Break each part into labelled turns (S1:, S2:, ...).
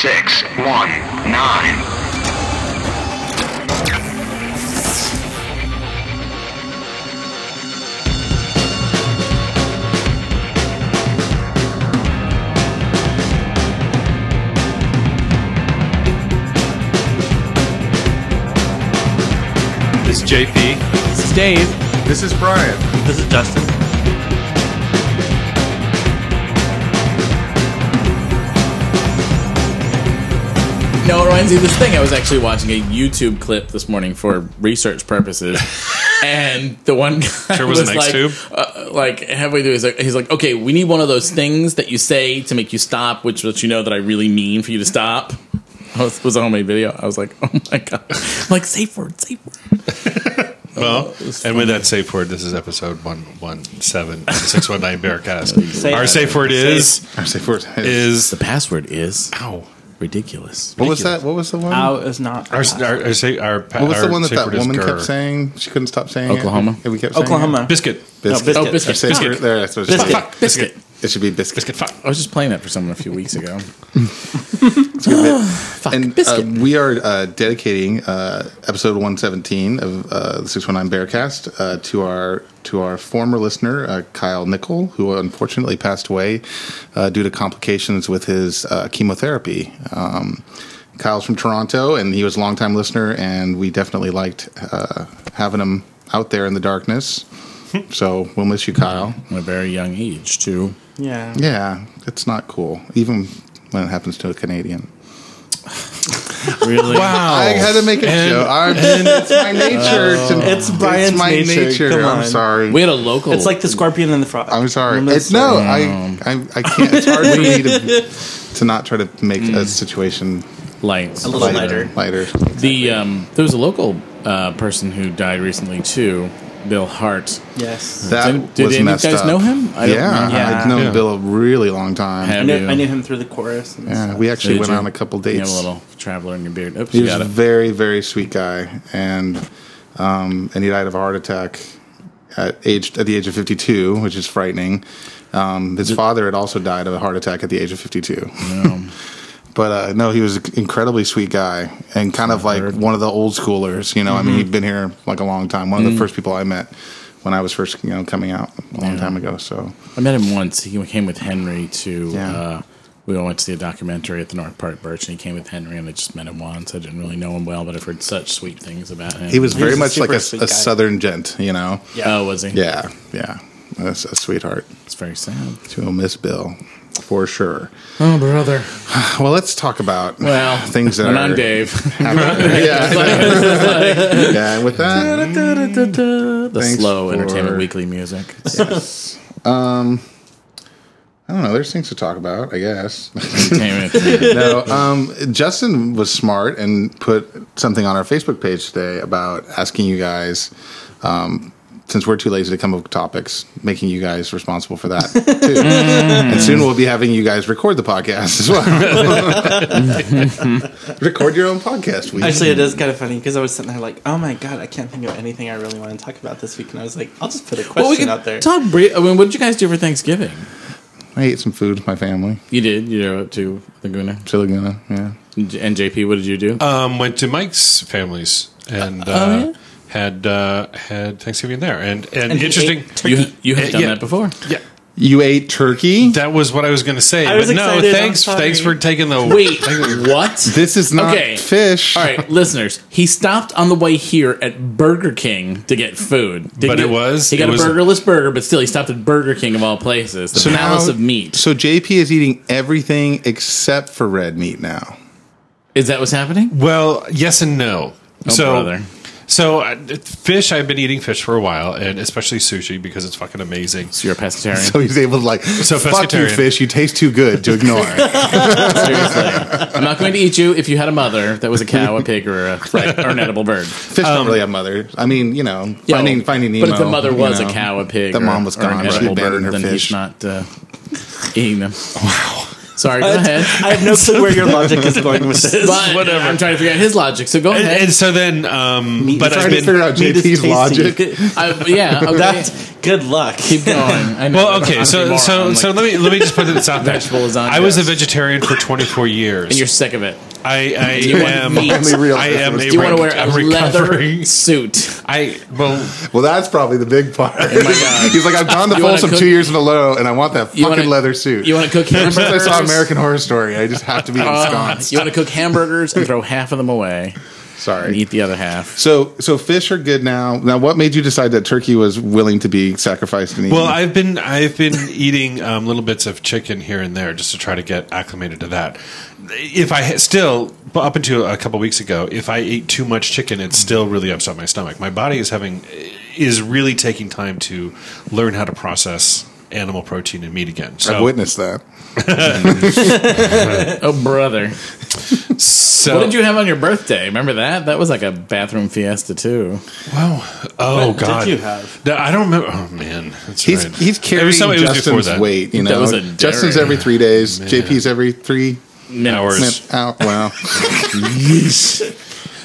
S1: six one nine.
S2: This is JP.
S3: This is Dave.
S4: This is Brian.
S3: This is Dustin. You know, it reminds me of this thing. I was actually watching a YouTube clip this morning for research purposes, and the one guy
S2: Sure was
S3: was,
S2: an
S3: like,
S2: X-tube?
S3: uh, like halfway through, he's like, he's like, okay, we need one of those things that you say to make you stop, which lets you know that I really mean for you to stop. I was, was a homemade video. I was like, oh my god, I'm like safe word, safe word.
S2: Well, and with that safe word, this is episode 117 of the 619 Bearcast.
S5: Safe-
S2: Our safe word is,
S4: I say first.
S2: is,
S3: The password is
S2: ow.
S3: ridiculous.
S4: What was that? What was the one?
S5: Ow is not.
S2: Our, our, our, sa- our,
S4: what was
S2: our
S4: the one that
S2: safe
S4: that
S2: word is
S4: woman
S2: grr.
S4: kept saying? She couldn't stop saying it?
S3: Oklahoma?
S4: And we kept saying
S5: Oklahoma.
S2: Biscuit.
S4: It. Biscuit.
S3: Oh, biscuit.
S4: Our safe
S3: Biscuit.
S4: word- there, that's what it
S5: Biscuit.
S4: should be.
S2: Fuck. Biscuit.
S4: It should be biscuit.
S2: Biscuit. Fuck.
S3: I was just playing that for someone a few weeks ago.
S4: And uh,
S3: biscuit.
S4: we are uh, dedicating uh, episode 117 of uh, the 619 Bearcast uh, to our to our former listener uh, Kyle Nickel, who unfortunately passed away uh, due to complications with his uh, chemotherapy. Um, Kyle's from Toronto, and he was a longtime listener, and we definitely liked uh, having him out there in the darkness. So we'll miss you, Kyle.
S3: From a very young age, too.
S5: Yeah.
S4: Yeah, it's not cool, even when it happens to a Canadian.
S3: Really? wow.
S4: I had to make a joke. I mean, it's my nature. to,
S5: It's Brian's nature, come
S4: I'm
S5: on.
S4: sorry.
S3: Oh. We had a local.
S5: It's like the scorpion and the frog.
S4: I'm sorry.
S5: Remember
S4: It's,
S5: that
S4: no,
S5: story?
S4: I, I, I can't. It's hard for me to, to not try to make
S3: Mm.
S4: a situation
S3: lights.
S5: little lighter.
S4: Lighter.
S3: The um, there was a local uh, person who died recently too, Bill Hart.
S5: Yes.
S4: That
S3: Did- did
S4: was
S3: any of you
S4: messed
S3: guys
S4: up.
S3: know him? I don't
S4: yeah,
S3: know.
S4: I've
S5: Yeah.
S4: known
S2: Yeah.
S4: Bill a really long time.
S3: Have
S5: I knew,
S3: you?
S5: I knew him through the chorus. And
S4: Yeah,
S5: stuff.
S4: we actually
S3: Did
S4: went
S3: you?
S4: on a couple
S3: You have
S4: dates.
S3: a little traveler in your beard. Oops,
S4: he
S3: you
S4: was
S3: got
S4: a
S3: it.
S4: very, very sweet guy, and um, and he died of a heart attack at age at the age of 52, which is frightening. Um, his father had also died of a heart attack at the age of 52. but uh, no, he was an incredibly sweet guy and kind of like one of the old schoolers. You know, I mean, he'd been here like a long time. One of the first people I met when I was first you know coming out a long time ago. So
S3: I met him once. He came with Henry to.
S4: Yeah.
S3: Uh, we all went to see a documentary at the North Park Birch, and he came with Henry, and I just met him once. I didn't really know him well, but I've heard such sweet things about him.
S4: he was very
S5: was a
S4: much like
S5: super
S4: a,
S5: sweet
S4: a
S5: guy.
S4: southern gent. You know,
S3: Oh, was he?
S4: yeah, yeah, that's a sweetheart.
S3: It's very sad.
S4: To miss Bill for sure.
S3: Oh, brother.
S4: Well, let's talk about
S3: Well,
S4: things that
S3: and
S4: are
S3: I'm Dave.
S4: Yeah, I know. yeah. And with that,
S3: the
S4: Thanks
S3: slow
S4: for-
S3: entertainment weekly music.
S4: I don't know. There's things to talk about, I guess.
S3: entertainment.
S4: no, um, Justin was smart and put something on our Facebook page today about asking you guys. Um, since we're too lazy to come up with topics, making you guys responsible for that too.
S3: Mm.
S4: and soon we'll be having you guys record the podcast as well. record your own podcast. We
S5: Actually, it is kind of funny because I was sitting there like, oh my god, I can't think of anything I really want to talk about this week, and I was like, I'll just put a question
S3: well, we can
S5: out there.
S3: talk. Brief, I mean, what did you guys do for Thanksgiving?
S4: I ate some food with my family.
S3: You did. You drove up to Laguna.
S4: Chilaguna, yeah.
S3: And JP, what did you
S4: Uh,
S3: do?
S2: Um, went to Mike's family's and uh,
S3: oh,
S2: had uh, had Thanksgiving there. And, and,
S5: And he
S2: interesting.
S5: ate
S3: you you have
S2: Uh,
S3: done
S2: yeah.
S3: that before.
S2: Yeah.
S4: You ate turkey?
S2: That was what I was going to say.
S5: I was
S2: but no,
S5: excited, I'm
S2: thanks.
S5: sorry.
S2: Thanks for taking the
S3: Wait, what?
S4: This is not
S3: Okay.
S4: fish.
S3: All right, listeners. He stopped on the way here at Burger King to get food. Didn't
S2: But it
S3: get-
S2: was-
S3: he got
S2: it
S3: a
S2: was-
S3: burgerless burger, but still he stopped at Burger King of all places, the
S4: So
S3: palace
S4: now-
S3: of meat.
S4: So JP is eating everything except for red meat now.
S3: Is that what's happening?
S2: Well, yes and no. so,
S3: brother.
S2: so uh, fish. I've been eating fish for a while, and especially sushi because it's fucking amazing.
S3: So you're a pescatarian.
S4: So he's able to like, so fuck you,
S2: pescatarian.
S4: fish. You taste too good to ignore.
S3: Seriously, I'm not going to eat you if you had a mother that was a cow, a pig, or a or an edible bird.
S4: fish
S2: Um,
S4: don't really have mother. I mean, you know,
S3: Yeah,
S4: finding finding Nemo.
S3: But if the mother
S4: you
S3: was
S4: know,
S3: a cow, a pig,
S4: the
S3: or-
S4: mom was
S3: or an
S4: gone. She
S3: edible bird,
S4: abandoned her
S3: then
S4: fish.
S3: he's not uh, eating uh, them. Sorry, go ahead.
S5: I have no clue where your logic is going with this.
S3: But
S2: whatever.
S3: I'm trying to figure out his logic. So go
S2: And,
S3: ahead.
S2: and so then, um,
S5: Meat
S2: but
S5: is
S2: I've
S4: Trying to
S2: been
S4: figure out
S5: Meat is
S4: JT's
S5: tasty.
S4: logic.
S3: I, yeah. Okay.
S5: That's good luck.
S3: Keep going. I know.
S2: Well, okay, so
S3: Oxymoron,
S2: so
S3: like,
S2: so let me let me just put this out there.
S3: Vegetable lasagna.
S2: I was a vegetarian for 24 years.
S3: and you're sick of it.
S2: I, I
S3: You want
S2: am.
S3: meat.
S2: I
S4: Only real
S2: am.
S4: vegetables.
S2: A
S3: Do you want to wear
S2: I'm
S3: a leather
S2: recovering.
S3: suit?
S2: I well,
S4: Well, that's probably the big part.
S3: Oh God.
S4: He's like, I've gone to
S3: You wanna
S4: Folsom
S3: cook-
S4: two years in a row, and I want that fucking
S3: You wanna-
S4: leather suit.
S3: You Oh, want to cook hamburgers? Uh,
S4: Since I saw American Horror Story, I just have to be ensconced.
S3: You want to cook hamburgers and throw half of them away and
S4: Sorry.
S3: eat the other half.
S4: So, so fish are good now. Now, what made you decide that turkey was willing to be sacrificed and eaten?
S2: well, I've been I've been eating um, little bits of chicken here and there just to try to get acclimated to that. If I had- still but up until a couple weeks ago, if I ate too much chicken, it still really upset my stomach. My body is having is really taking time to learn how to process animal protein and meat again. So,
S4: I've witnessed that.
S3: Oh, brother.
S2: so
S3: What did you have on your birthday? Remember that? That was like a bathroom fiesta, too.
S2: Wow. Oh
S5: What did
S2: God.
S5: you have?
S2: No, I don't remember. Oh man, that's
S4: He's
S2: right.
S4: he's
S2: It
S4: carrying
S2: was some- it was before
S4: Justin's
S2: that.
S4: weight. You know,
S3: was a dairy.
S4: Justin's every three days. JP's every three.
S2: Hours.
S4: Out. Wow.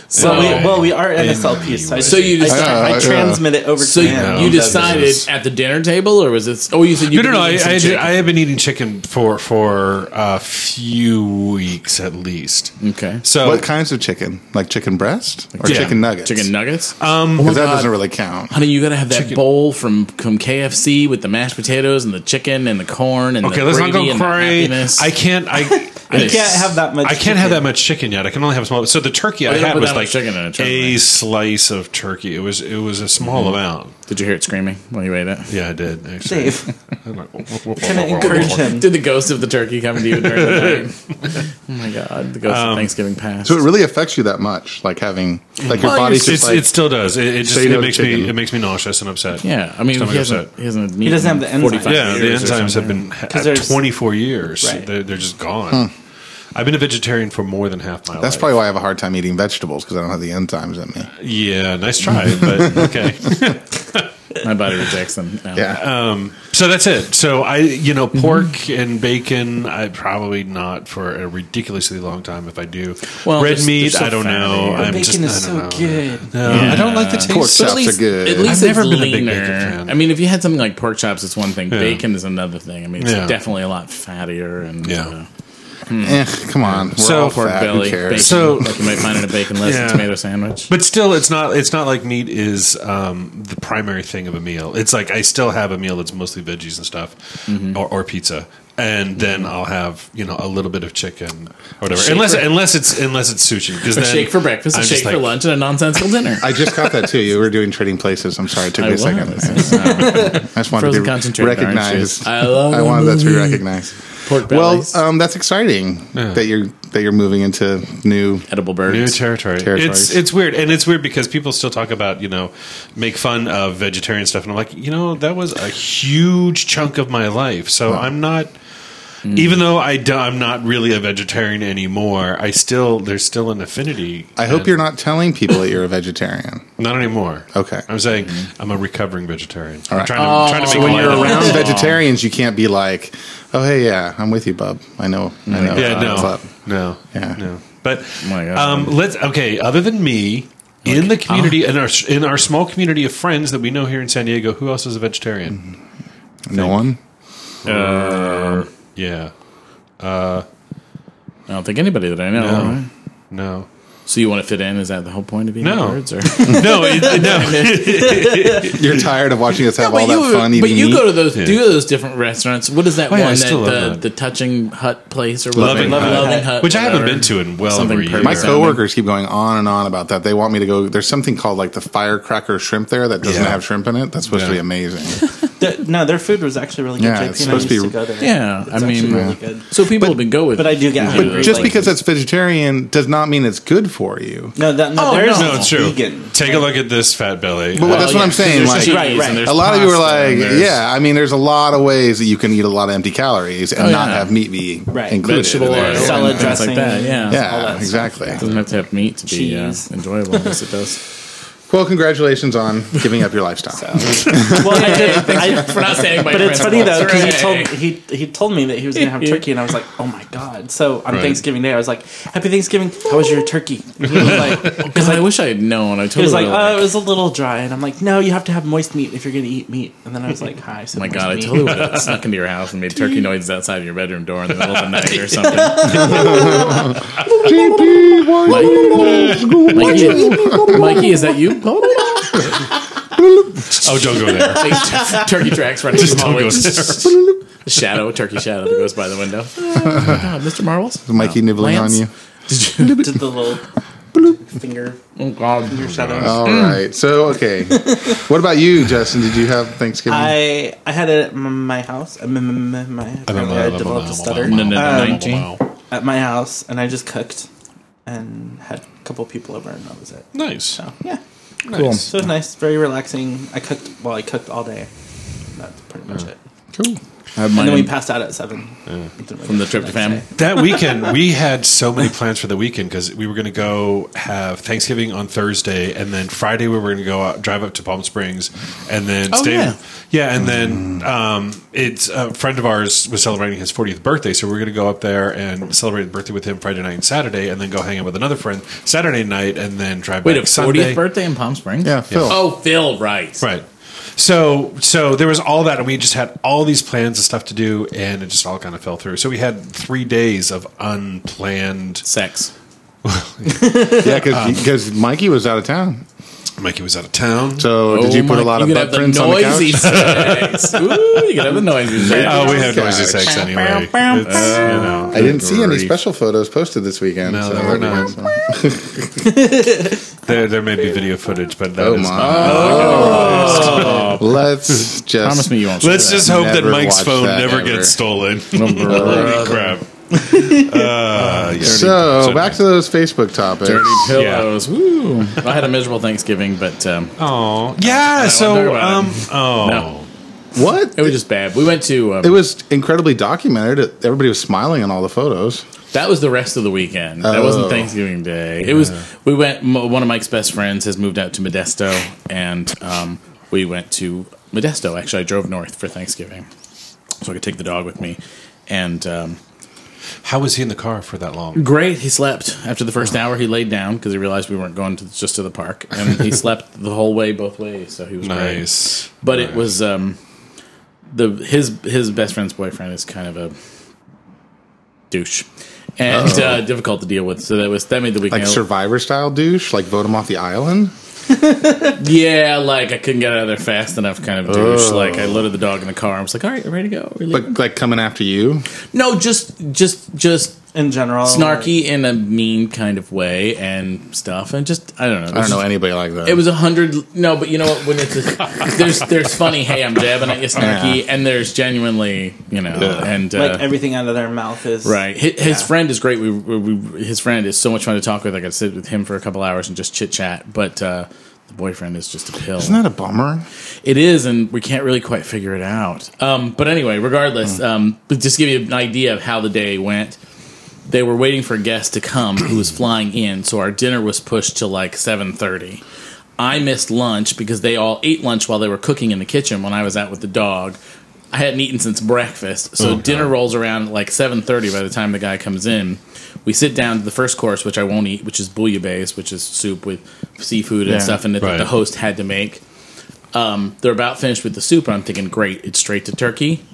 S5: So we,
S2: Yeah.
S5: well, we are NSLP, so I,
S3: So you
S5: I,
S3: just-
S5: I,
S4: Uh,
S5: transmit it over
S3: So
S5: to
S3: you,
S5: him.
S2: Yeah.
S3: you
S5: He does
S3: decided
S2: this.
S3: at the dinner table, or was it? Oh, you said you
S2: No, no, no. I,
S3: could eat some
S2: I,
S3: chicken.
S2: I have been eating chicken for for a few weeks at least.
S3: okay.
S2: So
S4: what kinds of chicken? Like chicken breast or
S2: Yeah.
S4: chicken nuggets?
S3: Chicken Oh nuggets.
S4: Because that doesn't really count.
S3: Honey, you gotta have that bowl from, from KFC with the mashed potatoes and the chicken and the corn and
S2: okay,
S3: the
S2: let's not
S3: gravy
S2: go
S3: and the
S2: cry.
S3: happiness.
S2: I can't. I
S5: You can't have that much.
S2: I can't have that much chicken yet. I can only have small. So the turkey I
S3: you don't
S2: had
S3: put
S2: was
S3: that much
S2: like
S3: chicken in a turkey.
S2: slice of turkey. It was it was a small amount.
S3: Did you hear it screaming while you ate it?
S2: Yeah, I did. Actually.
S5: Dave,
S2: I'm like, whoa, whoa, whoa,
S5: can
S2: whoa,
S5: I
S2: whoa, whoa.
S5: encourage him?
S3: Did the ghost of the turkey come to you during the night? Oh my god, the ghost
S2: Um,
S3: of Thanksgiving passed.
S4: So it really affects you that much, like having like your
S3: Well,
S4: body's
S3: it's-
S4: just
S2: It's,
S4: like
S2: it still does. It, it just
S4: say
S2: it
S4: no to
S2: makes me
S4: chicken.
S2: it makes me nauseous and upset.
S3: yeah, I mean,
S2: Stomach
S3: he hasn't,
S2: upset.
S3: he hasn't.
S5: He doesn't have the enzyme.
S2: Yeah, the
S3: years or
S2: enzymes have
S3: something.
S2: been at
S5: there's-
S2: 24 years.
S5: Right.
S2: They're, they're just gone. I've been a vegetarian for more than half my life.
S4: that's probably why I have a hard time eating vegetables because I don't have the enzymes in me.
S2: Yeah, nice try, but okay.
S3: My body rejects them. now.
S4: Yeah.
S2: So that's it. So I, you know,
S3: Mm-hmm.
S2: pork and bacon, I probably not for a ridiculously long time. If I do,
S3: Well,
S2: red
S3: there's-
S2: meat,
S3: there's so
S2: I don't know.
S3: fatty.
S2: I'm
S5: Bacon
S2: just,
S5: is
S2: I don't
S5: so
S2: know.
S5: good.
S2: No, I don't like the taste.
S4: Pork
S3: But
S4: chops are good.
S3: At least
S2: I've never
S3: it's
S2: been a big
S3: leaner.
S2: bacon fan.
S3: I mean, if you had something like pork chops, it's one thing.
S2: Yeah.
S3: Bacon is another thing. I mean, it's
S2: Yeah.
S3: definitely a lot fattier and
S2: Yeah.
S3: uh,
S4: Eh, come on, we're
S2: So-
S4: all fat.
S3: belly
S4: Who
S3: bacon,
S4: cares?
S2: So-
S3: like you might find in a bacon less
S2: Yeah.
S3: tomato sandwich.
S2: But still, it's not. It's not like meat is um, the primary thing of a meal. It's like I still have a meal that's mostly veggies and stuff,
S3: Mm-hmm.
S2: or, or pizza, and then I'll have you know a little bit of chicken or whatever.
S3: shake
S2: unless
S3: for-
S2: unless it's unless it's sushi because
S3: a
S2: then
S3: shake for breakfast, a
S2: I'm
S3: shake
S2: just like,
S3: for lunch, and a nonsensical dinner.
S4: I just caught that too. You were doing trading places. I'm sorry, it took
S3: I
S4: me a
S3: was.
S4: second. I just wanted
S3: Frozen
S4: to be
S3: concentrate, orange
S4: recognized.
S3: juice. I love
S4: I
S3: that
S4: wanted that to be
S3: movie.
S4: recognized.
S3: Pork
S4: Well,
S3: bellies.
S4: um, that's exciting that you're that you're moving into new.
S3: edible
S2: New
S3: birds.
S2: territory.
S4: Territories.
S2: It's it's weird, and it's weird because people still talk about you know make fun of vegetarian stuff, and I'm like, you know, that was a huge chunk of my life. So I'm not,
S4: Mm.
S2: even though I do, I'm not really a vegetarian anymore. I still there's still an affinity.
S4: I hope
S2: and-
S4: you're not telling people that you're a vegetarian.
S2: not anymore.
S4: Okay. Mm-hmm.
S2: I'm saying I'm a recovering vegetarian. I'm
S4: All right.
S2: trying
S4: Oh,
S2: to trying to
S3: So
S2: make
S4: When
S2: light
S4: you're
S2: of it.
S4: around vegetarians, you can't be like, "Oh, hey, yeah, I'm with you, bub. I know, I know." uh,
S2: Yeah,
S4: what's
S2: no,
S4: up."
S2: no,
S4: Yeah.
S2: no. But
S3: My God.
S2: um, let's okay. Other than me, in the community, in our in our small community of friends that we know here in San Diego, who else is a vegetarian?
S4: no one.
S2: Yeah,
S3: I don't think anybody that I know.
S2: No.
S3: right?
S2: no,
S3: So you want to fit in? Is that the whole point of being
S2: No.
S3: birds? Or?
S2: no, it- no.
S4: You're tired of watching us have
S3: but
S4: all that
S3: you,
S4: fun eating
S3: but you
S4: meat?
S3: go to those do those different restaurants. What is that
S2: Oh,
S3: one?
S2: yeah, I
S3: that,
S2: still love
S3: the,
S2: that.
S3: the touching hut place or
S2: Loving
S3: whatever?
S2: Hut.
S3: loving hut,
S2: Which I haven't
S3: whatever.
S2: been to in well
S3: Something
S2: over a year.
S3: perfect.
S4: My
S3: Yeah.
S4: coworkers keep going on and on about that. They want me to go. There's something called like the firecracker shrimp there that doesn't
S2: Yeah.
S4: have shrimp in it. That's supposed to
S2: Yeah.
S4: be amazing.
S5: The- no, their food was actually really good.
S4: Yeah,
S5: JP
S4: it's
S5: and I
S4: supposed
S5: used
S4: to
S5: to, go
S4: be-
S5: there.
S3: Yeah, I
S5: It's actually
S3: mean,
S5: really good.
S3: so people have been going.
S5: But I do get hungry.
S3: But
S4: Just
S5: like-
S4: because it's vegetarian does not mean it's good for you.
S5: no, that, no,
S3: Oh,
S5: there is
S3: no,
S2: No, it's true.
S5: vegan.
S2: Take a look at this fat belly.
S4: But
S2: Uh,
S5: oh,
S4: that's what I'm saying.
S3: There's
S4: Like,
S3: cheese
S5: Right, right.
S3: and there's
S4: a lot of you are
S3: pasta
S4: like,
S3: and there's
S4: yeah. I mean, there's a lot of ways that you can eat a lot of empty calories and
S3: Oh,
S4: not
S3: yeah.
S4: have meat be
S5: Right.
S4: included.
S3: vegetable
S4: in
S3: oil,
S4: there.
S3: and
S5: Salad
S3: things
S5: dressing.
S3: like that. Yeah,
S4: Yeah,
S5: that stuff.
S4: exactly.
S3: It doesn't have to have meat to be uh,
S5: Cheese.
S3: enjoyable. I guess it does.
S4: Well, congratulations on giving up your lifestyle.
S5: Well, I did.
S3: Thanks for not standing by
S5: but
S3: your
S5: it's funny though because he
S3: principles.
S5: told
S3: Hooray.
S5: he he told me that he was gonna have turkey, and I was like, oh my god. So on Thanksgiving Day, I was like, Happy Thanksgiving. How was your turkey? And he was like,
S3: God, I wish I had known. I
S5: he
S3: totally
S5: was like,
S3: would've-
S5: oh, it was a little dry, and I'm like, no, you have to have moist meat if you're gonna eat meat. And then I was like, hi. I said
S3: Oh my
S5: moist
S3: god, I
S5: meat.
S3: totally would have snuck into your house and made turkey noises outside of your bedroom door in the middle of the night or something. Mike- Mikey, Mikey, is that you?
S2: Oh, don't go there.
S3: Big t- turkey tracks running
S2: Just
S3: from all
S2: don't go
S3: the Shadow, turkey shadow that goes by the window. Oh, my God, Mr. Marbles?
S4: Mikey nibbling
S3: um, Lance?
S4: on you.
S3: Did you?
S5: did the little finger
S3: Oh, God.
S5: finger shadow.
S4: All
S3: Hmm.
S4: right. So, okay. what about you, Justin? Did you have Thanksgiving?
S5: I I had it at m- my house. Um, m- m- My apparently I developed a stutter
S3: No, no, no,
S5: Um,
S3: 19.
S5: at my house, and I just cooked and had a couple people over, and that was it.
S2: Nice.
S5: So yeah,
S4: cool.
S5: so it was nice, very relaxing. I cooked well. I cooked all day. That's pretty much it.
S4: Cool.
S5: And then we
S3: Mine
S5: passed out at seven from
S3: from the trip to family.
S2: That weekend, we had so many plans for the weekend because we were going to go have Thanksgiving on Thursday, and then Friday we were going to go out, drive up to Palm Springs, and then
S3: Oh,
S2: stay.
S3: yeah.
S2: Yeah, and then um, it's a friend of ours was celebrating his 40th birthday, so we are going to go up there and celebrate the birthday with him Friday night and Saturday, and then go hang out with another friend Saturday night, and then drive
S3: Wait, a
S2: back
S3: 40th
S2: Sunday.
S3: birthday in Palm Springs?
S4: Yeah, Phil.
S3: Oh, Phil, right.
S2: Right. So so there was all that, and we just had all these plans and stuff to do, and it just all kind of fell through. So we had three days of unplanned.
S3: Sex.
S4: Yeah,
S3: Uh,
S4: because Mikey was out of town.
S2: Mikey was out of town.
S4: So, did you put a lot of
S3: Oh you could
S4: butt
S3: have the
S4: prints on the
S3: noisy
S4: couch?
S3: sex. Ooh, you could have the noisy sex.
S2: oh, we had
S4: Couch.
S2: noisy sex anyway. It's, uh, you know,
S4: I didn't see any
S2: grief.
S4: special photos posted this weekend.
S2: No, there were none. There, there may be video footage, but that
S4: Oh
S2: is-
S4: my! Let's just
S3: Promise me you won't.
S2: Let's just hope that
S4: Never
S2: Mike's
S4: watch
S2: phone
S4: that
S2: never
S4: ever.
S2: gets stolen.
S4: Brother.
S2: Holy crap. Uh, yeah.
S4: So back to those Facebook topics.
S3: pillows. Woo. I had a miserable Thanksgiving, but um,
S2: Oh yeah,
S3: talk
S2: so
S3: about
S2: um,
S3: it.
S2: oh
S3: No.
S4: What?
S3: it was just bad. We went to um,
S4: It was incredibly documented. Everybody was smiling on all the photos.
S3: That was the rest of the weekend. That
S4: Oh.
S3: wasn't Thanksgiving Day. It was. We went. m- One of Mike's best friends has moved out to Modesto, and um, we went to Modesto. Actually, I drove north for Thanksgiving, so I could take the dog with me. And um,
S2: how was he in the car for that long?
S3: great, he slept after the first hour. He laid down because he realized we weren't going to just to the park, and he slept the whole way both ways. So he was great
S2: Nice,
S3: but it was um the his his best friend's boyfriend is kind of a douche and uh, difficult to deal with. So that was that made the
S4: Like
S3: weekend.
S4: survivor style douche, like vote him off the island.
S3: yeah, like I couldn't get out of there fast enough. Kind of douche. Like I loaded the dog in the car. I was like, all right, I'm ready to go. Are we leaving?"
S4: But like coming after you.
S3: no, just just just
S5: in general.
S3: snarky in a mean kind of way and stuff, and just I don't know.
S4: I don't know anybody like that.
S3: It was a hundred. No, but you know what? When it's a, there's there's funny. Hey, I'm jabbing at you, snarky, and there's genuinely you know, and uh,
S5: Like everything out of their mouth is
S3: Right. His, his
S5: Yeah.
S3: friend is great. We, we, we his friend is so much fun to talk with. I got to sit with him for a couple hours and just chit chat. But uh, the boyfriend is just a pill.
S4: Isn't that a bummer?
S3: it is, and we can't really quite figure it out. Um, but anyway, regardless, um, but just to give you an idea of how the day went. They were waiting for a guest to come who was flying in, so our dinner was pushed to like seven thirty. I missed lunch because they all ate lunch while they were cooking in the kitchen when I was out with the dog. I hadn't eaten since breakfast, so dinner rolls around at like seven thirty. By the time the guy comes in, we sit down to the first course, which I won't eat, which is bouillabaisse, which is soup with seafood and stuff, and that
S2: Right.
S3: the host had to make. Um, they're about finished with the soup, and I'm thinking, great, it's straight to turkey.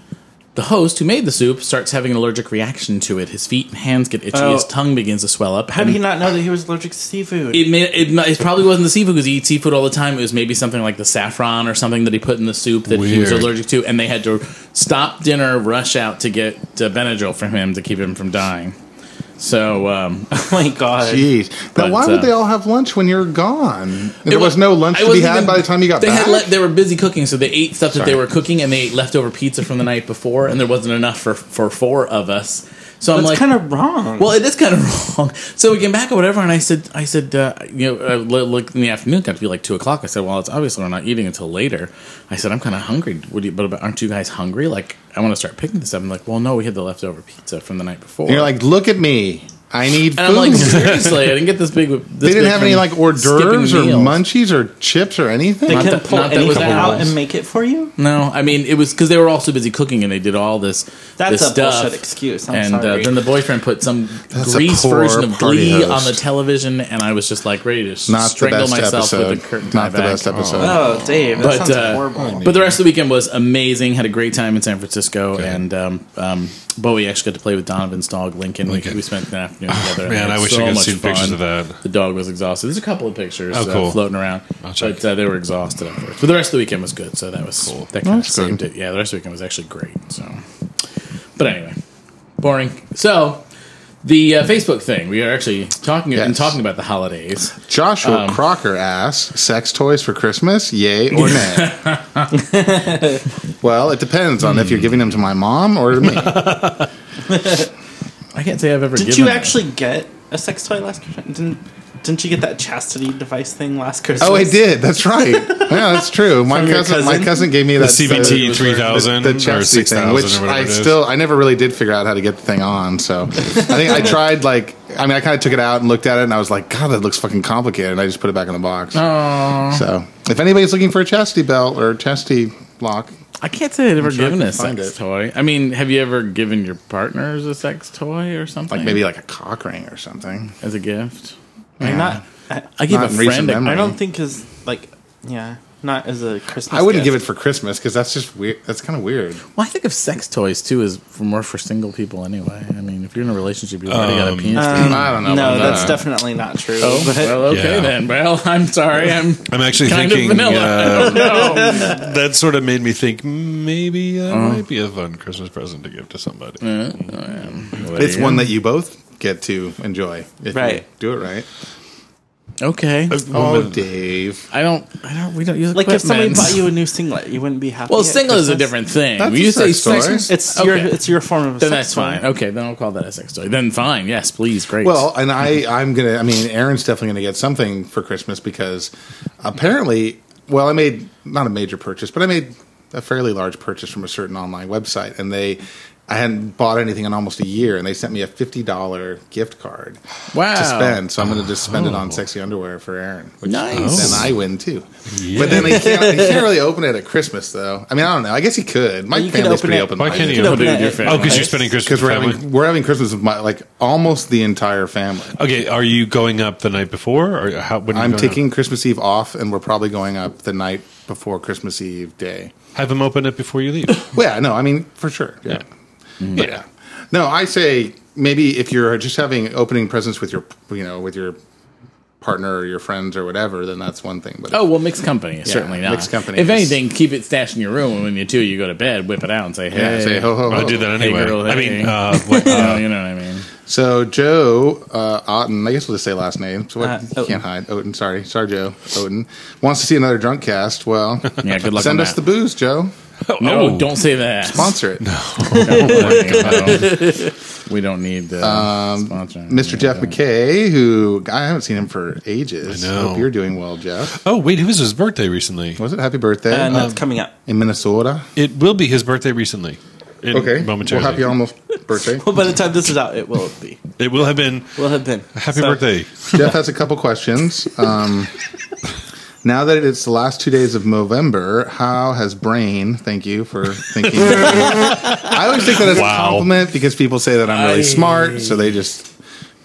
S3: The host who made the soup starts having an allergic reaction to it. His feet and hands get itchy.
S5: Oh.
S3: His tongue begins to swell up.
S5: How
S3: and-
S5: do you not know that he was allergic to seafood?
S3: it, may, it, mi- it probably wasn't the seafood because he eats seafood all the time. It was maybe something like the saffron or something that he put in the soup that he was
S2: Weird.
S3: allergic to, and they had to stop dinner, rush out to get uh, Benadryl for him to keep him from dying. So um,
S5: oh my god!
S4: Jeez. Now,
S3: But,
S4: why would
S3: uh,
S4: they all have lunch when you're gone? There was, no lunch
S3: I
S4: to be
S3: wasn't
S4: had
S3: even-
S4: by the time you got
S3: they
S4: back.
S3: Had le- they were busy cooking, so they ate stuff that
S4: Sorry.
S3: they were cooking, and they ate leftover pizza from the night before, and there wasn't enough for for four of us. So I'm
S5: That's
S3: like,
S5: kind of wrong.
S3: Well, it is kind of wrong. So we came back or whatever, and I said, I said, uh, you know, uh, li- like in the afternoon, got to be like two o'clock. I said, well, it's obviously we're not eating until later. I said, I'm kind of hungry. Would you, but aren't you guys hungry? Like, I want to start picking this up. I'm like, well, no, we had the leftover pizza from the night before.
S4: And you're like, look at me. I
S3: And
S4: need
S3: I'm like,
S4: food.
S3: seriously, I didn't get this big. This
S4: they didn't have any like hors d'oeuvres or munchies or chips or anything.
S5: They
S3: Not
S5: couldn't
S3: that-
S5: pull
S3: not that
S5: anything
S3: was the
S5: out
S3: rules.
S5: and make it for you.
S3: No, I mean it was because they were all too busy cooking and they did all this.
S5: That's
S3: this
S5: a
S3: stuff.
S5: bullshit excuse. I'm
S3: and
S5: sorry.
S3: Uh, then the boyfriend put some
S4: That's a
S3: grease
S4: poor
S3: version of
S4: party
S3: Glee on
S4: host.
S3: the television, and I was just like ready to
S4: Not the
S3: strangle
S4: best
S3: myself
S4: episode.
S3: with a curtain tie
S4: Not the
S3: back.
S4: best episode.
S5: oh, Dave, that
S3: But
S5: sounds
S3: uh,
S5: horrible.
S3: but the rest of the weekend was amazing. Had a great time in San Francisco, and um, um, Bowie actually got to play with Donovan's dog Lincoln. We-
S2: Lincoln.
S3: We, spent an afternoon
S4: Ah,
S3: together.
S2: Man,
S3: and
S2: I
S3: had
S2: wish I
S3: so
S2: could have
S3: much
S2: seen pictures
S3: fun.
S2: of that.
S3: The dog was exhausted. There's a couple of pictures
S2: Oh,
S3: uh,
S2: cool.
S3: floating around,
S2: I'll check.
S3: but uh, they were exhausted afterwards. But the rest of the weekend was good, so that was that kind of
S4: That's good.
S3: saved it. Yeah, the rest of the weekend was actually great. So, but anyway, boring. So. The uh, Facebook thing we are actually talking and
S4: Yes.
S3: talking about the holidays.
S2: Um,
S4: Joshua Crocker asks, "Sex toys for Christmas? Yay or nay?" well, it depends on if
S2: Hmm.
S4: you're giving them to my mom or to me.
S3: I can't say I've ever
S5: Did
S3: given
S5: you
S3: them.
S5: actually get a sex toy last Christmas? Didn't, didn't you get that chastity device thing last Christmas?
S4: Oh, I did. That's right. Yeah, that's true. My
S5: From your
S4: cousin, my
S5: cousin?
S4: cousin gave me
S2: The
S4: that
S2: CBT
S4: uh,
S2: 3000
S4: the, the
S2: or
S4: chastity
S2: 6000
S4: thing,
S2: or
S4: which
S2: whatever
S4: I
S2: it is.
S4: still, I never really did figure out how to get the thing on. So I think I tried like, I mean, I kind of took it out and looked at it, and I was like, God, that looks fucking complicated. And I just put it back in the box. So if anybody's looking for a chastity belt or a chastity lock,
S3: I can't say I've ever
S4: sure I
S3: given
S4: can
S3: a
S4: find
S3: sex
S4: it.
S3: toy. I mean, have you ever given your partners a sex toy or something?
S4: like maybe like a cock ring or something.
S3: as a gift.
S5: I'm not. I,
S3: I gave
S4: Not
S3: a
S4: in recent
S3: friend. A,
S4: memory.
S5: I don't think is like yeah, not as a Christmas.
S4: I wouldn't
S5: gift.
S4: give it for Christmas because that's just weird. That's kind of weird.
S3: well, I think of sex toys too as for more for single people anyway. I mean, if you're in a relationship, you've already got a penis.
S4: I don't know.
S5: Um, No,
S4: about
S5: that's
S4: that.
S5: definitely not true.
S3: oh,
S5: but-
S3: well, okay
S2: Yeah.
S3: then. Well, I'm sorry. I'm
S2: I'm actually
S3: kind
S2: thinking
S3: of vanilla.
S2: uh,
S3: I don't know.
S2: that sort of made me think "Mm, maybe that
S4: Uh-huh.
S2: might be a fun Christmas present to give to somebody.
S4: it's one that you both get to enjoy. If You
S5: Right.
S4: do it right.
S3: okay.
S4: Oh, Dave.
S3: I don't. I don't. We don't use
S5: like if somebody
S3: equipment.
S5: bought you a new singlet, you wouldn't be happy.
S3: well,
S5: at
S3: single is a
S5: Christmas?
S3: different thing.
S4: That's
S3: When
S4: a
S3: you say
S4: sex toy.
S3: sex,
S5: It's
S3: okay.
S5: your it's your form of a
S3: then
S5: sex
S3: that's fine.
S5: toy.
S3: Okay, then I'll call that a sex toy. Then fine. Yes, please. Great.
S4: Well, and I, I'm gonna. I mean, Aaron's definitely gonna get something for Christmas because apparently, well, I made not a major purchase, but I made a fairly large purchase from a certain online website, and they, I hadn't bought anything in almost a year, and they sent me a fifty dollar gift card
S3: wow.
S5: Oh.
S4: to spend. So I'm gonna just spend it on sexy underwear for Aaron. Which
S3: Nice.
S4: Then I win too, but then he can't, he can't really open it at Christmas though. I mean, I don't know. I guess he could. My
S5: You could
S4: family's
S5: open
S4: pretty
S5: it-
S4: open.
S2: Why can't you?
S5: open
S2: Oh,
S5: it.
S3: Dude, your
S5: Oh,
S3: family.
S2: because you're spending Christmas
S4: Because we're
S2: with family.
S4: having we're having Christmas with my like almost the entire family.
S2: Okay, are you going up the night before, or how? When are you
S4: I'm
S2: going
S4: taking Christmas Eve off, and we're probably going up the night before Christmas Eve day.
S2: up? have them open it before you leave.
S4: Well, yeah, no, I mean for sure. Yeah, But, yeah. No, I say maybe if you're just having opening presents with your, you know, with your partner or your friends or whatever, then that's one thing. But
S3: Oh well, mixed company certainly not.
S4: mixed company
S3: If
S4: is-
S3: anything, keep it stashed in your room, and when you two you go to bed, whip it out and say, "Hey,
S4: yeah, say ho ho. ho.
S2: I do that anyway.
S3: girl,
S2: I
S3: hey.
S2: mean, uh, what,
S3: You know,
S2: uh,
S3: you know what I mean?
S4: So Joe uh, Otten, I guess we'll just say last name. So what,
S5: Uh, Oten.
S4: can't hide. Oten, sorry, sorry, Joe Oten wants to see another drunk cast. Well,
S3: Yeah, good luck.
S4: send
S3: on
S4: us the
S3: that.
S4: booze, Joe.
S3: No,
S2: Oh.
S3: don't say that.
S4: Sponsor it.
S3: we don't need uh, um, sponsoring.
S4: Mr. Jeff McKay, who I haven't seen him for ages.
S2: I know.
S4: Hope you're doing well, Jeff.
S2: oh wait, it was his birthday recently.
S4: Was it happy birthday
S5: and
S3: Um,
S5: that's coming up.
S4: in Minnesota?
S2: It will be his birthday recently. In-
S4: Okay,
S2: momentarily.
S4: well, happy almost birthday.
S5: Well, by the time this is out, it will be.
S2: it will have been.
S5: Will have been.
S2: Happy
S5: So,
S2: birthday.
S4: Jeff has a couple questions. Um, now that it's the last two days of November, how has Brain? Thank you for thinking. I always think that as
S2: Wow.
S4: a compliment because people say that I'm really
S3: I-
S4: smart, so they just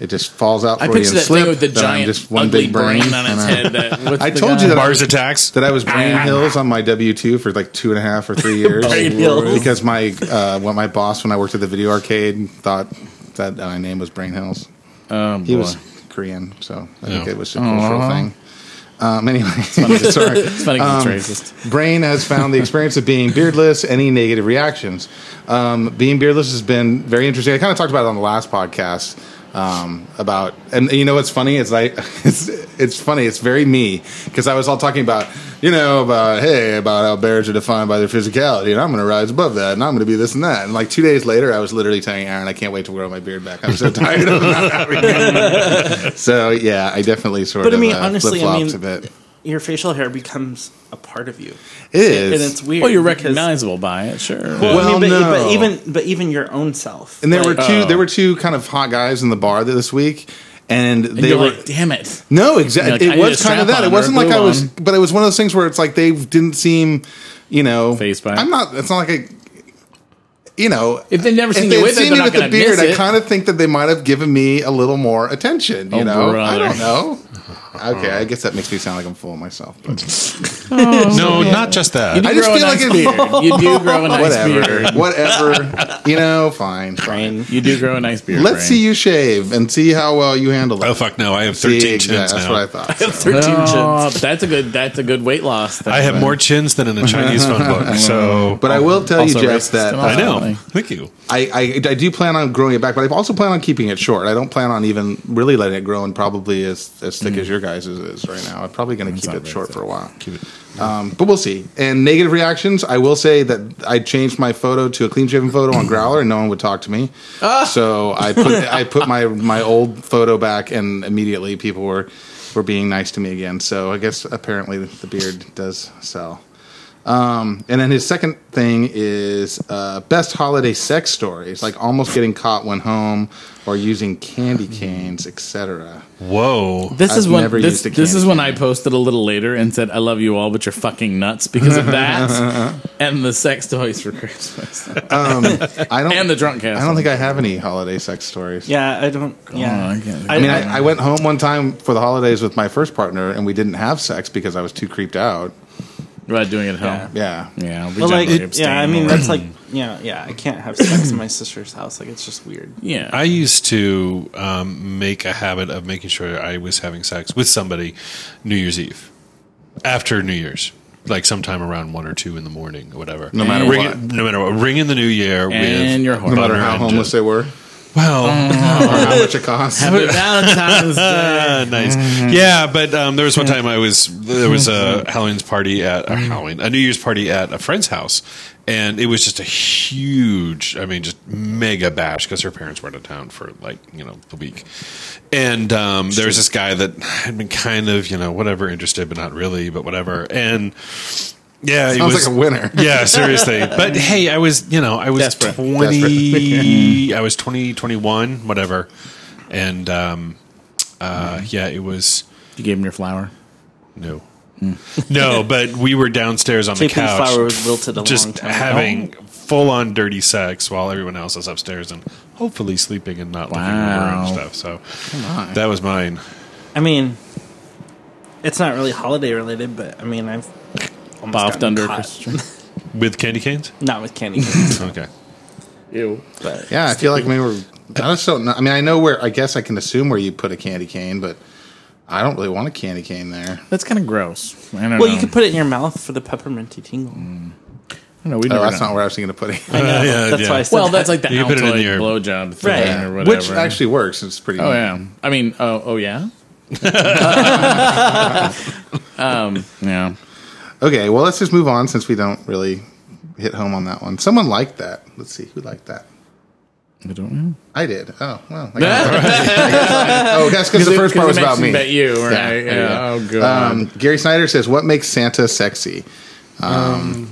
S4: it just falls out for
S3: I
S4: you and
S3: picture that
S4: slip.
S3: thing with the
S4: that I'm
S3: giant, ugly brain, on its
S4: and, uh,
S3: head. That, what's
S4: I
S3: the
S4: told
S3: guy?
S4: you that
S2: Bars attacks.
S4: that I was Brain Hills on my W two for like two and a half or three years
S5: Hills.
S4: because my uh, what my boss when I worked at the video arcade thought that uh, my name was Brain Hills.
S3: Oh,
S4: He was
S3: boy.
S4: Korean, so I
S2: Yeah.
S4: think it was a cultural thing. Um, anyway, sorry.
S3: It's funny 'cause
S4: Um,
S3: it's racist.
S4: Brain has found the experience of being beardless any negative reactions. Um, being beardless has been very interesting. I kind of talked about it on the last podcast um, about, and you know what's funny? It's like it's it's funny. It's very me because I was all talking about you know about hey about how bears are defined by their physicality, and I'm going to rise above that, and I'm going to be this and that. And like two days later, I was literally telling Aaron, I can't wait to grow my beard back. I'm so tired of not having it. So yeah, I definitely sort
S5: But I
S4: of
S5: mean,
S4: uh,
S5: honestly, I
S4: flip-flopped
S5: mean,
S4: a bit.
S5: your facial hair becomes a part of you,
S4: It is.
S5: and it's weird.
S3: Well, you're
S5: because-
S3: recognizable by it, sure.
S5: Well, I mean, but,
S4: Well, no.
S5: but even but even your own self.
S4: And there
S5: Like, uh,
S4: were two.
S3: Oh.
S4: there were two kind of hot guys in the bar th- this week, and
S3: and
S4: they
S3: you're
S4: were
S3: like, damn it.
S4: no
S3: you're
S4: exactly.
S3: like, I
S4: it
S3: need
S4: was
S3: a
S4: kind of
S3: strap
S4: that. It
S3: on or
S4: wasn't like
S3: glue
S4: I was,
S3: on.
S4: but it was one of those things where it's like they didn't seem, you know,
S3: Phased by it.
S4: I'm not. It's not like I, you know.
S3: If they've never
S4: if
S3: seen
S4: they'd
S3: you with it,
S4: seen
S3: they're
S4: me
S3: not
S4: with the
S3: going to miss
S4: beard, I
S3: it.
S4: kind of think that they might have given me a little more attention. You
S3: Oh,
S4: know, I
S3: brother.
S4: don't know. Okay, I guess that makes me sound like I'm full of myself. But
S2: No, not just that.
S4: I just
S3: grow a
S4: feel like
S3: nice
S4: it's-
S3: beard. You do grow a nice
S4: whatever,
S3: beard.
S4: whatever. You know, fine. fine.
S3: Brain. You do grow a nice beard.
S4: Let's see you shave and see how well you handle it.
S2: Oh fuck no! I have
S4: See,
S2: thirteen chins
S4: exactly, That's
S2: now.
S4: what
S2: I,
S4: I thought. so.
S5: thirteen
S3: Oh,
S5: chins.
S3: but that's a good. That's a good weight loss. thing.
S2: have more chins than in a Chinese phone book. So
S4: But I will tell you,
S3: Also
S4: Jeff,
S3: racist
S4: that
S3: and
S4: uh,
S3: all
S2: I know.
S3: Definitely.
S2: Thank you.
S4: I, I I do plan on growing it back, but I also plan on keeping it short. I don't plan on even really letting it grow and probably as as thick as your guys is, is right now. I'm probably going to keep
S3: Mm. not
S4: it
S3: very
S4: short for a while.
S2: Keep it.
S4: Um, but we'll see. And negative reactions, I will say that I changed my photo to a clean shaven photo on Growler, and no one would talk to me.
S3: Ah.
S4: So I put I put my my old photo back, and immediately people were were being nice to me again. So I guess apparently the beard does sell. Um, and then his second thing is uh, best holiday sex stories, like almost getting caught when home or using candy canes, etc.
S2: Whoa.
S3: This is
S4: I've
S3: when
S4: never
S3: this,
S4: used a
S3: this is
S4: candy
S3: when I posted a little later and said, "I love you all, but you're fucking nuts because of that and the sex toys for Christmas
S4: Um, I don't.
S3: and the drunk cast."
S4: I don't think I have any holiday sex stories.
S5: Yeah, I don't. Yeah,
S3: Oh, I can't-
S5: I,
S4: I mean,
S5: I,
S4: I, I went home one time for the holidays with my first partner, and we didn't have sex because I was too creeped out.
S3: about doing it at home.
S4: Yeah,
S3: Yeah, we
S5: but like,
S3: generally abstain
S5: yeah, I mean,
S3: more.
S5: that's like, yeah, yeah. I can't have sex in my sister's house. Like, it's just weird.
S3: yeah.
S2: I used to um, make a habit of making sure I was having sex with somebody New Year's Eve after New Year's, like sometime around one or two in the morning or whatever.
S4: No matter
S2: ring,
S4: what.
S2: no matter what, ring in the new year
S3: And
S2: with
S3: your horn. Uh-huh.
S4: no matter
S2: butter
S4: how
S2: and
S4: homeless
S2: ju-
S4: they were
S2: Well,
S4: or how much it cost.
S3: Happy Valentine's Day.
S2: uh, nice.
S4: Mm-hmm.
S2: Yeah, but um, there was one time I was there was a Halloween's party at a
S4: Mm-hmm.
S2: Halloween a New Year's party at a friend's house, and it was just a huge, I mean, just mega bash because her parents were out of town for like you know the week, and um, there was this guy that had been kind of you know whatever interested but not really but whatever and. Yeah, it
S4: Sounds
S2: was
S4: like a winner.
S2: Yeah, seriously. But hey, I was, you know, I was
S3: Desperate.
S2: 20 I was 20 21, whatever. And um uh yeah, it was
S3: You gave him your flower.
S2: no. no, but we were downstairs on the
S5: Cape and
S2: couch
S5: Hmm. flower was wilted a long
S2: just
S5: time.
S2: having full on dirty sex while everyone else is upstairs and hopefully sleeping and not looking
S3: Wow.
S2: over and stuff. So that was mine.
S5: I mean, it's not really holiday related, but I mean, I've almost
S3: Boffed
S5: gotten
S3: under.
S5: caught.
S2: With candy canes?
S5: not with candy canes,
S2: Okay.
S3: Ew.
S5: but
S4: Yeah, I feel like maybe we're. I just don't know. I mean, I know where. I guess I can assume where you put a candy cane, but I don't really want a candy cane there.
S3: That's kind of gross. I don't
S5: well,
S3: know.
S5: you could put it in your mouth for the pepperminty tingle.
S4: Mm.
S3: No, we
S4: Oh,
S3: never
S4: that's
S3: know.
S4: not where I was going to put it,
S5: I know,
S2: yeah,
S5: that's
S2: yeah.
S5: why I said
S3: Well,
S5: that.
S3: that's like the
S2: You
S3: you
S2: can put it in your-
S3: blowjob thing
S5: Right.
S3: or whatever.
S4: which actually works. It's pretty.
S3: Oh yeah. I mean, oh, oh yeah. um. Yeah.
S4: Okay, well, let's just move on since we don't really hit home on that one. Someone liked that. Let's see who liked that.
S3: I don't know.
S4: I did. Oh well. I guess- I guess I- oh, that's because the first part was about me.
S3: About you. Right?
S4: Yeah,
S3: Yeah.
S4: yeah.
S3: Oh god.
S4: Um, Gary Snyder says, "What makes Santa sexy?"
S5: um,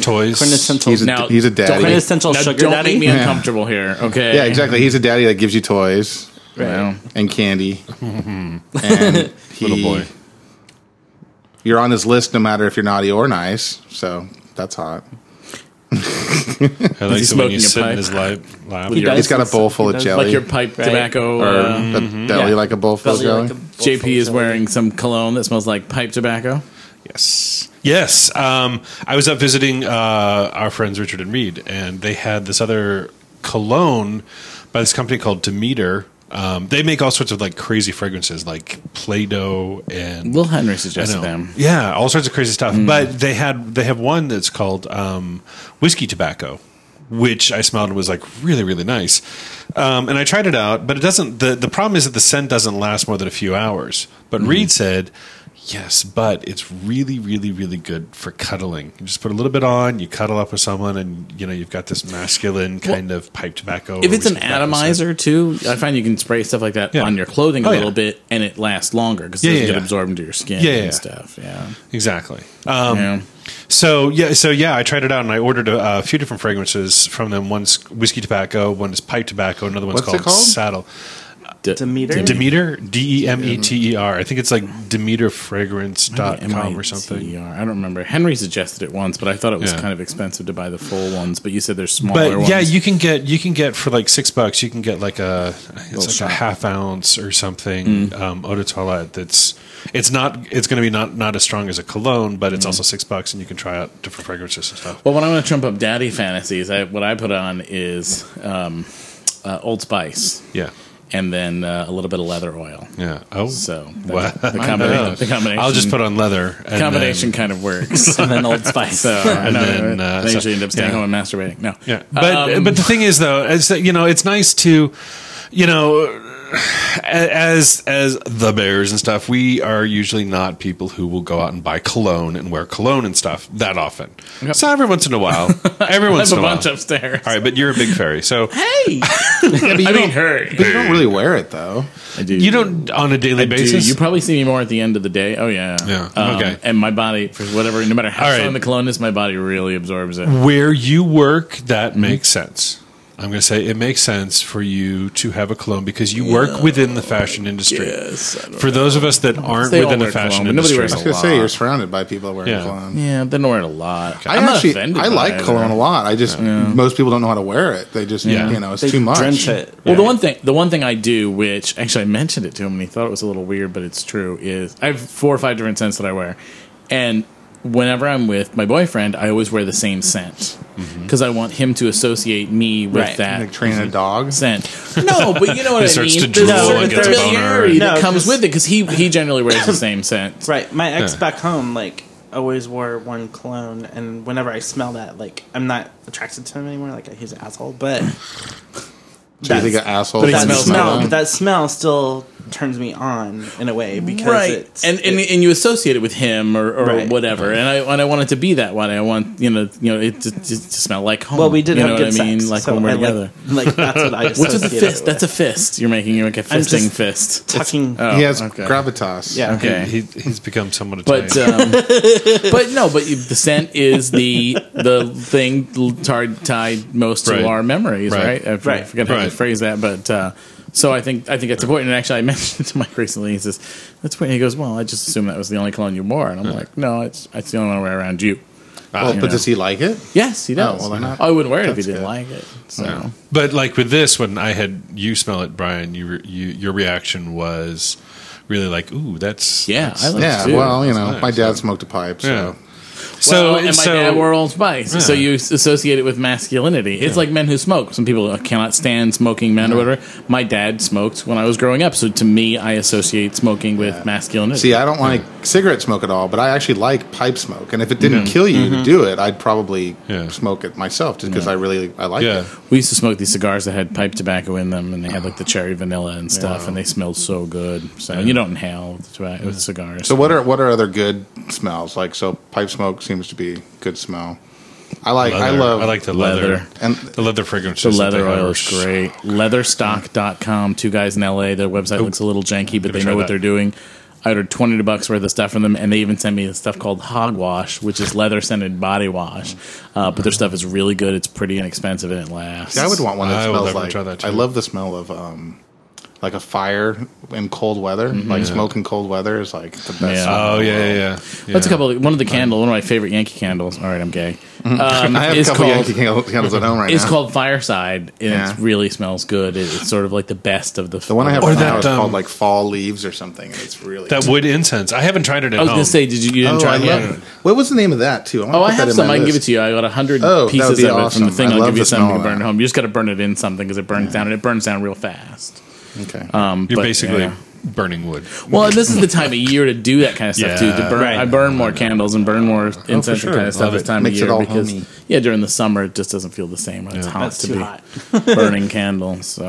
S2: Toys.
S5: quintessential,
S4: He's a,
S3: Now-
S4: he's a
S5: don't-
S4: daddy.
S5: quintessential
S3: now,
S5: sugar
S3: don't
S5: daddy.
S3: make me uncomfortable here. Okay.
S4: Yeah, exactly. He's a daddy that gives you toys
S3: Wow.
S4: and candy. and he,
S2: Little boy.
S4: you're on his list no matter if you're naughty or nice. So that's hot.
S2: I like
S3: Is he
S2: it when you
S3: smoking a
S2: sit in
S3: pipe?
S2: his lap. lap.
S5: He does
S4: He's got a
S5: some-
S4: bowl full
S5: he
S4: of
S5: does
S4: jelly.
S3: Like your pipe
S5: Right.
S3: tobacco.
S4: or
S3: uh,
S4: a deli
S5: Yeah.
S4: like a bowl full of
S5: Belly
S4: jelly.
S5: like a bowl
S3: JP
S5: full of
S3: is
S5: jelly.
S3: wearing some cologne that smells like pipe tobacco.
S2: Yes. Yes. Um, I was up visiting uh, our friends Richard and Reed, and they had this other cologne by this company called Demeter. Um, they make all sorts of like crazy fragrances, like Play Doh and
S3: Will Henry
S2: I
S3: suggested
S2: know.
S3: them. Mm.
S2: Yeah, all sorts of crazy stuff. But they had they have one that's called um, whiskey tobacco, which I smelled and was like really really nice. Um, and I tried
S3: Mm-hmm.
S2: it out, but it doesn't. the The problem is that the scent doesn't last more than a few hours. But Reed said. Yes, but it's really, really, really good for cuddling. You just put a little bit on, you cuddle up with someone, and you know you've got this masculine kind of pipe tobacco.
S3: If it's
S2: whiskey
S3: an
S2: tobacco scent.
S3: atomizer too, I find you can spray stuff like that
S2: Yeah.
S3: on your clothing
S2: Oh,
S3: a
S2: yeah.
S3: little bit, and it lasts longer because
S2: Yeah,
S3: it doesn't
S2: yeah,
S3: get
S2: yeah.
S3: absorbed into your skin
S2: Yeah, yeah,
S3: and
S2: yeah.
S3: stuff. Yeah.
S2: exactly. Um,
S3: yeah.
S2: So yeah, so yeah, I tried it out and I ordered a, a few different fragrances from them. One's whiskey tobacco, one is pipe tobacco, another one's
S4: What's it
S2: called,
S4: called?
S2: saddle.
S3: D-
S5: Demeter?
S2: Demeter, D E M E T E R. I think it's like DemeterFragrance.com or something.
S3: MITR. I don't remember. Henry suggested it once, but I thought it was
S2: Yeah.
S3: kind of expensive to buy the full ones. But you said they're smaller
S2: But
S3: ones.
S2: yeah, you can get you can get for like six bucks. You can get like a it's like
S3: shot.
S2: a half ounce or something um, eau de toilette. That's it's not it's going to be not not as strong as a cologne, but it's also six bucks, and you can try out different fragrances and stuff.
S3: Well, when I want to trump up daddy fantasies, I, what I put on is um, uh, Old Spice
S2: Yeah,
S3: and then uh, a little bit of leather oil.
S2: yeah. Oh,
S3: So that-
S2: Wow.
S3: the, combination, the combination,
S2: I'll just put on leather. and then-
S3: combination kind of works.
S5: and then Old Spice.
S3: So I know
S2: then, uh,
S3: I
S2: so-
S3: usually end up staying
S2: yeah.
S3: home and masturbating. No,
S2: Yeah, but
S3: Um,
S2: but the thing is though, is that you know it's nice to, you know, a- as as the bears and stuff, we are usually not people who will go out and buy cologne and wear cologne and stuff that often. So every once in a while, every
S3: I
S2: once
S3: have
S2: in
S3: a
S2: a while.
S3: bunch upstairs.
S2: All right, but you're a big fairy, so
S3: Hey, I mean, her.
S4: But you don't really wear it though.
S3: I do.
S2: you don't on a daily
S3: Dude,
S2: basis.
S3: you probably see me more at the end of the day. Oh yeah,
S2: Yeah,
S3: Um,
S2: okay.
S3: And my body, for whatever, no matter how
S2: All
S3: strong
S2: right.
S3: the cologne is, my body really absorbs it.
S2: where you work, that
S3: Mm-hmm.
S2: makes sense. I'm going to say it makes sense for you to have a cologne because you work within the fashion industry.
S3: Yes, I don't
S2: For those of us that aren't
S3: They all
S2: within the
S3: wear
S2: fashion
S3: cologne, but nobody
S2: industry,
S3: wears
S4: I was gonna
S3: lot.
S4: say you're surrounded by people wearing
S2: Yeah.
S4: cologne.
S3: Yeah, they're wearing a lot.
S4: I
S3: I'm not
S4: actually
S3: offended by
S4: I like
S3: it.
S4: cologne a lot. I just most people don't know how to wear it. They just
S2: Yeah.
S4: you know it's
S5: They
S4: too much.
S5: drench it.
S3: Well, the one thing the one thing I do, which actually I mentioned it to him and he thought it was a little weird, but it's true, is I have four or five different scents that I wear, and whenever I'm with my boyfriend, I always wear the same scent because I want him to associate me with
S5: Right.
S3: that.
S4: Like training a dog.
S3: scent. No, but you know what I
S2: starts
S3: mean.
S2: to
S3: There's
S2: drool
S3: a certain
S2: and gets a boner.
S3: familiarity that
S5: No,
S3: comes
S5: 'cause-
S3: with it because he he generally wears the same scent.
S5: Right. My ex
S2: Yeah.
S5: back home, like, always wore one cologne, and whenever I smell that, like, I'm not attracted to him anymore. Like, he's an asshole, but
S4: So you think an asshole?
S3: but he
S5: that
S3: smells
S5: smell,
S3: like
S5: but that smell still turns me on in a way because it's
S3: and and,
S5: it-
S3: and you associate it with him or, or
S5: Right.
S3: whatever, and I and I want it to be that one. I want you know you know it to, to, to smell like home.
S5: well, we did
S3: you
S5: have
S3: know
S5: good
S3: what I mean,
S5: sex,
S3: like
S5: so
S3: when we're
S5: I
S3: together.
S5: Like, like that's what I
S3: What's with the
S5: associate it
S3: fist? That's a fist. You're making. You're making a
S5: I'm just-
S3: fisting fist.
S5: Talking,
S3: Oh,
S4: He has
S3: okay.
S4: gravitas.
S5: yeah.
S3: Okay.
S2: He, he- he's become somewhat
S3: But
S2: Italian.
S3: um, but no, but you- the scent is the the thing tar- tied most
S2: Right.
S3: to our memories,
S2: Right.
S3: right? I, f-
S5: Right.
S3: forget how to
S2: Right.
S3: phrase that, but uh, so I think I think that's important. And actually, I mentioned it to Mike recently. He says that's weird. He goes, "Well, I just assumed that was the only cologne you wore," and I'm like, "No, it's it's the only one I wear around you."
S4: Well,
S3: you
S4: but
S3: know.
S4: does he like it?
S3: Yes, he does.
S4: well, then not-
S3: I wouldn't wear it if he
S4: that's
S3: didn't
S4: good.
S3: like it. So
S2: but, like with this, when I had you smell it, Brian, you, re- you your reaction was really like, "Ooh, that's
S3: Yeah,
S2: that's-
S3: I like
S4: Yeah.
S3: Dude,
S4: well, you
S2: that's
S4: know,
S2: nice.
S4: my dad smoked a pipe, so
S2: yeah."
S3: So
S2: So
S3: and my
S2: so
S3: dad wore Old Spice. So
S2: Yeah.
S3: you s- associate it with masculinity. It's like men who smoke. Some people cannot stand smoking men or whatever. My dad smoked when I was growing up. So to me, I associate smoking with masculinity.
S4: See, I don't like cigarette smoke at all, but I actually like pipe smoke. And if it didn't kill you to do it, I'd probably
S2: Yeah.
S4: smoke it myself just because I really I like
S2: yeah.
S4: it.
S3: we used to smoke these cigars that had pipe tobacco in them, and they had like the cherry vanilla and stuff, and they smelled so good. So you don't inhale the tobacco with cigars.
S4: So what are what are other good smells like? So pipe smoke seems to be good smell. I like I
S2: Leather.
S4: love
S2: I like the leather.
S3: Leather.
S4: and
S2: The leather fragrance.
S3: the leather oil is great. Leatherstock.com, two guys in LA. Their website looks a little janky, but
S2: Gotta
S3: they
S2: try
S3: know what
S2: that.
S3: they're doing. I ordered 20 bucks worth of stuff from them, and they even sent me this stuff called Hogwash, which is leather scented body wash. Uh, but their stuff is really good. It's pretty inexpensive, and it lasts.
S4: Yeah, I would want one that
S2: I would
S4: smells
S2: definitely
S4: like.
S2: try that, too.
S4: I love the smell of um, like a fire in cold weather. Like smoke in cold weather is like the best.
S3: Yeah.
S4: smell in
S2: Oh
S4: the
S2: Mm-hmm. yeah, yeah,
S4: world.
S2: yeah.
S3: That's a
S2: Yeah.
S3: couple. one of the candle, one of my favorite Yankee candles. All right, I'm gay. Um,
S4: Mm-hmm. I have a
S3: is
S4: couple
S3: called-
S4: Yankee candles candles at home right
S3: It's
S4: now.
S3: called Fireside, and
S4: Yeah.
S3: it really smells good. It- it's sort of like the best of the.
S4: the one I have
S2: Or
S4: right now
S2: that,
S4: is
S2: um,
S4: called like fall leaves or something. and It's really
S2: That wood incense. I haven't tried it at
S3: I was
S2: home.
S3: gonna say, did you, you didn't
S4: Oh,
S3: try
S4: I
S3: it?
S4: love
S3: yet?
S4: it. What was the name of that too?
S3: Oh, I have some. I can give it to you. I got a hundred
S4: Oh, that would
S3: pieces of
S4: be
S3: it from
S4: awesome.
S3: the thing.
S4: I
S3: I'll
S4: love
S3: give you
S4: the
S3: some
S4: smell
S3: to
S4: of
S3: burn
S4: that.
S3: at home. You just got to burn it in something because it burns down, and it burns down real fast.
S4: you. Okay.
S3: Um,
S2: You're
S3: but,
S2: basically
S3: yeah.
S2: burning wood.
S3: well. and This is the time of year to do that kind of stuff too.
S2: Yeah,
S3: To burn,
S5: right.
S3: I burn more candles and burn more incense
S4: Oh, sure.
S3: and kind of stuff
S2: Love
S3: this
S2: it.
S3: time
S4: Makes it
S3: of year
S4: all
S3: because
S4: homey.
S3: yeah, during the summer it just doesn't feel the same when it's hot
S5: that's
S3: to
S5: too
S3: be
S5: hot.
S3: burning candles. So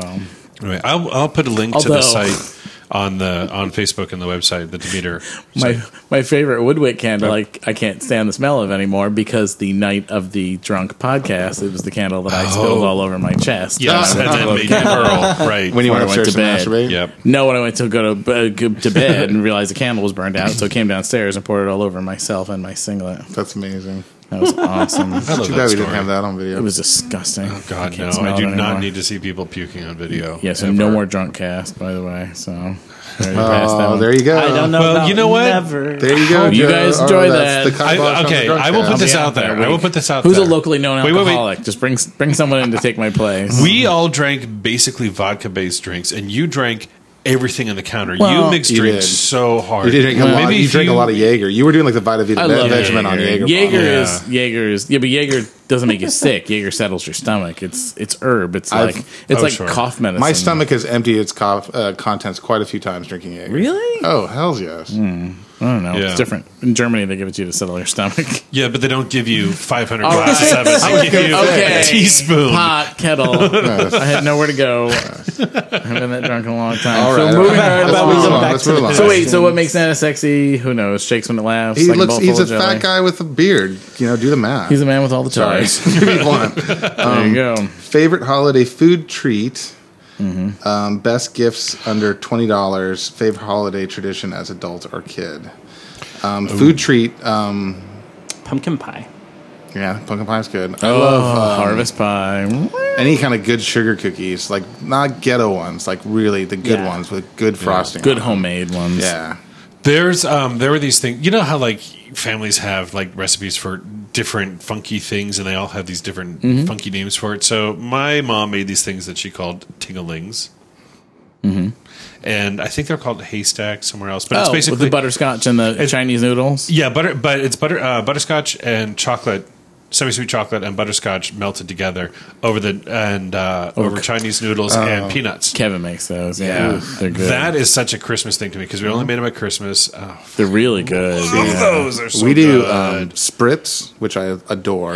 S2: Anyway, I'll I'll put a link to
S3: Although-
S2: the site. on the on Facebook and the website, the Demeter.
S3: my my favorite woodwick candle like I can't stand the smell of anymore because the night of the drunk podcast it was the candle that I spilled
S2: Oh.
S3: all over my chest.
S2: yes,
S3: And
S2: and
S3: I
S2: then
S3: was
S2: made
S3: like,
S2: Pearl, right?
S4: When you
S3: Before
S4: went
S3: I went
S4: upstairs to,
S3: to
S4: masturbate?
S3: bed.
S2: yep.
S3: no, when I went to go to uh, go to bed and realized the candle was burned out, so I came downstairs and poured it all over myself and my singlet.
S4: That's amazing.
S3: That was awesome.
S2: I love
S4: Too
S2: that
S4: bad we
S2: story.
S4: didn't have that on video.
S3: It was disgusting. Oh
S2: God, no! I do not need to see people puking on video.
S3: Yes, and no more drunk cast, by the way. So there you, pass that
S4: oh,
S3: one.
S4: there you go.
S5: I don't know.
S2: Well,
S5: about
S2: you know what?
S5: Never.
S4: There you go.
S3: You
S4: Joe. Oh,
S3: guys enjoy that.
S4: that's the
S2: I-
S4: kibosh on the
S2: okay,
S4: drunk
S2: I will
S4: cast.
S2: put this
S3: I'll be
S2: out
S3: out there
S2: there.
S3: a
S2: I will
S3: week.
S2: put this out
S3: Who's
S2: there.
S3: a locally known
S2: Wait, wait, wait.
S3: alcoholic? Just bring bring someone in to take my place.
S2: We all drank basically vodka based drinks, and you drank everything on the counter.
S3: Well,
S2: you mixed
S4: You
S2: drinks
S4: did.
S2: so hard.
S4: You did drink a lot.
S2: Maybe
S4: you
S2: if
S4: drank a lot of Jaeger. You were doing like the Vita Vita
S3: I love
S4: Benjamin on
S3: Jaeger.
S4: Jaeger.
S3: Jaeger
S4: bombs.
S3: is Jaeger is yeah, but Jaeger doesn't make you sick. Jaeger settles your stomach. It's it's herb. It's
S4: I've-
S3: like it's
S2: oh,
S3: like
S2: sure.
S3: cough medicine.
S4: My stomach has emptied its cough, uh, contents quite a few times drinking Jaeger.
S3: Really? Hmm.
S4: Oh, hell's yes.
S3: I don't know.
S2: Yeah.
S3: It's different. In Germany, they give it to you to settle your stomach.
S2: Yeah, but they don't give you
S3: Oh.
S2: 500 glasses of it.
S4: I
S2: They
S4: was
S2: give you
S4: gonna
S2: a
S3: say.
S2: teaspoon.
S3: Pot kettle. I had nowhere to go. I haven't been that drunk in a long time.
S4: All
S3: so
S4: right,
S3: moving
S4: all right,
S3: right
S4: let's
S3: along.
S5: Well, we
S4: move
S5: go
S4: on,
S5: back
S4: let's
S5: to the
S4: move on.
S3: So wait, so what makes Nana sexy? Who knows? Shakes when it laughs.
S4: He
S3: like
S4: looks.
S3: bowl
S4: He's
S3: full
S4: a
S3: of jelly.
S4: fat guy with a beard. You know, do the math.
S3: He's a man with all the Um, toys.
S4: If you want.
S3: There you go.
S4: Favorite holiday food treat.
S3: Mm-hmm.
S4: Um, best gifts under twenty dollars. Favorite holiday tradition as adult or kid. Um, food treat. Um,
S5: Pumpkin pie.
S4: yeah, pumpkin pie's good. I
S3: Oh,
S4: love uh,
S3: harvest pie.
S4: any kind of good sugar cookies, like not ghetto ones, like really the good
S5: Yeah.
S4: ones with good frosting.
S3: Good
S4: on
S3: homemade ones.
S4: it. Yeah.
S2: There's um there were these things. You know how like families have like recipes for different funky things and they all have these different
S3: Mm-hmm.
S2: funky names for it. So my mom made these things that she called tinglings. And I think they're called haystack somewhere else, but it's
S3: Mm-hmm. oh, with
S2: basically
S3: the butterscotch and the Chinese noodles.
S2: Yeah, butter, but it's butter, uh, butterscotch and chocolate, semi-sweet chocolate and butterscotch melted together over the and uh,
S3: Oh,
S2: over Chinese noodles and peanuts.
S3: Kevin makes those. Yeah, they're good. Mm-hmm.
S2: That is such a Christmas thing to me because we only made them at Christmas. Oh,
S3: they're really good.
S2: yeah. those are so
S4: we do
S2: good.
S3: uh,
S4: um, spritz, which I adore.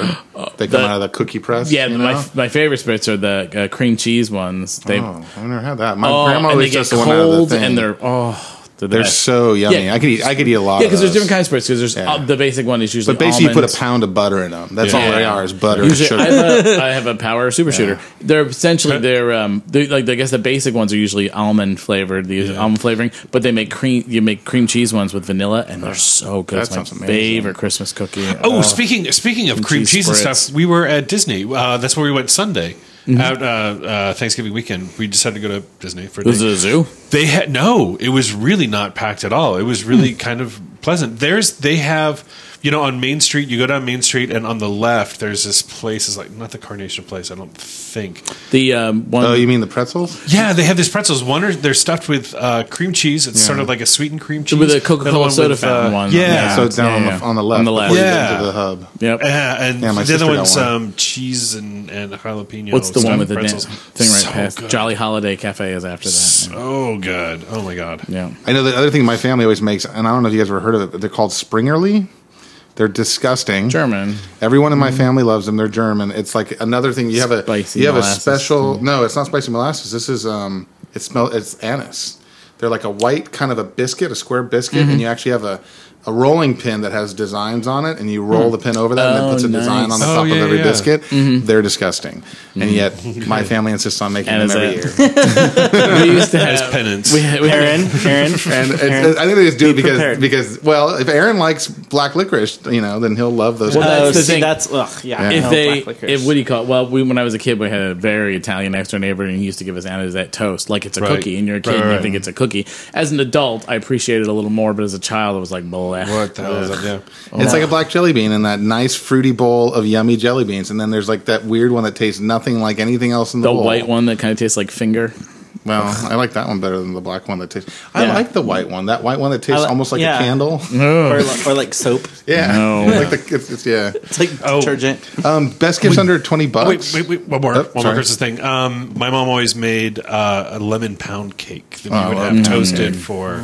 S4: They come
S3: the-
S4: out of the cookie press.
S3: Uh, Yeah,
S4: you know?
S3: my my favorite spritz are the uh, cream cheese ones. They oh,
S4: Oh, I've never had that. My
S3: and
S4: grandma
S3: they
S4: always
S3: get
S4: does the one out of
S3: cold
S4: the thing.
S3: and they're oh the
S4: they're
S3: best.
S4: so yummy. I could eat. I could eat a lot.
S3: yeah because
S4: because
S3: there's different kinds of spritz because there's
S4: Yeah.
S3: uh, the basic one is usually
S4: But basically, you
S3: almonds.
S4: put a pound of butter in them. That's all
S3: Yeah.
S4: they are is butter
S3: Usually,
S4: and
S3: I,
S4: sugar.
S3: have a, I have a power super shooter. They're essentially they're um they're, like I guess the basic ones are usually almond flavored, the almond flavoring, but they make cream you make cream cheese ones with vanilla and they're so good.
S4: that
S3: It's my
S4: sounds amazing.
S3: favorite Christmas cookie.
S2: Oh, speaking speaking of cream
S3: cheese
S2: cheese, and
S3: spritz.
S2: stuff, we were at Disney. Uh, that's where we went Sunday
S3: Mm-hmm.
S2: out uh, uh, Thanksgiving weekend. We decided to go to Disney for a
S3: it Hmm. was
S2: day.
S3: a zoo.
S2: They had no. It was really not packed at all. It was really kind of pleasant. There's they have you know on Main Street. You go down Main Street and on the left there's this place. It's like not the Carnation Place. I don't think.
S3: The um one
S4: Oh, you mean the pretzels?
S2: Yeah, they have these pretzels. One are they're stuffed with uh, cream cheese. It's sort of like a sweetened cream cheese
S3: with a Coca
S2: The other
S3: Cola
S2: one
S3: soda
S2: with,
S3: fountain
S2: uh,
S3: one.
S2: Yeah,
S4: So it's down
S3: Yeah,
S4: on,
S3: yeah.
S4: the, on the left.
S3: On the left.
S4: Before you get
S2: Yeah.
S4: into the hub.
S3: Yep.
S2: Yeah, Uh, and
S4: Yeah,
S2: the
S4: my
S2: other
S4: sister got
S2: one's
S4: one.
S2: um, cheese and, and jalapeno.
S3: What's
S4: oh,
S3: the
S2: stuffed
S3: one with the da-
S2: pretzels.
S3: thing right
S2: so
S3: past
S2: Good.
S3: Jolly Holiday Cafe is after that.
S2: so good. Oh my god.
S3: yeah.
S4: I know the other thing my family always makes, and I don't know if you guys ever heard of it, but they're called Springerly. They're disgusting.
S3: German.
S4: Everyone in my family loves them. They're German. It's like another thing. You have a
S3: Mm-hmm. Spicy
S4: you have
S3: molasses.
S4: a special. No, it's not spicy molasses. This is um. It smell. It's anise. They're like a white kind of a biscuit, a square biscuit,
S3: Mm-hmm.
S4: and you actually have a, a rolling pin that has designs on it, and you roll the pin over that, and
S3: Oh, Mm-hmm.
S4: it puts a design
S3: nice.
S4: on the
S2: Oh,
S4: top
S2: yeah,
S4: of every
S2: yeah.
S4: biscuit. They're disgusting, and yet my family insists on making
S3: Mm-hmm. And
S4: them every
S3: is
S4: year.
S3: We used to have
S2: penance.
S3: We had, we had
S5: Aaron, Aaron,
S4: And it's,
S5: Aaron.
S4: I think they just do it because
S5: prepared.
S4: because well, if Aaron likes black licorice, you know, then he'll love those.
S3: Well,
S4: kinds
S5: Oh,
S3: That's the
S5: see,
S3: thing.
S5: that's ugh, yeah.
S4: Yeah.
S3: if
S5: no,
S3: they,
S5: black licorice.
S3: if what do you call it? Well, we, when I was a kid, we had a very Italian next door neighbor, and he used to give us that toast, like it's a
S2: Right.
S3: cookie, and you're a kid,
S2: Right,
S3: and you
S2: right.
S3: think it's a cookie. As an adult, I appreciate it a little more, but as a child, I was like, bleh.
S2: What the hell is that? Yeah. Oh.
S4: It's like a black jelly bean and that nice fruity bowl of yummy jelly beans, and then there's like that weird one that tastes nothing like anything else in the,
S3: The
S4: bowl.
S3: white one that kind of tastes like finger.
S4: Well, I like that one better than the black one that tastes. I
S3: Yeah.
S4: like the white one. That white one that tastes
S5: I li-
S4: almost like
S5: yeah.
S4: a candle.
S5: or, li- or like soap,
S4: Yeah,
S3: No.
S4: like the, it's, it's- yeah.
S5: it's like detergent.
S4: Um, best gifts under twenty
S2: Wait,
S4: bucks.
S2: wait, wait. One more.
S4: Oh,
S2: One more
S4: sorry.
S2: Christmas thing. Um, my mom always made uh, a lemon pound cake that we
S4: Oh,
S3: Mm.
S2: would
S4: well,
S2: have toasted for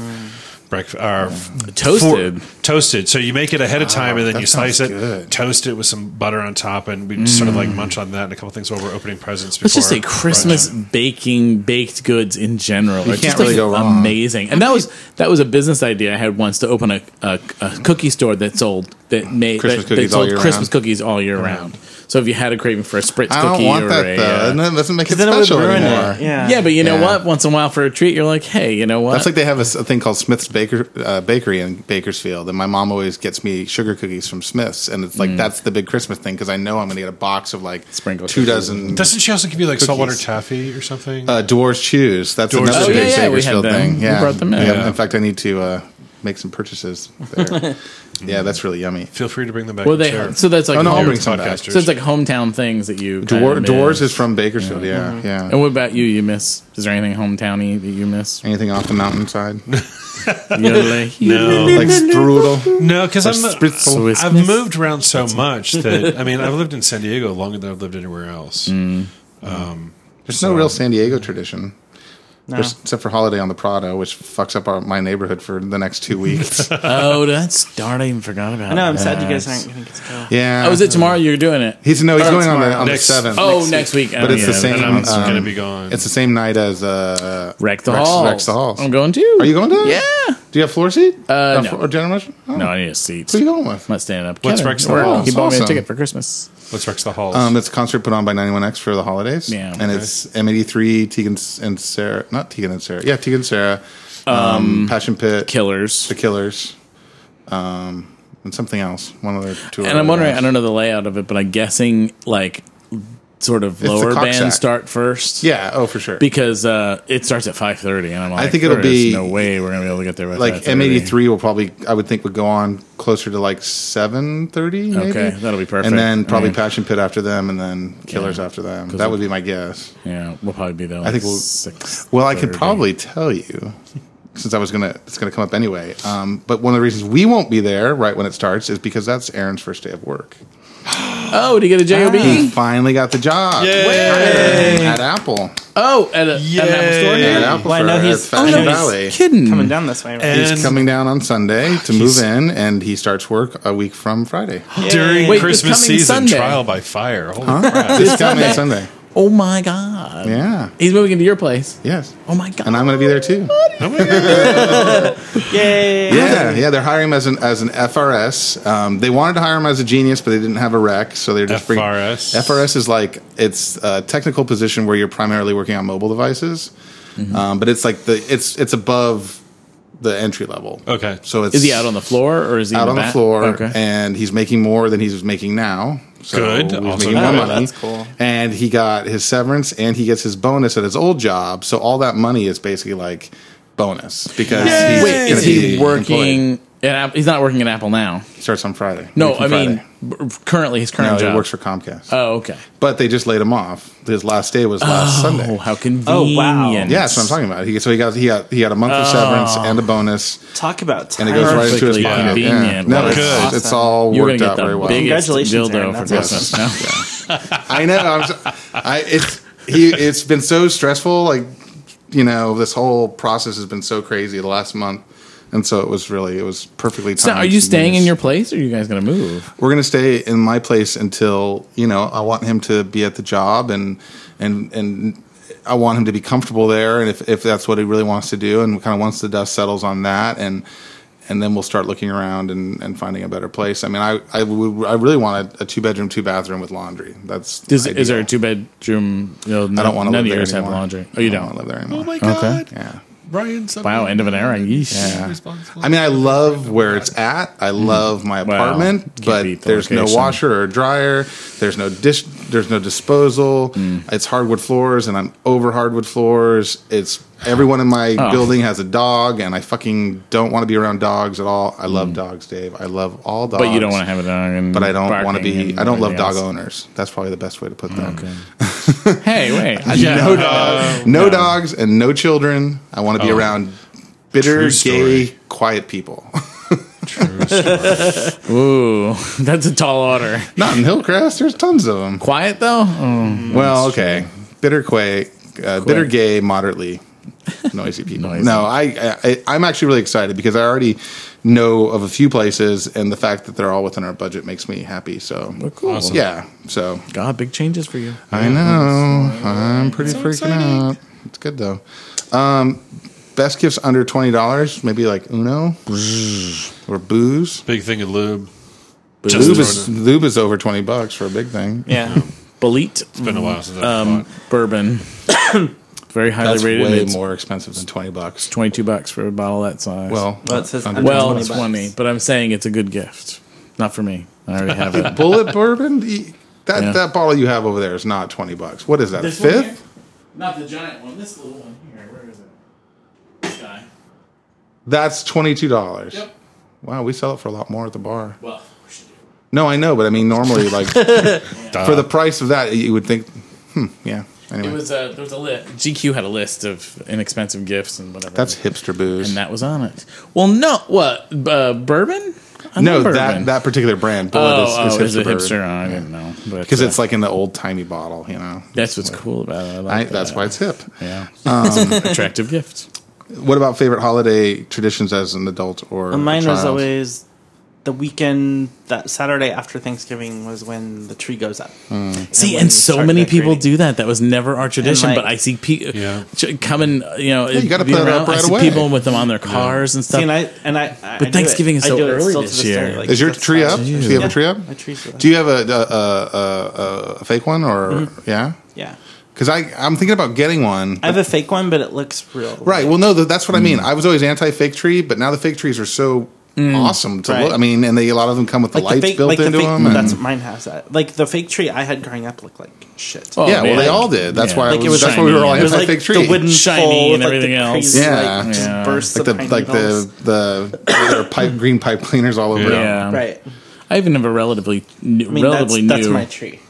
S2: breakfast or
S3: Toasted.
S2: toasted. So you make it ahead of time and then
S4: that
S2: you slice it,
S4: sounds good.
S2: toast it with some butter on top, and we just sort of like munch on that and a couple things while we're opening presents.
S3: Mm. Let's just say
S2: before
S3: Christmas
S2: brunch.
S3: baking baked goods in general are
S4: can't
S3: just
S4: really
S3: like
S4: go wrong.
S3: amazing. And that was that was a business idea I had once to open a, a, a cookie store that sold that made
S4: Christmas
S3: that, that
S4: cookies all
S3: sold
S4: year
S3: Christmas
S4: round.
S3: cookies all year round. So if you had a craving for a spritz
S4: I
S3: cookie
S4: don't want
S3: or
S4: that
S3: a
S4: though.
S3: uh,
S4: no, it doesn't make it
S5: Then it would
S4: special
S5: ruin
S4: anymore.
S5: it. Yeah.
S3: yeah, but you know
S4: Yeah.
S3: what? Once in a while for a treat, you're like, hey, you know what?
S4: That's like they have a, s- a thing called Smith's Baker uh, Bakery in Bakersfield, and my mom always gets me sugar cookies from Smith's, and it's like that's the big Christmas thing because I know I'm going to get a box of like
S3: Sprinkle
S4: two
S3: cookies.
S4: dozen
S2: Doesn't she also give you like saltwater
S4: Cookies.
S2: taffy or something?
S4: uh, Dwarves Chews. That's
S2: Dwarves Chews.
S4: another big
S2: Oh, yeah,
S3: yeah, we
S4: Bakersfield
S3: had them.
S4: thing.
S3: We
S4: Yeah,
S3: brought them in.
S4: Yeah,
S2: Yeah.
S4: In fact, I need to uh, make some purchases there. yeah, that's really yummy.
S2: Feel free to bring them back.
S3: well,
S2: and
S3: they
S2: share.
S3: so that's like
S4: Oh, no, I'll
S3: home-
S4: bring some back.
S2: Podcasters.
S3: so it's like hometown things that you kinda
S4: Dwar-
S3: miss.
S4: Dwarves is from Bakersfield. Yeah, yeah.
S3: And what about you? You miss? Is there anything hometowny that you miss?
S4: Anything off the mountainside?
S3: Yodeling?
S2: no,
S4: like strudel.
S2: no, because I'm
S4: spritzel.
S2: I've
S3: Swissness.
S2: moved around so much that I mean I've lived in San Diego longer than I've lived anywhere else.
S3: Mm.
S4: There's no real San Diego tradition.
S5: No.
S4: There's- except for Holiday on the Prado, which fucks up our, my neighborhood for the next two weeks.
S3: Oh, that's darn! I even forgot about.
S5: I know. I'm
S3: that.
S5: sad you guys aren't going to get to go.
S4: yeah.
S3: Oh, is it tomorrow? You're doing it.
S4: He's no, he's
S5: Oh,
S4: going on the
S5: tomorrow.
S4: on the
S2: Next-
S4: seventh.
S3: oh, next week.
S4: but
S3: Oh,
S4: it's the
S3: yeah.
S4: same.
S2: And I'm
S4: um,
S2: gonna be gone.
S4: It's the same night as uh,
S3: Wreck the
S4: Rex-
S3: halls.
S4: Rex the halls.
S3: I'm going too.
S4: Are you going to? that?
S3: Yeah.
S4: Do you have floor seat?
S3: Uh, no.
S4: fl- Or general admission? Oh.
S3: No, I need a seat.
S4: Who are you going with?
S3: I'm not standing up.
S2: What's
S3: Kevin,
S2: Rex the
S3: we're-
S2: Halls?
S3: He bought me
S4: Awesome.
S3: a ticket for Christmas.
S2: Let's Rex the halls.
S4: Um, it's a concert put on by 91X for the holidays.
S3: Yeah.
S4: And it's M83, Tegan S- and Sarah. Not Tegan and Sarah. Yeah, Tegan and Sarah. Um, Passion Pit.
S3: Killers.
S4: The Killers. Um, and something else. One other two.
S3: And I'm wondering. I don't know the layout of it, but I'm guessing like sort of
S4: the
S3: lower
S4: cock
S3: bands
S4: sack.
S3: start first.
S4: Yeah, oh, for sure.
S3: Because uh, it starts at 5:30, and I'm like,
S4: think it'll
S3: there is
S4: be-
S3: no way we're gonna be able to get there. By
S4: like
S3: 5:30.
S4: M83 will probably, I would think, would go on closer to like 7.30, maybe?
S3: Okay, that'll be perfect.
S4: And then probably
S3: I mean-
S4: Passion Pit after them, and then Killers after them. That would be my guess.
S3: Yeah, we'll probably be there. Like I
S4: think
S3: think
S4: we'll-
S3: we'll. Six
S4: Well, I could probably tell you since I was gonna it's gonna come up anyway. Um, but one of the reasons we won't be there right when it starts is because that's Aaron's first day of work.
S3: Oh, to get a job.
S4: He finally got the job
S2: Yay!
S4: at Apple.
S3: Oh, at a, at an Apple store.
S2: Yay.
S4: At Apple
S5: Well, I
S4: for,
S5: know
S4: at
S5: he's-
S3: Oh,
S4: Fashion
S3: no,
S4: Valley.
S3: he's kidding.
S5: Coming down this way. Right?
S2: and
S4: He's coming down on Sunday to move in, and he starts work a week from Friday.
S2: during
S3: Wait, this
S2: Christmas
S3: coming
S2: season,
S3: Sunday.
S2: trial by fire. Holy crap!
S4: This coming Sunday.
S3: Oh my god.
S4: Yeah.
S3: He's moving into your place.
S4: Yes.
S3: Oh my god.
S4: And I'm going to be there too.
S2: Oh my God.
S5: Yay!
S4: Yeah, yeah, they're hiring him as an as an FRS. Um, they wanted to hire him as a genius, but they didn't have a rec, so they're just bringing
S2: FRS?
S4: FRS is like it's a technical position where you're primarily working on mobile devices, um, but it's like the it's it's above the entry level.
S2: Okay.
S4: so it's
S3: is he out on the floor or is he in
S4: out on the
S3: back?
S4: floor,
S3: Okay.
S4: and he's making more than he's making now. So
S2: Good.
S4: He's
S2: Also
S4: making more
S2: good.
S4: money.
S5: That's cool.
S4: And he got his severance, and he gets his bonus at his old job. So all that money is basically like bonus because he's
S3: Wait,
S4: gonna
S3: is he
S4: be employed.
S3: working? At Apple, he's not working at Apple now.
S4: starts on Friday.
S3: No,
S4: Week from
S3: I mean
S4: Friday.
S3: b- currently his current
S4: no,
S3: job.
S4: he works for Comcast.
S3: oh, okay.
S4: but they just laid him off. His last day was last
S3: Oh,
S4: Sunday.
S3: how convenient.
S4: Yeah, that's what I'm talking about. He, so he got he got he got a month of severance and a bonus,
S5: Talk about time.
S4: and it goes right into his
S3: Oh. Perfectly
S4: pocket. Yeah.
S3: convenient.
S4: No,
S3: Wow.
S4: it's,
S2: Good.
S4: it's all
S3: You're gonna
S4: worked
S3: get
S4: out
S3: the
S4: very well.
S3: biggest
S5: Congratulations,
S3: dildo
S5: Aaron,
S3: for
S5: that's
S3: Christmas. No?
S4: I know. I'm so, I it's he. It's been so stressful. Like you know, this whole process has been so crazy the last month, and so it was really it was perfectly.
S3: So,
S4: Timed
S3: are you
S4: to
S3: staying in
S4: use.
S3: your place, or are you guys going to move?
S4: We're gonna stay in my place until you know. I want him to be at the job and and and. I want him to be comfortable there, and if, if that's what he really wants to do, and kind of once the dust settles on that, and and then we'll start looking around and, and finding a better place. I mean, I I, would, I really want a, a two bedroom, two bathroom with laundry. That's
S3: Is, is there a
S4: ideal.
S3: two bedroom? No,
S4: I don't want to
S3: None
S4: live
S3: of
S4: there
S3: yours
S4: anymore.
S3: have laundry. Oh, you
S4: I
S3: don't.
S4: want to live there anymore.
S2: Oh my God!
S4: Yeah.
S2: Brian, something
S3: Wow, end of an era. Yeesh.
S2: responsible.
S4: I mean, I love where it's at. I love my
S3: Wow.
S4: apartment,
S3: Mm. Can't
S4: but
S3: beat the
S4: there's no
S3: location.
S4: washer or dryer. There's no dish. There's no disposal.
S3: Mm.
S4: It's hardwood floors, and I'm over hardwood floors. It's everyone in my
S3: Oh.
S4: building has a dog, and I fucking don't want to be around dogs at all. I love dogs, Dave. I love all dogs.
S3: Mm. But you don't want to have it on. and
S4: But I don't want to
S3: barking
S4: be.
S3: and
S4: I don't love
S3: everything
S4: dog
S3: else.
S4: owners. That's probably the best way to put that.
S3: Hey, wait.
S2: yeah,
S4: no,
S2: uh,
S4: dog, no, dogs and no children. I
S3: Oh.
S4: want to be around bitter,
S2: True story.
S4: gay, quiet people.
S2: true story.
S3: Ooh, that's a tall order.
S4: Not in Hillcrest. There's tons of them.
S3: Quiet though. Oh,
S4: well, okay. Bitter, quay, uh, bitter, gay, moderately noisy people.
S3: Noisy.
S4: No, I, I I'm actually really excited because I already know of a few places, and the fact that they're all within our budget makes me happy. So
S3: cool.
S2: Awesome.
S4: yeah, so
S3: God, big changes for you.
S4: I know. I'm pretty
S2: So
S4: freaking
S2: exciting.
S4: out. It's good though. Um, best gifts under twenty dollars, maybe like Uno or booze.
S2: Big thing of lube. Just
S4: Lube
S2: throwing
S4: is,
S2: it.
S4: lube is over twenty bucks for a big thing.
S5: Yeah.
S3: Belit
S2: It's been a while since I've
S3: um,
S2: bought.
S3: bourbon. Very highly
S4: That's
S3: rated.
S4: way
S3: it's
S4: more expensive than twenty bucks.
S3: 22 bucks for a bottle that size.
S4: Well,
S5: Well, it says
S4: under
S5: under
S3: well,
S5: 20
S3: it's
S5: bucks.
S3: 20, but I'm saying it's a good gift. Not for me. I already have it.
S4: bullet bourbon. E- That
S3: Yeah.
S4: that bottle you have over there is not twenty bucks. What is that? a fifth?
S3: Not the giant one. This little one here. Where is it? This guy.
S4: That's twenty two dollars.
S3: Yep.
S4: Wow, we sell it for a lot more at the bar.
S3: Well,
S4: No, I know, but I mean normally like for the price of that, you would think, hmm, yeah. Anyway,
S3: it was a, there was a list. GQ had a list of inexpensive gifts and whatever.
S4: that's hipster booze.
S3: and that was on it. Well, no, what uh, bourbon? I
S4: No,
S3: love
S4: that
S3: bourbon.
S4: that particular brand. Bullet
S3: oh,
S4: is,
S3: oh, is
S4: is
S3: it
S4: hipster
S3: hipster? I didn't know, but
S4: because
S3: uh,
S4: it's like in the old timey bottle, you know.
S3: that's what's cool about it. I like
S4: I,
S3: that.
S4: that's why Um, it's hip.
S3: Yeah, It's an attractive gift.
S4: What about favorite holiday traditions as an adult or
S5: And mine
S4: a child?
S5: was always the weekend that Saturday after Thanksgiving was when the tree goes up.
S4: Hmm.
S3: See,
S5: when
S3: and
S5: we
S3: so
S5: start
S3: many people
S5: decorating.
S3: do that. That was never our tradition,
S5: like-
S3: but I see people
S2: Yeah.
S3: coming. You know,
S4: you gotta
S3: be
S4: put it
S3: around.
S4: up
S3: I
S4: right
S3: see
S4: away.
S3: people with them on their cars and stuff.
S5: See, and I and I. I do it.
S3: Thanksgiving is
S5: I
S3: so
S5: do it
S3: early
S5: still to
S3: this
S5: this day,
S3: year.
S5: like,
S4: Is your
S5: that's
S4: tree
S5: how I
S4: up? Do
S5: do it.
S4: you have
S5: Yeah,
S4: a tree up?
S5: My tree's up.
S4: Do you have a a, a, a, a fake one or yeah?
S5: yeah.
S4: Because I I'm thinking about getting one.
S5: Mm-hmm. I have a Mm. fake one, but it looks real.
S4: right. Well, no, th- that's what I mean. I was always anti fake tree, but now the fake trees are so awesome to
S5: Mm. Right.
S4: look. I mean, and they a lot of them come with the
S5: Like
S4: lights
S5: the fake,
S4: built
S5: like the
S4: into
S5: fake,
S4: them. and-
S5: that's what mine has that. Like the fake tree I had growing up looked like shit.
S3: Oh,
S4: yeah, well,
S3: man.
S4: they all did. That's
S3: Yeah.
S4: why I
S3: Like,
S4: was,
S3: it was
S4: that's why we were
S3: shiny
S4: all
S3: and-
S5: it was
S4: anti
S5: like
S4: fake tree.
S5: the wooden
S3: Shiny
S5: pole
S3: and
S5: with, like,
S3: everything
S5: the
S3: else.
S5: crazy,
S4: Yeah.
S5: like, just
S3: Yeah.
S5: bursts
S4: like
S5: the,
S4: the
S5: pine
S4: like
S5: needles.
S4: the the there are pipe green pipe cleaners all over. Yeah,
S3: yeah,
S5: right.
S3: I even have a relatively new,
S5: I mean,
S3: relatively
S5: that's,
S3: new.
S5: that's my tree.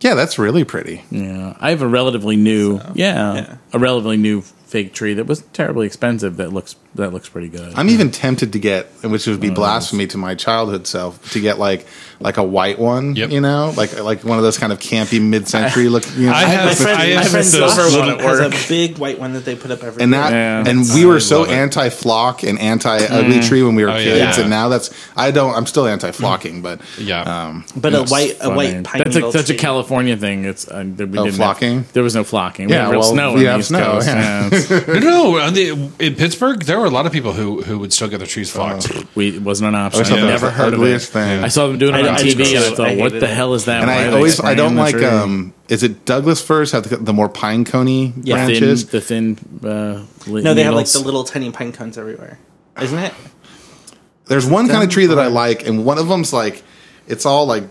S4: yeah, that's really pretty.
S3: yeah, I have a relatively new. yeah,
S5: yeah.
S3: a relatively new fake tree that was terribly expensive. That looks that looks pretty good.
S5: Mm-hmm.
S4: I'm even tempted to get, which would be blasphemy to my childhood self, to get like like a white one.
S2: Yep.
S4: You know, like like one of those kind of campy mid century look. You know,
S2: I have-
S5: My
S2: That's-
S5: friend,
S2: I
S5: my
S2: have
S5: friend
S2: those
S5: Josh
S2: little-
S5: has a big white one that they put up every.
S4: and that
S3: Yeah.
S4: and we were
S2: I
S4: so
S2: love it.
S4: anti flock and anti ugly tree when we were
S2: Oh, yeah.
S4: kids,
S2: Yeah.
S4: and now that's I don't. I'm still anti flocking, but
S2: Yeah.
S4: um,
S5: but a white a
S3: Funny.
S5: white pine
S3: That's
S5: needle
S3: a, such a
S5: tree.
S3: California thing. It's uh, that we
S4: Oh,
S3: didn't
S4: flocking?
S3: Have, there was no flocking.
S4: Yeah,
S3: we had real
S4: well,
S3: snow
S4: we
S3: on the
S4: have
S3: East
S4: snow,
S3: Coast.
S4: yeah.
S3: Yeah, it's-
S2: No, no, no. On the, in Pittsburgh, there were a lot of people who, who would still get their
S3: Uh,
S2: trees flocked.
S3: we it wasn't an option.
S4: I thought
S3: I
S4: that was
S3: never
S4: the
S3: heard of it.
S4: ugliest thing.
S3: I saw them doing it
S5: I-
S3: on
S5: I did
S3: TV, and I
S5: too.
S3: thought,
S5: I
S3: "What
S5: hated
S3: the
S5: it.
S3: hell is that?"
S4: And
S3: Why are
S4: I
S3: they
S4: always I
S3: spraying
S4: don't
S3: the
S4: like
S3: tree?
S4: um is it Douglas firs have the, the more pine coney
S5: Yeah.
S3: thin,
S4: branches?
S3: the thin. Uh, li-
S5: No, they have like
S3: needles.
S5: the little tiny pine cones everywhere, isn't it?
S4: There's one kind of tree that I like, and one of them's like it's all like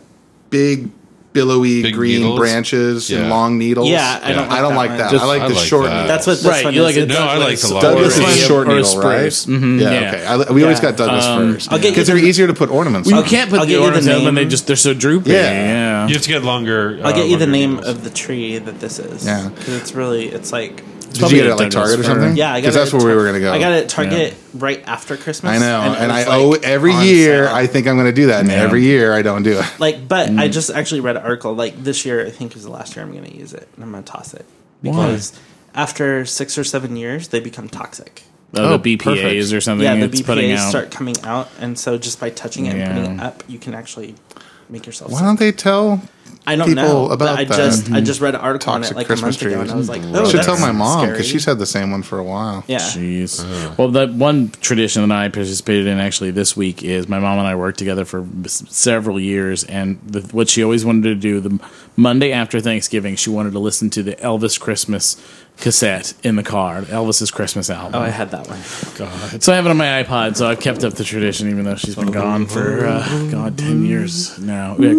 S4: big billowy
S2: Big
S4: green
S2: needles?
S4: branches and
S2: Yeah.
S4: long needles.
S5: Yeah, I don't
S4: I don't like
S5: like that
S4: that.
S5: one.
S4: I like
S2: I
S4: the
S2: like
S4: short.
S2: that.
S4: Needle.
S5: That's what this
S3: Right,
S5: one
S3: you
S5: is.
S3: like it-
S5: It's
S2: No, I like
S5: Douglas.
S2: the long
S4: Douglas
S2: one.
S3: Or a-
S4: is short
S3: or a
S4: needle, right?
S3: spruce. Mhm,
S4: yeah,
S3: yeah.
S4: okay. I, we always
S5: Yeah.
S4: got Douglas firs
S5: I'll get
S4: because
S5: you
S4: they're easier to put ornaments.
S3: Well,
S4: on.
S3: you can't put
S5: I'll
S3: the
S5: get you the
S3: ornaments on them;
S5: name.
S3: they just they're so droopy.
S4: Yeah.
S3: Yeah,
S2: You have to get longer.
S5: I'll get you the name
S2: of.
S5: of the tree that this is.
S4: Yeah.
S5: 'Cause it's really it's like
S4: Did you get it at
S3: probably
S4: like
S3: a
S4: Target or
S3: Douglas fir.
S4: something?
S5: yeah. I got
S4: because
S5: it
S4: that's
S5: at
S4: where we
S5: Tar-
S4: were gonna go.
S5: I got it at Target right after Christmas.
S4: I know, and,
S5: it was,
S4: I
S5: like,
S4: owe every
S5: on
S4: year.
S5: sale.
S4: I think I'm gonna do that, and
S3: Yeah.
S4: every year I don't do it.
S5: Like, but I
S4: Mm.
S5: just actually read an article. Like this year, I think is the last year I'm going to use it, and I'm going to toss it because after six or seven years, they become toxic.
S3: oh,
S4: Oh,
S3: the BPAs
S4: perfect.
S3: or something.
S5: yeah,
S3: it's
S5: the
S3: putting
S5: BPAs
S3: out.
S5: start coming out, and so just by touching it and putting it
S3: Yeah.
S5: up, you can actually make yourself.
S4: Why
S5: sick.
S4: don't they tell
S5: I don't
S4: people
S5: know but
S4: about
S5: I
S4: that?
S5: just I just read an article on it
S4: Toxic
S5: like a
S4: Christmas
S5: month ago,
S4: trees.
S5: and I was like,
S4: I
S5: oh,
S4: should
S5: that's
S4: tell my mom because
S5: scary.
S4: she's had the same one for a while.
S5: yeah.
S3: Jeez. Well, that one tradition that I participated in actually this week is my mom and I worked together for s- several years, and the, what she always wanted to do the m- Monday after Thanksgiving, she wanted to listen to the Elvis Christmas cassette in the car, Elvis's Christmas album.
S5: Oh, I had that one.
S3: So I have it on my iPod, so I've kept up the tradition, even though she's been gone for uh, God ten years now. Yeah,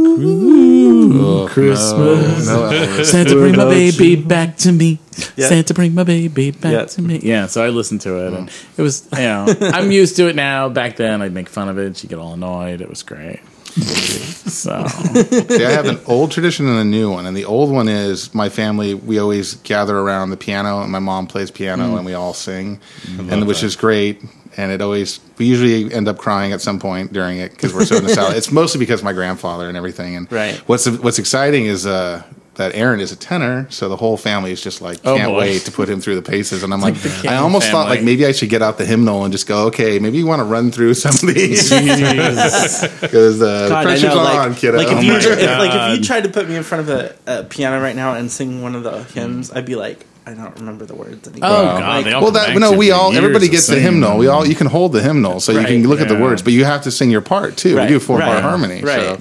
S3: Ooh, Christmas.
S4: No, Elvis.
S3: Santa bring my baby back to me. Santa bring my baby back
S5: Yeah.
S3: to me. Yeah, so I listened to it and it was you know, I'm used to it now. Back then I'd make fun of it, she'd get all annoyed. It was great. so
S4: See, I have an old tradition and a new one. And the old one is my family, we always gather around the piano, and my mom plays piano,
S5: Mm.
S4: and we all sing, and which is great. And it always, we usually end up crying at some point during it because we're so nostalgic. it's mostly because of my grandfather and everything. And
S5: Right.
S4: what's what's exciting is uh, that Aaron is a tenor, so the whole family is just like
S3: Oh,
S4: can't
S3: boy.
S4: wait to put him through the paces. And I'm like,
S3: like the
S4: I
S3: King
S4: almost thought like
S3: family.
S4: maybe I should get out the hymnal and just go, okay, maybe you want to run through some of these because uh, the
S5: God, I
S4: pressure's
S5: know, like,
S4: on, kiddo.
S5: like, if
S4: Oh
S5: you
S4: my
S5: tr- if,
S4: God.
S5: like if you tried to put me in front of a, a piano right now and sing one of the hymns, I'd be like, I don't remember the words anymore.
S3: Oh, God, they all
S4: well,
S3: come
S4: that
S3: back
S4: no,
S3: to
S4: we
S3: the
S4: all
S3: years
S4: everybody
S3: of
S4: gets the
S3: singing
S4: hymnal.
S3: them.
S4: We all you can hold the hymnal, so you
S5: Right,
S4: can look at the
S3: yeah.
S4: words, but you have to sing your part too.
S5: Right,
S4: You do four part
S5: right,
S4: harmony,
S5: right.
S4: so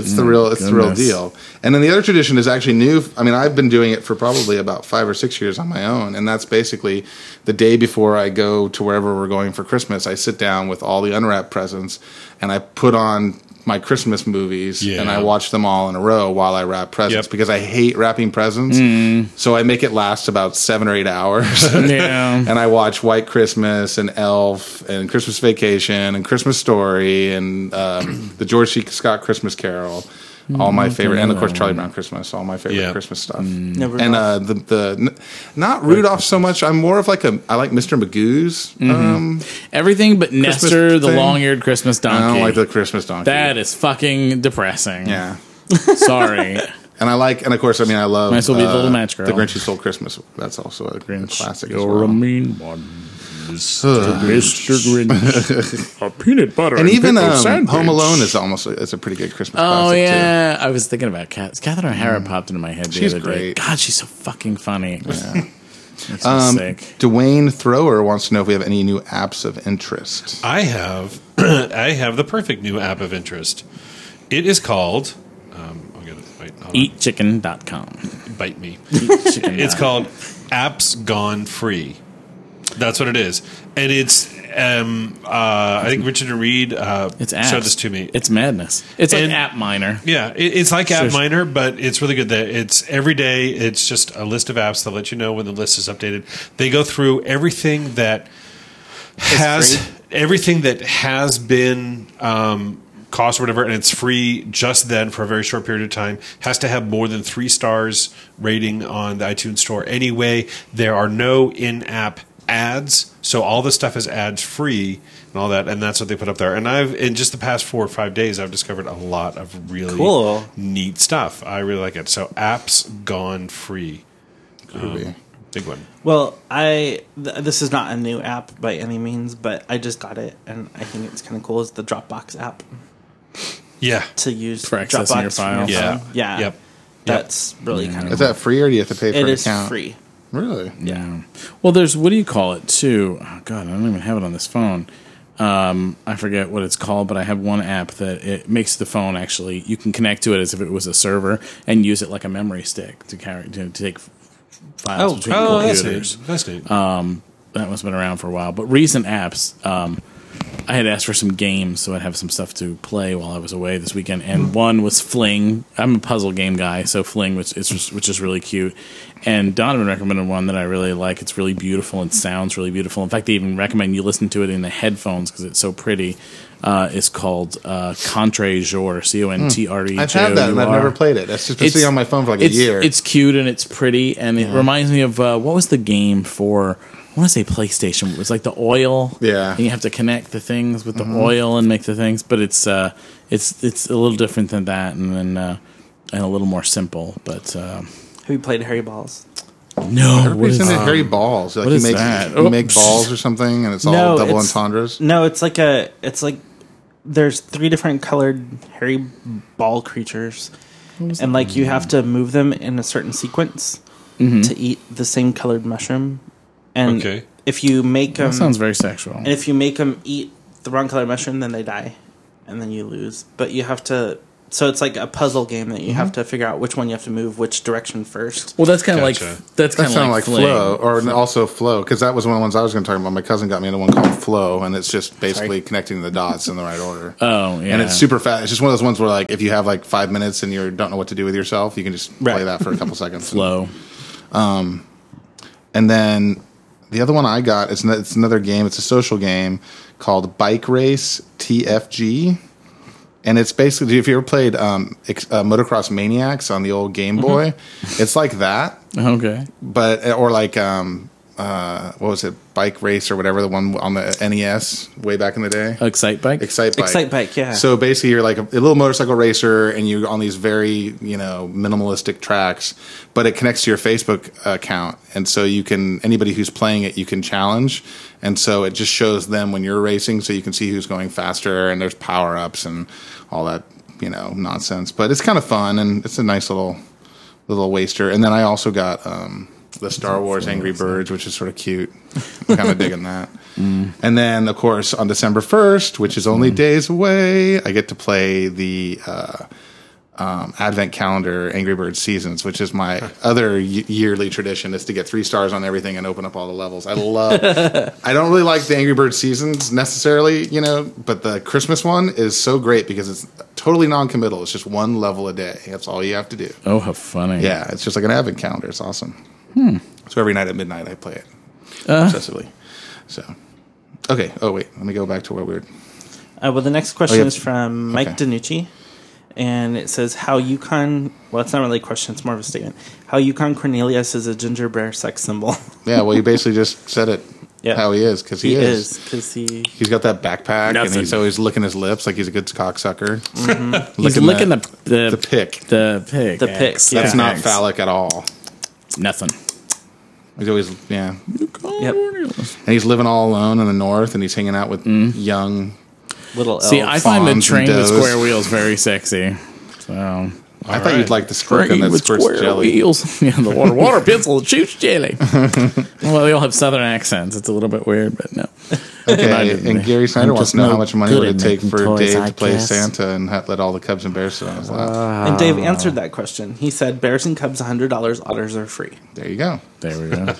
S4: it's the real it's
S3: goodness.
S4: the real deal. And then the other tradition is actually new. I mean, I've been doing it for probably about five or six years on my own, and that's basically the day before I go to wherever we're going for Christmas. I sit down with all the unwrapped presents, and I put on. My Christmas movies,
S2: Yeah.
S4: and I watch them all in a row while I wrap presents
S2: Yep.
S4: because I hate wrapping presents.
S3: Mm.
S4: So I make it last about seven or eight hours
S3: Yeah.
S4: and I watch White Christmas and Elf and Christmas Vacation and Christmas Story and um, the George C. Scott Christmas Carol, all
S3: Mm,
S4: my favorite, and of course Charlie Brown Christmas, all my favorite
S2: Yeah.
S4: Christmas stuff.
S5: Never
S4: And
S5: know.
S4: uh, the the n- not Rudolph so much. I'm more of like a I like Mr. Magoo's.
S3: Mm-hmm.
S4: Um,
S3: Everything but Nestor, the
S4: thing.
S3: long-eared Christmas
S4: I
S3: donkey.
S4: don't like the Christmas donkey.
S3: that is fucking depressing.
S4: yeah.
S3: Sorry.
S4: And I like, and of course, I mean, I love. uh,
S3: Might as well be the little match girl.
S4: The Grinch Who Stole Christmas. That's also a Grinch classic. as well.
S3: mean one. Mr. Grinch. a peanut butter
S4: and even um, Home Alone is almost a, it's a pretty good Christmas.
S3: Oh
S4: classic too. Mm.
S3: yeah, I was thinking about Kat. Catherine O'Hara popped into my head the
S4: She's
S3: other
S4: great.
S3: day. God, she's so fucking funny. Makes me
S4: Um,
S3: sick.
S4: Dwayne Thrower wants to know if we have any new apps of interest.
S2: I have I have the perfect new app of interest. It is called um, I'm gonna wait, hold on.
S3: Eatchicken.com.
S2: bite me.
S3: Eatchicken.
S2: It's called Apps Gone Free. That's what it is, and it's um, uh, I think Richard and Reed uh,
S3: It's apps.
S2: showed this to me.
S3: It's madness. It's like
S2: And-
S3: app miner.
S2: Yeah, it, it's like App
S3: Sure.
S2: Miner, but it's really good. That it's every day. It's just a list of apps that let you know when the list is updated. They go through everything that has
S5: free?
S2: everything that has been um, cost or whatever, and it's free just then for a very short period of time. Has to have more than three stars rating on the iTunes Store anyway. There are no in-app ads, so all this stuff is ads free and all that, and that's what they put up there. And I've in just the past four or five days, I've discovered a lot of really
S5: Cool.
S2: neat stuff. I really like it. So apps gone free,
S3: Hmm.
S4: Ruby.
S2: big one.
S5: well, I th- this is not a new app by any means, but I just got it, and I think it's kind of cool. Is the Dropbox app
S2: Yeah,
S5: to use
S3: For accessing your
S5: from
S3: files.
S2: Yeah.
S5: phone. yeah,
S2: Yep.
S5: That's really
S3: Mm.
S5: kind of
S4: Is that free or do you have to pay for
S5: it
S4: an
S5: is
S4: account?
S5: free.
S4: Really?
S3: Yeah. Well, there's what do you call it too? Oh, God, I don't even have it on this phone. Um, I forget what it's called, but I have one app that it makes the phone actually. You can connect to it as if it was a server and use it like a memory stick to carry to, to take
S4: Oh,
S3: files between
S2: Oh, that's
S3: computers.
S2: neat. Um, That's neat.
S3: That one's been around for a while. But recent apps, um, I had asked for some games, so I'd have some stuff to play while I was away this weekend.
S4: Hmm.
S3: And one was Fling. I'm a puzzle game guy, so Fling, which is just, which is really cute. And Donovan recommended one that I really like. It's really beautiful and sounds really beautiful. In fact, they even recommend you listen to it in the headphones because it's so pretty. Uh, it's called uh, Contre Jour, C O N T R E.
S4: I've had that and
S3: J O
S4: I've
S3: U
S4: never
S3: R
S4: played it. That's just been sitting on my phone for like a
S3: it's-
S4: year.
S3: It's cute and it's pretty, and it reminds me of uh, what was the game for? I want to say PlayStation. It was like the oil.
S4: Yeah. Mm-hmm.
S3: and you have to connect the things with the oil and make the things, but it's uh, it's it's a little different than that, and then uh, and a little more simple. But uh,
S5: Have you played Harry Balls?
S3: no, what
S4: Everybody's
S3: is
S4: in the
S3: that?
S4: Harry Balls. Like
S3: um, what
S4: he
S3: is
S4: makes
S3: that?
S4: he
S3: Oh,
S4: make
S3: psh.
S4: balls or something and it's all
S5: No,
S4: double
S5: it's-
S4: entendres.
S5: No, it's like a it's like there's three different colored hairy ball creatures, and like
S3: Mm.
S5: you have to move them in a certain sequence
S3: Mm-hmm.
S5: to eat the same colored mushroom. And
S2: Okay.
S5: if you make them,
S3: That sounds very sexual.
S5: and if you make them eat the wrong colored mushroom, then they die, and then you lose. But you have to. So it's like a puzzle game that you have
S4: Mm-hmm.
S5: to figure out which one you have to move which direction first.
S3: Well, that's kind of
S2: Gotcha.
S3: like that's
S4: That
S3: kind of
S4: sounded like,
S3: like, Fling.
S4: Flow, or n- also Flow, because that was one of the ones I was going to talk about. My cousin got me into one called Flow, and it's just basically connecting the dots in the right order.
S3: Oh, yeah,
S4: and it's super fast. It's just one of those ones where, like, if you have like five minutes and you don't know what to do with yourself, you can just play
S5: Right.
S4: that for a couple seconds.
S3: Flow.
S4: And then the other one I got is it's another game. It's a social game called Bike Race TFG, and it's basically if you ever played um, ex- uh, Motocross Maniacs on the old Game Boy, it's like that,
S3: Okay,
S4: but or like um, uh, what was it, bike race or whatever, the one on the NES way back in the day.
S3: Excite bike.
S4: Excite bike.
S5: Excite Bike, yeah.
S4: So basically, you're like a, a little motorcycle racer, and you're on these very you know minimalistic tracks, but it connects to your Facebook account, and so you can anybody who's playing it, you can challenge, and so it just shows them when you're racing, so you can see who's going faster, and there's power ups and all that you know nonsense. But it's kind of fun, and it's a nice little little waster. And then I also got. um the Star Wars Angry Birds, which is sort of cute. I'm kind of digging that. And then, of course, on December 1st, which is only days away, I get to play the uh, um, Advent Calendar Angry Birds Seasons, which is my other y- yearly tradition is to get three stars on everything and open up all the levels. I love. I don't really like the Angry Birds Seasons necessarily, you know, but the Christmas one is so great because it's totally non-committal. It's just one level a day. That's all you have to do.
S3: Oh, how funny.
S4: Yeah, it's just like an advent calendar. It's awesome.
S3: Hmm.
S4: So every night at midnight, I play it
S3: Uh-huh.
S4: obsessively. So, okay. Oh wait, let me go back to where we were.
S5: Uh, well, the next question
S4: Oh, yeah.
S5: is from Mike
S4: Okay.
S5: Danucci, and it says how Yukon. Well, it's not really a question; it's more of a statement. How Yukon Cornelius is a ginger bear sex symbol.
S4: Yeah. Well, you basically just said it.
S5: Yeah.
S4: How he is because he,
S5: he
S4: is.
S5: is because he.
S4: He's got that backpack and
S3: Nothing.
S4: he's always licking his lips like he's a good cocksucker.
S3: He's licking the the,
S4: the pick.
S3: The pick.
S5: The pick,
S3: X.
S5: yeah.
S4: That's
S5: Yeah.
S4: not
S3: X.
S4: phallic at all.
S3: Nothing.
S4: He's always yeah,
S5: Yep.
S4: and he's living all alone in the north, and he's hanging out with
S3: Mm.
S4: young.
S5: Little elves.
S3: See, I find the
S4: Fawns
S3: train
S4: and
S3: with
S4: doves.
S3: square wheels very sexy. So
S4: I thought
S2: right.
S4: you'd like the squirkin that
S3: with
S4: squirts
S3: square
S4: jelly.
S3: wheels. yeah, the water water pencil shoots jelly. well, they all have southern accents. It's a little bit weird, but no.
S4: Okay,
S3: didn't
S4: and
S3: they?
S4: Gary Snyder
S3: I'm just
S4: wants to know
S3: no
S4: how much money
S3: good
S4: would
S3: at
S4: it take
S3: making
S4: for
S3: toys,
S4: Dave
S3: I
S4: to play
S3: guess. Uh,
S4: Santa and ha- let all the Cubs and Bears sit on his lap.
S5: and Dave
S4: Ah.
S5: answered that question. He said, "Bears and Cubs, hundred dollars. Otters are free."
S4: there you go.
S3: There we go.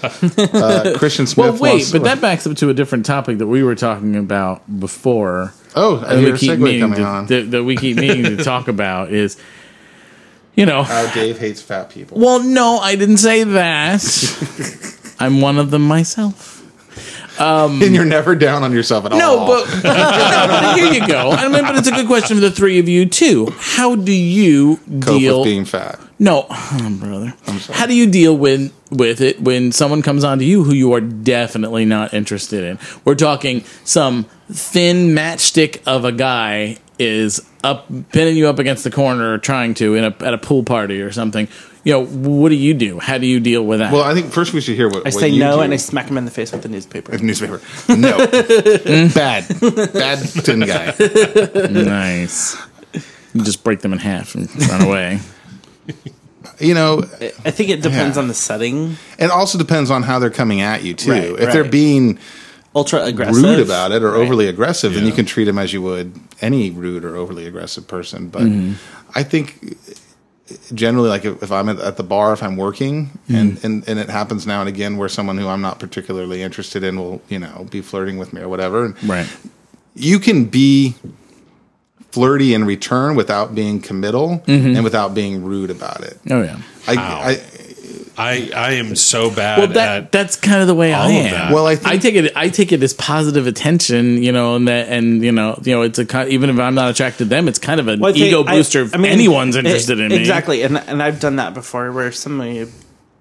S4: Uh, Christian Smith.
S3: well, wait,
S4: wants-
S3: but that backs up to a different topic that we were talking about before.
S4: Oh, I
S3: that
S4: hear
S3: we
S4: a
S3: keep
S4: segue
S3: meaning
S4: coming
S3: to,
S4: on.
S3: that, that we keep meaning to talk about is, you know,
S4: How Dave hates fat people.
S3: Well, no, I didn't say that. I'm one of them myself.
S4: and you're never down on yourself at
S3: No,
S4: all.
S3: but, No, but here you go. I mean, but it's a good question for the three of you too. How do you
S4: cope
S3: deal?
S4: with being fat.
S3: no, oh, brother. How do you deal when with it when someone comes onto you who you are definitely not interested in? We're talking some thin matchstick of a guy is up pinning you up against the corner, or trying to in a, at a pool party or something. You know, what do you do? How do you deal with that?
S4: Well, I think first we should hear what
S5: I
S4: what
S5: say
S4: you
S5: no,
S4: do.
S5: and I smack him in the face with the newspaper.
S4: newspaper. No, bad, bad thin guy.
S3: Nice. You just break them in half and run away.
S4: You know,
S5: I think it depends
S4: Yeah.
S5: on the setting.
S4: it also depends on how they're coming at you too.
S5: Right,
S4: if they're
S5: right.
S4: being
S5: Ultra aggressive,
S4: rude about it or overly aggressive, then you can treat them as you would any rude or overly aggressive person. But I think generally, like if, if I'm at, at the bar, if I'm working, and, and and it happens now and again, where someone who I'm not particularly interested in will you know be flirting with me or whatever, and
S3: Right.
S4: you can be flirty in return without being committal and without being rude about it.
S3: Oh yeah.
S4: I,
S2: How?
S4: I,
S2: I I am so bad
S3: Well, that
S2: at
S3: that's kind of the way I
S2: all of
S3: am.
S2: that.
S4: Well, I think-
S3: take it I take it as positive attention, you know, and that and you know, you know, it's a ki- even if I'm not attracted to them, it's kind of an
S5: Well, I think
S3: ego
S5: I-
S3: booster if
S5: I mean,
S3: anyone's
S5: it-
S3: interested in me.
S5: Exactly, and and I've done that before, where somebody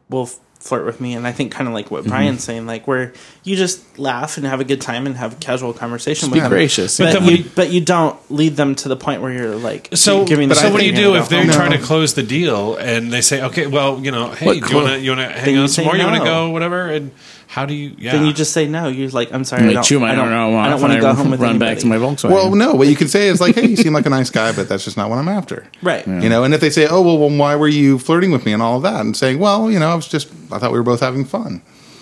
S5: will f- flirt with me, and I think kind of like what
S3: Mm-hmm.
S5: Brian's saying, like where you just laugh and have a good time and have a casual conversation with
S3: Be
S5: them.
S3: gracious.
S5: But,
S2: then
S5: you,
S2: when you-
S5: but you don't lead them to the point where you're like,
S2: So,
S5: give me the
S2: but so
S5: finger
S2: what do you
S5: and
S2: do
S5: go
S2: if they
S5: home.
S2: try to close the deal and they say, okay, well, you know, hey,
S3: What
S2: do
S3: clo-
S2: you want to you want to
S5: Then
S2: hang
S5: you
S2: on some
S5: say
S2: more? You want
S5: no.
S2: to go, whatever? And how do you? Yeah,
S5: Then you just say no. You're like, I'm sorry, I
S3: Like,
S5: don't,
S3: chew my-
S5: I don't, I don't
S3: when
S5: want to go home with
S3: run back
S5: anybody.
S3: to my Volkswagen.
S4: well, no, what you can say is like, hey, you seem like a nice guy, but that's just not what I'm after.
S5: right.
S4: You know, and if they say, "Oh well, well, why were you flirting with me?" and all of that, and saying, "Well, you know, I was just I thought we were both having fun."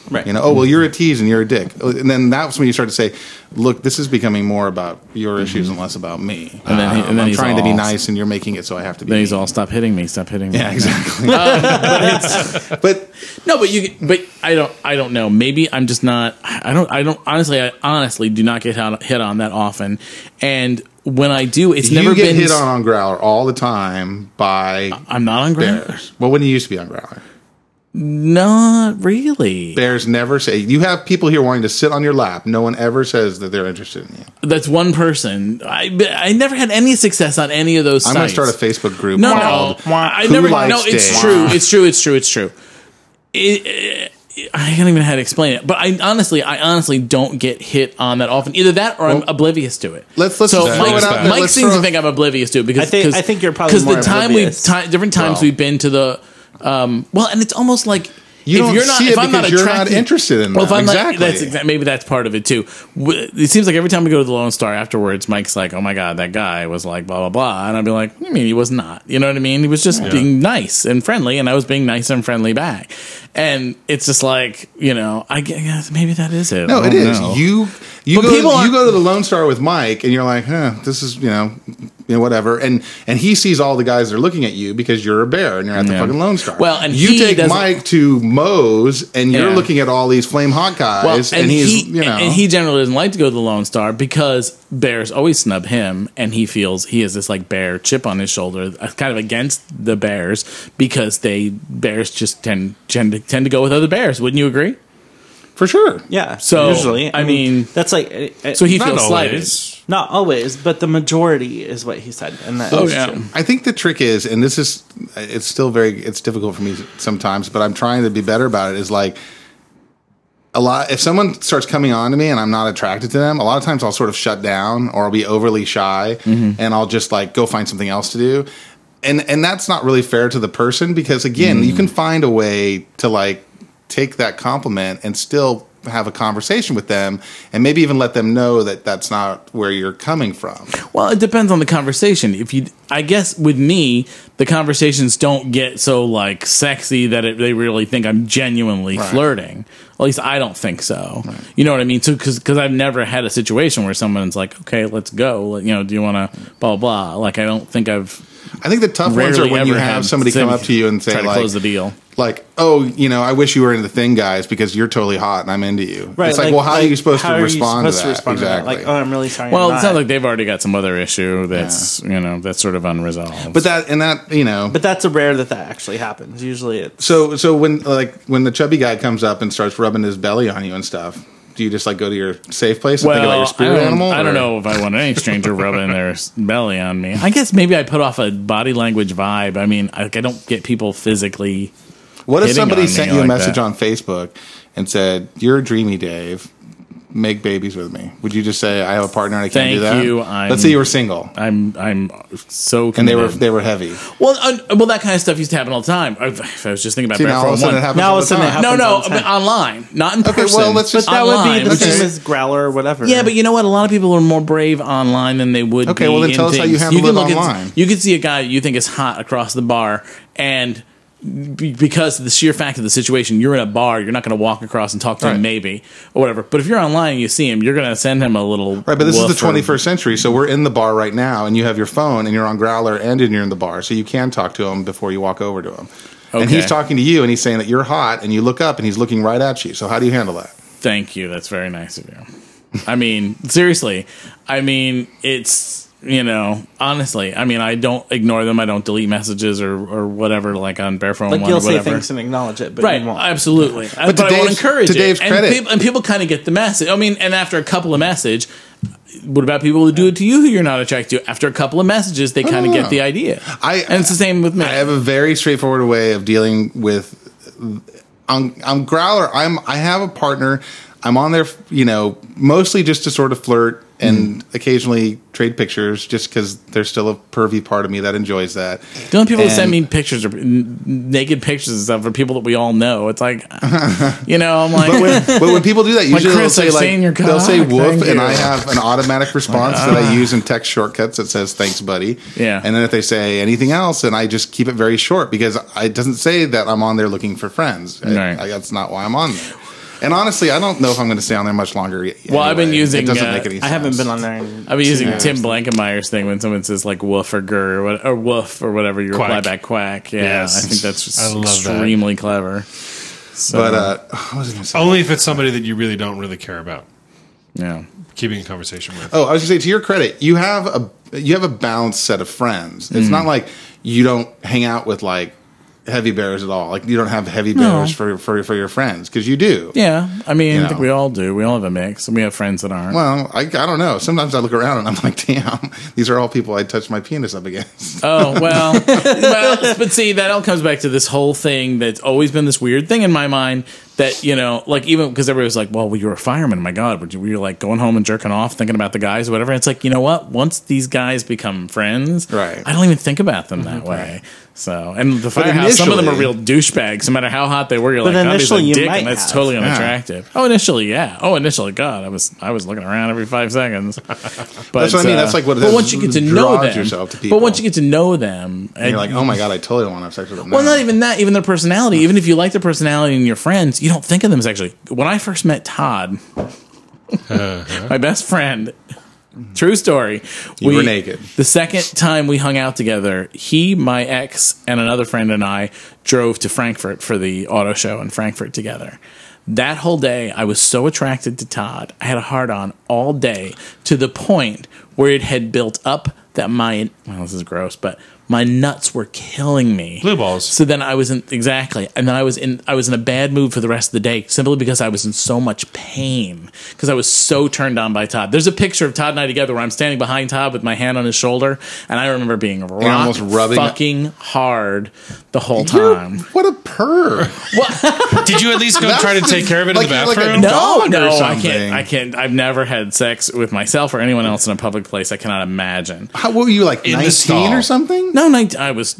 S5: Right.
S4: You know, oh well, you're a tease and you're a dick, Oh, and then that's when you start to say, "Look, this is becoming more about your issues and less about me."
S3: And then he- and
S4: Um,
S3: then
S4: I'm
S3: he's
S4: trying to be
S3: all-
S4: nice, and you're making it so I have to be.
S3: Then he's Uh,
S4: mean.
S3: all stop hitting me, stop hitting me.
S4: yeah, exactly. but,
S3: No, but you. But I don't. I don't know. Maybe I'm just not. I don't. I don't. Honestly, I honestly do not get hit on, hit on that often. And when I do, it's
S4: you
S3: never
S4: get
S3: been.
S4: hit on on Growler all the time by
S3: I'm not on ground.
S4: bears. Well, when you used to be on Growler,
S3: Not really.
S4: bears never say. You have people here wanting to sit on your lap. No one ever says that they're interested in you.
S3: That's one person. I but I never had any success on any of those.
S4: I'm going to
S3: sites.
S4: start a Facebook group.
S3: No,
S4: called
S3: no, I
S4: Who
S3: never.
S4: Likes
S3: No, it's
S4: Dave?
S3: true. It's true. It's true. It's true. It, I don't even know how to explain it, but I honestly, I honestly don't get hit on that often. Either that, or I'm oblivious to it.
S4: let's- let's
S3: so
S4: just
S2: throw
S3: Mike,
S2: it out there.
S3: Mike
S4: Let's
S3: seems
S4: throw-
S3: to think I'm oblivious to it because
S5: I think-
S3: 'cause-
S5: I think you're probably
S3: 'cause the
S5: more
S3: time
S5: oblivious.
S3: we've ti- different times
S4: Well.
S3: we've been to the um, well, and it's almost like
S4: You
S3: if
S4: don't
S3: you're not,
S4: see
S3: if
S4: it
S3: I'm not
S4: because you're not
S3: attracted,
S4: interested in
S3: well, if
S4: them.
S3: I'm not-
S4: Exactly.
S3: that's exa- maybe that's part of it too. W- It seems like every time we go to the Lone Star afterwards, Mike's like, "Oh my god, that guy was like blah blah blah," and I'd be like, "What do you mean he was not?" You know what I mean? He was just being nice and friendly, and I was being nice and friendly back. And it's just like you know, I gu- guess maybe that is it.
S4: No,
S3: I
S4: it
S3: don't
S4: is.
S3: know.
S4: You you
S3: But
S4: go
S3: people
S4: you
S3: aren't-
S4: go to the Lone Star with Mike, and you're like, huh, this is you know, you know, whatever. And and he sees all the guys that are looking at you because you're a bear and you're at the
S3: Yeah.
S4: fucking Lone Star.
S3: Well, and
S4: you
S3: he
S4: take
S3: doesn't-
S4: Mike to Moe's, and you're
S3: Yeah.
S4: looking at all these flame hot guys,
S3: Well,
S4: and, he's
S3: he,
S4: you know,
S3: and he generally doesn't like to go to the Lone Star because bears always snub him, and he feels he has this like bear chip on his shoulder, uh, kind of against the bears because they bears just tend tend to, tend to go with other bears. Wouldn't you agree?
S4: for sure.
S5: Yeah.
S3: So,
S5: usually, I,
S3: I
S5: mean,
S3: mean-
S5: that's like it, it-
S3: So he
S2: Not
S3: feels slighted.
S2: always.
S5: not always, but the majority is what he said, and that
S3: Oh
S5: is
S3: yeah,
S5: true.
S4: I think the trick is, and this is, it's still very, it's difficult for me sometimes, but I'm trying to be better about it. Is like a lot. If someone starts coming on to me and I'm not attracted to them, a lot of times I'll sort of shut down or I'll be overly shy and I'll just like go find something else to do. And and that's not really fair to the person because again, you can find a way to like take that compliment and still have a conversation with them and maybe even let them know that that's not where you're coming from.
S3: Well, it depends on the conversation. If you, I guess, with me, the conversations don't get so like sexy that it, they really think I'm genuinely flirting. At least I don't think so. You know what I mean? So because I've never had a situation where someone's like, "Okay, let's go." Like, You know, do you want to blah blah? Like I don't think I've
S4: I think the tough ones
S3: rarely
S4: are when you
S3: ever
S4: have
S3: had
S4: somebody come up to you and say
S3: try to
S4: like,
S3: close the deal.
S4: like, oh, you know, I wish you were into the thing, guys, because you're totally hot and I'm into you.
S5: Right.
S4: It's like, well, how are you supposed
S5: how
S4: to
S5: are you
S4: respond
S5: supposed
S4: to that?
S5: respond to that?
S4: exactly.
S5: Like, oh, I'm really sorry.
S3: Well,
S5: I'm
S3: it
S5: not.
S3: sounds like they've already got some other issue that's you know that's sort of unresolved.
S4: but that and that, you know.
S5: but that's a rare that that actually happens. Usually, it's
S4: so so when like when the chubby guy comes up and starts rubbing his belly on you and stuff, do you just like go to your safe place and think about your
S3: I
S4: spirit
S3: don't,
S4: animal?
S3: I
S4: or-
S3: don't know if I want any stranger rubbing their s- belly on me. I guess maybe I put off a body language vibe. I mean, like I don't get people physically.
S4: What if
S3: hitting
S4: somebody
S3: on
S4: sent
S3: me
S4: you a
S3: like
S4: message
S3: that.
S4: on Facebook and said, "You're dreamy, Dave." Make babies with me. Would you just say I have a partner and I can't
S3: Thank
S4: do that?
S3: you, I'm-
S4: Let's say you were single
S3: I'm I'm so
S4: and they
S3: committed.
S4: were they were heavy.
S3: well, uh, well, that kind of stuff used to happen all the time. I, I was just thinking about
S4: See,
S3: Bear
S4: now all of a
S3: for
S4: sudden
S3: one.
S4: it happens.
S5: Now
S4: all
S5: all of
S4: the
S5: a sudden it
S4: time.
S5: happens.
S3: No, no,
S5: all the time.
S3: but online, not in
S4: Okay,
S3: person.
S4: well, let's just-
S5: But that would be the
S3: Online,
S5: same
S4: okay.
S5: as growler or whatever.
S3: Yeah, but you know what? A lot of people are more brave online than they would.
S4: Okay,
S3: be
S4: well, then
S3: in
S4: tell us how
S3: things.
S4: you handled
S3: can
S4: it
S3: look at-
S4: online.
S3: you can see a guy you think is hot across the bar, and be- because of the sheer fact of the situation, you're in a bar, you're not going to walk across and talk to
S4: Right.
S3: him, maybe or whatever. But if you're online and you see him, you're going to send him a little.
S4: Right, but this is
S3: woof
S4: the
S3: or-
S4: 21st century, so we're in the bar right now, and you have your phone, and you're on Growler, and you're in the bar, so you can talk to him before you walk over to him. And
S3: Okay.
S4: he's talking to you, and he's saying that you're hot, and you look up, and he's looking right at you. So how do you handle that?
S3: Thank you. That's very nice of you. I mean, seriously. I mean, it's you know, honestly. I mean, I don't ignore them. I don't delete messages or or whatever, like on Bear Phone
S5: like
S3: One
S5: you'll
S3: or
S5: say
S3: whatever.
S5: things and acknowledge it, but
S3: Right,
S5: you won't.
S3: absolutely. But,
S4: to
S3: but I will
S4: Dave's-
S3: encourage
S4: to
S3: it.
S4: Dave's
S3: and
S4: credit-
S3: peop- and people kind of get the message. I mean, and after a couple of message, what about people who do it to you who you're not attracted to? After a couple of messages, they kind of
S4: no,
S3: get
S4: no.
S3: the idea.
S4: I-
S3: and it's the same with me.
S4: I have a very straightforward way of dealing with. I'm, I'm Growler. I'm. I have a partner. I'm on there, you know, mostly just to sort of flirt and occasionally trade pictures, just because there's still a pervy part of me that enjoys that.
S3: the only people that send
S4: and-
S3: me pictures or n- naked pictures and stuff are people that we all know. It's like, you know, I'm like,
S4: but when people do that, usually
S3: Chris,
S4: they'll
S3: I've
S4: say
S3: seen your
S4: like they'll say
S3: cock,
S4: "woof,"
S3: thank
S4: and
S3: you. Ah.
S4: I have an automatic response that I use in text shortcuts that says "thanks, buddy."
S3: Yeah.
S4: and then if they say anything else, then I just keep it very short because I- it doesn't say that I'm on there looking for friends. I-
S3: Right.
S4: I- that's not why I'm on there. And honestly, I don't know if I'm going to stay on there much longer. y-
S3: Well, I've been
S4: anyway.
S3: using,
S4: It doesn't
S3: uh,
S4: make any sense.
S5: I haven't been on there. In
S3: I've been using
S4: Yeah.
S3: Tim Blankenmeyer's thing when someone says like woof or grr or, what, or woof or whatever, you reply
S2: Quack.
S3: back quack. Yeah,
S2: Yes.
S3: I think that's just
S2: I love that.
S3: extremely clever. So,
S4: But uh, what was I going to say?
S2: Only if it's somebody that you really don't really care about
S3: yeah.
S2: keeping a conversation with.
S4: Oh, I was gonna say to your credit, you have a you have a balanced set of friends. It's
S3: Hmm.
S4: not like you don't hang out with like heavy bears at all. Like you don't have heavy bears for, for for your friends because you do.
S3: Yeah, I mean,
S4: You
S3: I think
S4: know.
S3: we all do. We all have a mix, and we have friends that aren't.
S4: Well, I, I don't know. Sometimes I look around and I'm like, damn, these are all people I touch my penis up against.
S3: oh well, well, but see, that all comes back to this whole thing that's always been this weird thing in my mind that you know, like even because everybody was like, "Well, you were a fireman, my God!" But you were like going home and jerking off, thinking about the guys or whatever. It's like you know what? Once these guys become friends,
S4: Right. Mm-hmm.
S3: I don't even think about them that way. So, and the firehouse, some of them are
S4: initially-
S3: real douchebags. No matter how hot they were, you're
S5: But
S3: like, "God, he's a
S5: initially you
S3: dick,"
S5: might
S3: and that's
S5: have.
S3: totally unattractive. Oh, initially, yeah. Oh, initially, God, I was I was looking around every five seconds. But,
S4: That's what I mean. That's like what it
S3: But
S4: is.
S3: once you get to
S4: It
S3: know
S4: draws
S3: them,
S4: yourself to
S3: but once
S4: people.
S3: you get to know them, and
S4: And you're like, oh my god, I totally don't want to have sex with them.
S3: well,
S4: now.
S3: not even that. Even their personality. Even if you like their personality and your friends, you don't think of them as actually. When I first met Todd,
S4: Uh-huh.
S3: my best friend, true story.
S4: You were naked.
S3: The second time we hung out together, he, my ex, and another friend and I drove to Frankfurt for the auto show in Frankfurt together. That whole day, I was so attracted to Todd. I had a hard on all day to the point where it had built up that my, well, this is gross, but my nuts were killing me.
S2: Blue balls.
S3: So then I was in exactly, and then I was in I was in a bad mood for the rest of the day simply because I was in so much pain because I was so turned on by Todd. There's a picture of Todd and I together where I'm standing behind Todd with my hand on his shoulder, and I remember being rock
S4: almost rubbing-
S3: fucking hard the whole
S4: You're-
S3: time.
S4: what a purr.
S2: Did you at least go try to take care of it
S4: Like
S2: in the
S4: you're like
S2: bathroom?
S4: a dog.
S3: No,
S4: or
S3: no, I
S4: something.
S3: can't. I can't. I've never had sex with myself or anyone else in a public place. I cannot imagine.
S4: How what were you like
S2: In the
S4: nineteen
S2: stall.
S4: or something?
S3: No, 19, I was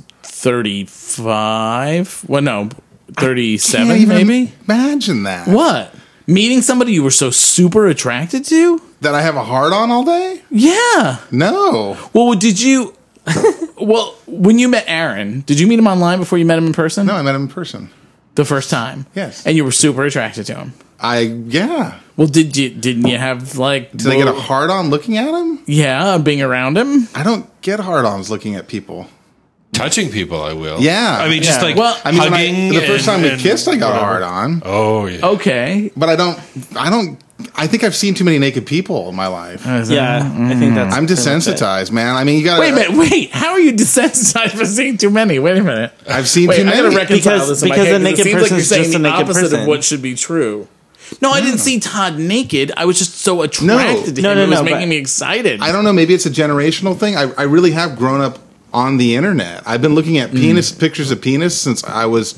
S3: 35. Well, no, 37
S4: Can't even
S3: maybe.
S4: Imagine that.
S3: What? Meeting somebody you were so super attracted to?
S4: That I have a hard on all day?
S3: Yeah.
S4: No.
S3: Well, did you? well, when you met Aaron, did you meet him online before you met him in person?
S4: No, I met him in person.
S3: The first time.
S4: Yes.
S3: And you were super attracted to him.
S4: I yeah.
S3: Well, did you? Didn't you have like?
S4: Did I get a hard on looking at him?
S3: Yeah, being around him.
S4: I don't get hard ons looking at people.
S2: Touching people, I will.
S4: Yeah.
S2: I mean, just
S3: Yeah.
S2: like
S3: Well,
S4: I mean, when I-
S2: hugging
S4: the first
S2: and-
S4: time we
S2: and
S4: kissed, I got a
S2: whatever.
S4: hard on.
S2: Oh yeah.
S3: Okay.
S4: But I don't. I don't. I think I've seen too many naked people in my life.
S5: Yeah, I
S3: Mm-hmm.
S5: think that's.
S4: I'm
S5: pretty much it.
S4: desensitized, man. I mean, you got.
S3: Uh, Wait a minute. Wait. How are you desensitized for seeing too many? Wait a minute.
S4: I've seen
S3: Wait,
S4: too
S3: I gotta
S4: many.
S3: reconcile
S5: Because-
S3: this in
S5: because
S3: my head
S5: a
S3: 'cause
S5: naked
S3: it seems like
S5: person
S3: you're
S5: is just
S3: saying
S5: a
S3: the
S5: naked
S3: opposite
S5: person.
S3: of what should be true. No, I didn't see Todd naked. I was just so attracted to him.
S5: No, no,
S3: it was
S5: no,
S3: making
S5: but-
S3: me excited.
S4: I don't know. Maybe it's a generational thing. I, I really have grown up on the internet. I've been looking at
S3: Mm.
S4: penis pictures of penis since I was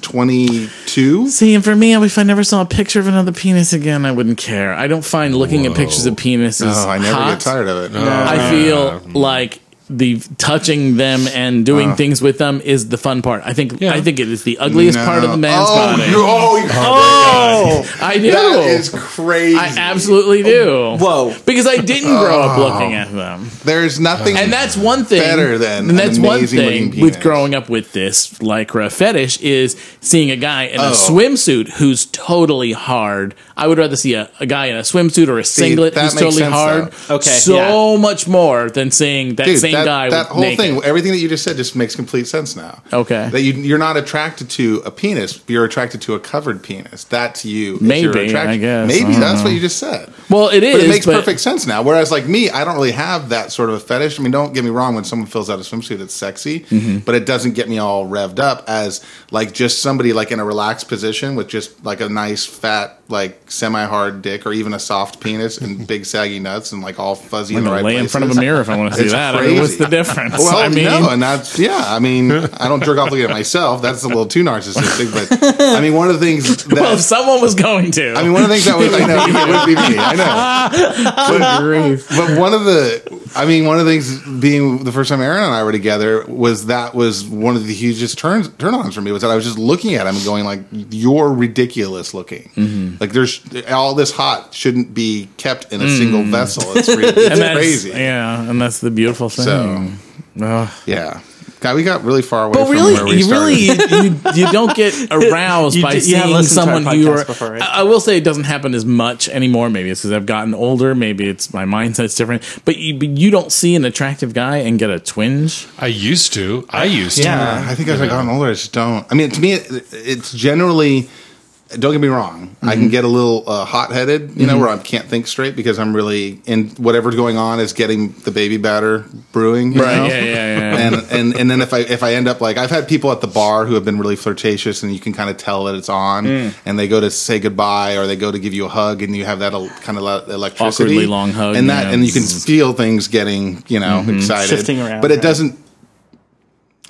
S4: 22.
S3: See, and for me, if I never saw a picture of another penis again, I wouldn't care. I don't find looking at pictures of penises.
S4: Oh, I never
S3: hot.
S4: get tired of it.
S3: I feel like the touching them and doing things with them is the fun part. I think I think it is the ugliest
S4: No.
S3: part of the man's
S4: oh,
S3: body.
S4: you- oh, you-
S5: Oh,
S3: I do.
S4: that is crazy.
S3: I absolutely do.
S5: Whoa.
S3: Because I didn't grow up looking at them.
S4: There's nothing.
S3: And that's one thing.
S4: Better than
S3: and that's
S4: an
S3: one
S4: amazing looking
S3: thing
S4: penis.
S3: with growing up with this lycra fetish is seeing a guy in a
S4: Oh.
S3: swimsuit who's totally hard. I would rather see a, a guy in a swimsuit or a singlet
S4: that
S3: who's
S4: makes
S3: totally
S4: sense,
S3: hard.
S5: though. Okay,
S3: so much more than seeing that
S4: Dude,
S3: same
S4: that,
S3: guy.
S4: that
S3: with
S4: whole
S3: naked.
S4: thing, everything that you just said, just makes complete sense now.
S3: Okay.
S4: that you, you're not attracted to a penis, you're attracted to a covered penis. That's you. if you're
S3: Maybe,
S4: attracted-
S3: I guess.
S4: Maybe
S3: I
S4: that's what you just said.
S3: Well, it is.
S4: but it makes
S3: but-
S4: perfect sense now. Whereas, like me, I don't really have that sort of a fetish. I mean, don't get me wrong. When someone fills out a swimsuit, it's sexy,
S3: Mm-hmm.
S4: but it doesn't get me all revved up as like just somebody like in a relaxed position with just like a nice fat, like semi-hard dick or even a soft penis and big saggy nuts and like all fuzzy
S3: I'm
S4: in the
S3: gonna
S4: right
S3: lay in front of a
S4: places.
S3: mirror if I want to see
S4: It's
S3: that. I mean, what's
S4: crazy.
S3: the difference?
S4: Well,
S3: I mean,
S4: no, and that's yeah. I mean, I don't jerk off looking at myself. That's a little too narcissistic. But I mean, one of the things that
S3: well, if someone was going to,
S4: I mean, one of the things that would I know it would be me. I know. But, but one of the, I mean, one of the things being the first time Aaron and I were together was that was one of the hugest turns turn ons for me was that I was just looking at him and going like, "You're ridiculous looking.
S3: Mm-hmm.
S4: Like there's all this hot shouldn't be kept in a single vessel. It's, re-
S3: Mm. and
S4: it's
S3: that's-
S4: crazy.
S3: Yeah, and that's the beautiful thing.
S4: So
S3: Ugh.
S4: yeah, God, we got really far away.
S3: But
S4: from where
S3: really,
S4: we
S3: you
S4: started.
S3: really you, you don't get aroused
S5: You
S3: by
S5: d- you have
S3: seeing
S5: listened to our
S3: someone who
S5: podcast
S3: are.
S5: before, right?
S3: I, I will say it doesn't happen as much anymore. Maybe it's because I've gotten older. Maybe it's my mindset's different. But you, but you don't see an attractive guy and get a twinge.
S2: I used to. I used to.
S5: Yeah.
S4: Yeah, I think as I gotten older, I just don't. I mean, to me, it, it's generally. Don't get me wrong. I can get a little uh, hot-headed, you know, where I can't think straight because I'm really in whatever's going on is getting the baby batter brewing, you know?
S3: Yeah. Yeah. yeah.
S4: and and and then if I if I end up like I've had people at the bar who have been really flirtatious and you can kind of tell that it's on
S3: Mm.
S4: and they go to say goodbye or they go to give you a hug and you have that el- kind of le- electricity
S3: Awkwardly long hug,
S4: and that
S3: yeah. Mm-hmm.
S4: and you can feel things getting you know excited
S5: Shifting around,
S4: but it
S5: right.
S4: doesn't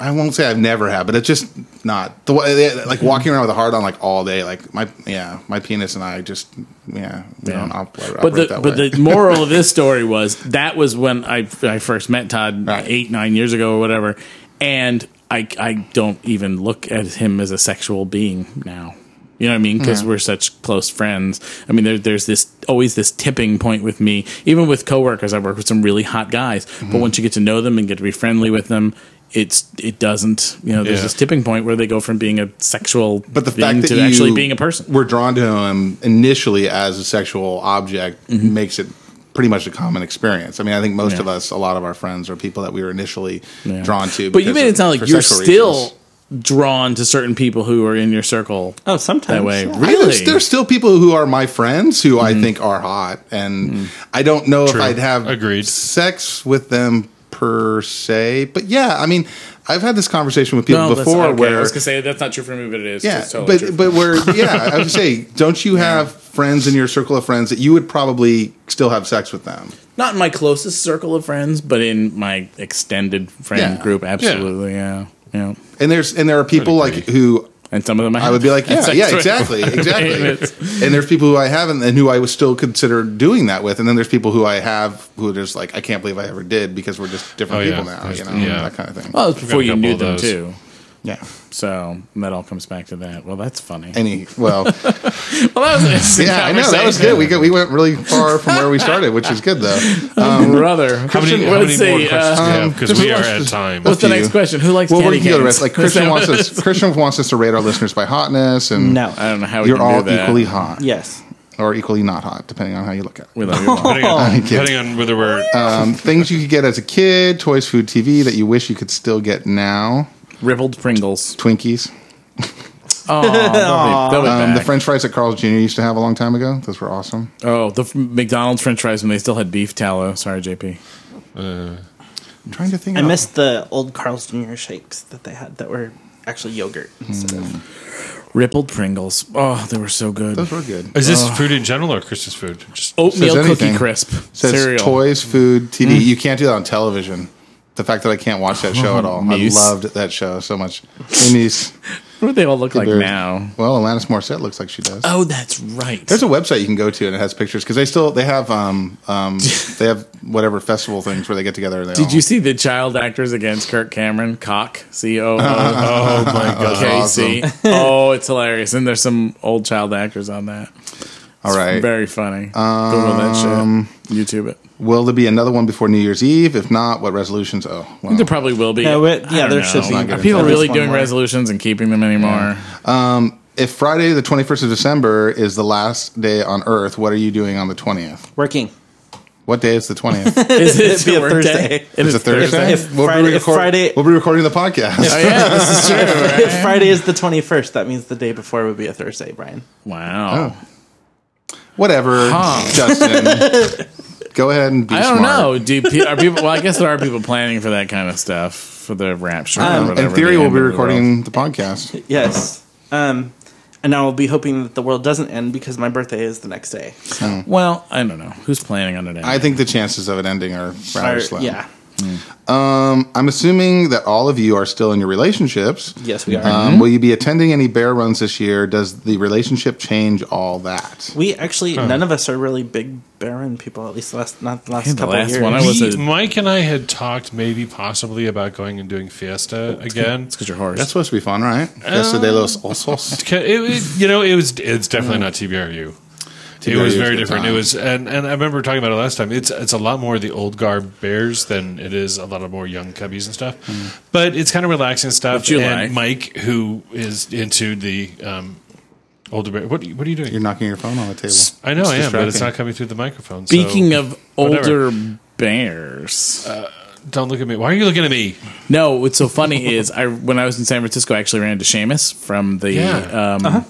S4: I won't say I've never had, but it's just not the way. they-
S3: Mm-hmm.
S4: Like walking around with a hard on like all day. Like my yeah, my penis and I just yeah. We
S3: Yeah.
S4: don't op- operate
S3: But the
S4: that
S3: but
S4: way.
S3: the moral of this story was that was when I I first met Todd
S4: Right.
S3: eight nine years ago or whatever, and I I don't even look at him as a sexual being now. You know what I mean? Because we're such close friends. I mean, there, there's this always this tipping point with me. Even with coworkers, I work with some really hot guys,
S4: Mm-hmm.
S3: but once you get to know them and get to be friendly with them. It's it doesn't you know there's
S2: Yeah.
S3: this tipping point where they go from being a sexual
S4: but the
S3: being
S4: fact that
S3: to
S4: you
S3: actually being a person
S4: were drawn to him initially as a sexual object makes it pretty much a common experience. I mean, I think most
S3: Mm-hmm. Yeah.
S4: of us, a lot of our friends, are people that we were initially
S3: Yeah.
S4: drawn to.
S3: But you
S4: because
S3: made
S4: of-
S3: it sound
S4: for
S3: like you're
S4: sexual
S3: still
S4: reasons.
S3: drawn to certain people who are in your circle.
S5: Oh, sometimes
S3: that way.
S5: yeah.
S4: I-
S3: Really? Mm-hmm.
S4: there's, there's still people who are my friends who I think are hot, and
S3: Mm.
S4: I don't know
S2: True.
S4: if I'd have
S2: Agreed.
S4: sex with them per se. But yeah, I mean, I've had this conversation with people
S3: no,
S4: before
S3: that's, okay, I
S4: where
S3: was gonna say that's not true for me, but it is.
S4: yeah,
S3: It's totally
S4: but
S3: true.
S4: but where yeah, I would say, don't you have friends in your circle of friends that you would probably still have sex with them?
S3: not in my closest circle of friends, but in my extended friend
S4: Yeah.
S3: group, absolutely, yeah. yeah,
S4: And there's and there are people like
S2: agree.
S4: who
S3: And some of them, I,
S4: I
S3: have
S4: would be like,
S3: had
S4: yeah,
S3: sex
S4: yeah,
S3: with.
S4: exactly, exactly.
S3: It's-
S4: and there's people who I haven't, and who I would still consider doing that with. And then there's people who I have who are just like, I can't believe I ever did because we're just different
S2: Oh, yeah.
S4: people now, you
S2: There's-
S4: know,
S2: yeah.
S4: that kind of thing.
S3: Well, it's before
S2: a
S3: you
S2: couple
S3: knew
S2: of
S3: them
S2: those.
S3: too,
S4: yeah.
S3: so that all comes back to that. Well, that's funny.
S4: Any
S3: well,
S4: well,
S3: that was an interesting
S4: yeah, I know that was good.
S3: conversation.
S4: We got, we went really far from where we started, which is good though. Um,
S3: brother.
S2: How many, how many
S3: let's
S2: more
S3: see,
S2: questions
S3: uh,
S2: do we have?
S4: um,
S2: Because
S4: just
S2: we are
S4: watch
S2: at
S4: this-
S2: time.
S3: what's the
S4: few.
S3: next question? Who likes
S4: well, we're
S3: candy
S4: gonna go
S3: canes?
S4: to the rest. Like Christian wants us. Christian wants us to rate our listeners by hotness, and
S5: No.
S3: I don't know how we
S4: you're
S3: can do
S4: all
S3: that.
S4: equally hot,
S5: Yes.
S4: or equally not hot, depending on how you look at it.
S3: We love you. all.
S2: depending, on,
S4: Thank you.
S2: depending on whether we're
S4: Um, things you could get as a kid, toys, food, TV that you wish you could still get now.
S3: Rippled Pringles.
S4: Twinkies.
S3: Oh, they'll be, they'll be
S4: Um, the
S3: back.
S4: French fries that Carl's Jr. used to have a long time ago. Those were awesome.
S3: oh, the f- McDonald's French fries when they still had beef tallow. Sorry, JP.
S2: uh,
S4: I'm trying to think.
S5: I
S4: of-
S5: missed the old Carl's Jr. shakes that they had that were actually yogurt instead
S3: Hmm.
S5: of.
S3: Rippled Pringles. Oh, they were so good.
S4: Those were good.
S2: Is this food in general or Christmas food? Just
S4: Oh
S3: Oatmeal
S4: Says
S3: cookie
S4: anything.
S3: crisp
S4: Says
S3: cereal. Mm.
S4: toys, food, TV. You can't do that on television. The fact that I can't watch that show at all.
S3: Niece.
S4: I loved that show so much. Hey, niece.
S3: What do they all look like
S4: Bird.
S3: now?
S4: Well, Alanis Morissette looks like she does.
S3: Oh, that's right.
S4: There's a website you can go to and it has pictures because they still they have um um they have whatever festival things where they get together. And they
S3: Did
S4: all-
S3: you see the child actors against Kirk Cameron? Cock. C O O. Oh my god. KC. Oh, it's hilarious. And there's some old child actors on that.
S4: All right. Um,
S3: Very funny. Google that shit. YouTube it.
S4: Will there be another one before New Year's Eve? If not, what resolutions? Oh, well.
S3: There probably will be.
S5: No, it-
S3: I
S5: yeah,
S3: don't
S5: there
S3: know.
S5: should be.
S4: Not
S3: Are
S4: good.
S3: people
S4: At
S3: really
S5: least one
S3: doing
S5: more.
S3: resolutions and keeping them anymore?
S4: If Friday the 21st of December is the last day on Earth, what are you doing on the 20th?
S5: Working.
S4: What day is the 20th?
S3: Is it
S5: be a
S3: work day?
S5: Thursday.
S3: It
S4: It's
S3: is
S4: a Thursday.
S5: If Friday- if Friday-
S4: we'll be recording the podcast.
S3: Oh, yeah, this is true. right?
S5: If Friday is the 21st, that means the day before would be a Thursday, Brian.
S4: Oh,
S3: Wow.
S4: Whatever,
S3: Huh.
S4: Justin. Go ahead and be
S3: I don't
S4: smart.
S3: know. Do pe- are people? Well, I guess there are people planning for that kind of stuff for the rapture. or whatever,
S4: Um, In theory,
S3: the
S4: we'll
S3: end of
S4: be
S3: the world.
S4: recording the podcast.
S5: Yes. Um, and I will be hoping that the world doesn't end because my birthday is the next day.
S3: Well, I don't know who's planning on it. Anyway?
S4: I think the chances of it ending are rather
S5: Or-
S4: slim.
S5: yeah.
S4: I'm assuming that all of you are still in your relationships.
S5: Yes, we are.
S3: Uh,
S4: Um, Will you be attending any bear runs this year? Does the relationship change all that?
S5: we actually, none of us are really big Baron people, at least the last, not the last
S3: the
S5: couple
S3: last
S5: of years.
S3: one I was
S2: We-
S3: a-
S2: Mike and I had talked maybe possibly about going and doing Fiesta again.
S3: Oh, it's because you're horse.
S4: That's supposed to be fun, right?
S3: Uh,
S4: Fiesta de los Osos.
S2: Ca- It, it, you know, it was. It's definitely not TBRU. It
S4: TBRU
S2: was
S4: is
S2: very
S4: the
S2: different.
S4: time.
S2: It was, and, and I remember talking about it last time. It's it's a lot more the old guard bears than it is a lot of more young cubbies and stuff.
S4: Mm.
S2: But it's kind of relaxing stuff.
S3: Which you like.
S2: and Mike, who is into the um, older bear, what are you- what are you doing?
S4: You're knocking your phone on the table.
S2: I know I am, but it's
S4: distracting.
S2: not coming through the microphone. so-
S3: Speaking of
S2: whatever.
S3: older bears,
S2: don't look at me. Why are you looking at me?
S3: no. What's so funny is I when I was in San Francisco, I actually ran into Seamus from the
S2: Yeah.
S3: um,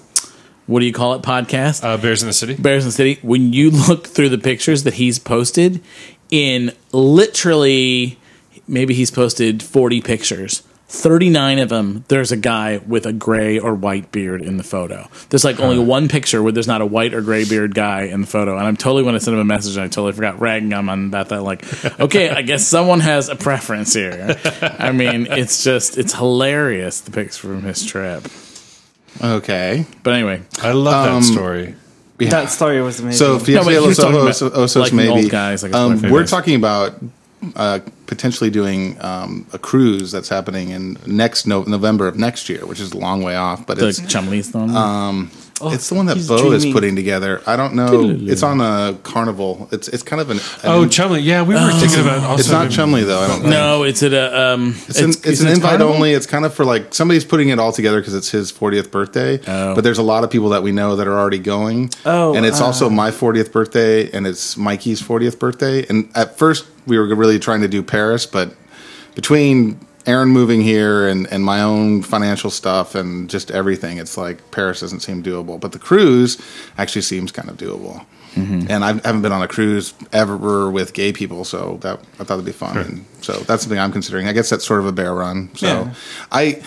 S3: what do you call it podcast?
S2: Uh, bears in the city.
S3: Bears in the City, when you look through the pictures that he's posted, in literally maybe he's posted 40 pictures, 39 of them, there's a guy with a gray or white beard in the photo. There's like only one picture where there's not a white or gray beard guy in the photo. And I'm totally when I sent him a message, I totally forgot ragging him on about that. Like, okay, I guess someone has a preference here. I mean, it's just it's hilarious the pics from his trip.
S4: Okay.
S3: But anyway,
S2: I love
S4: Um,
S2: that story.
S4: Yeah.
S5: That story was amazing.
S4: So
S3: No,
S4: Fiesta
S3: but
S4: de
S3: he was
S4: los
S3: talking
S4: Ojos,
S3: about,
S4: Osos
S3: like,
S4: maybe.
S3: old guys, like, it's my
S4: um,
S3: favorite.
S4: we're talking about uh, potentially doing um, a cruise that's happening in next no- November of next year, which is a long way off, but
S3: the
S4: it's
S3: Chumleys thing. oh,
S4: it's the one that
S5: he's
S4: Bo is
S5: dreaming.
S4: putting together. I don't know. It's on a carnival. It's it's kind of an,
S2: Oh, Chumley. Yeah, we were thinking about also.
S4: Oh. it's not Chumley though. I don't. think.
S3: no, it's at a um,
S4: It's, an, it's,
S3: is
S4: an
S3: it a
S4: invite
S3: carnival?
S4: only. It's kind of for like somebody's putting it all together because it's his 40th birthday.
S3: Oh.
S4: But there's a lot of people that we know that are already going.
S5: Oh,
S4: and it's
S5: uh.
S4: also my 40th birthday and it's Mikey's 40th birthday. And at first we were really trying to do Paris, but between Aaron moving here and, and my own financial stuff and just everything, it's like Paris doesn't seem doable. But the cruise actually seems kind of doable. And I haven't been on a cruise ever with gay people, so that I thought it'd be fun. And so that's something I'm considering. I guess that's sort of a bear run. So
S5: Yeah.
S4: I,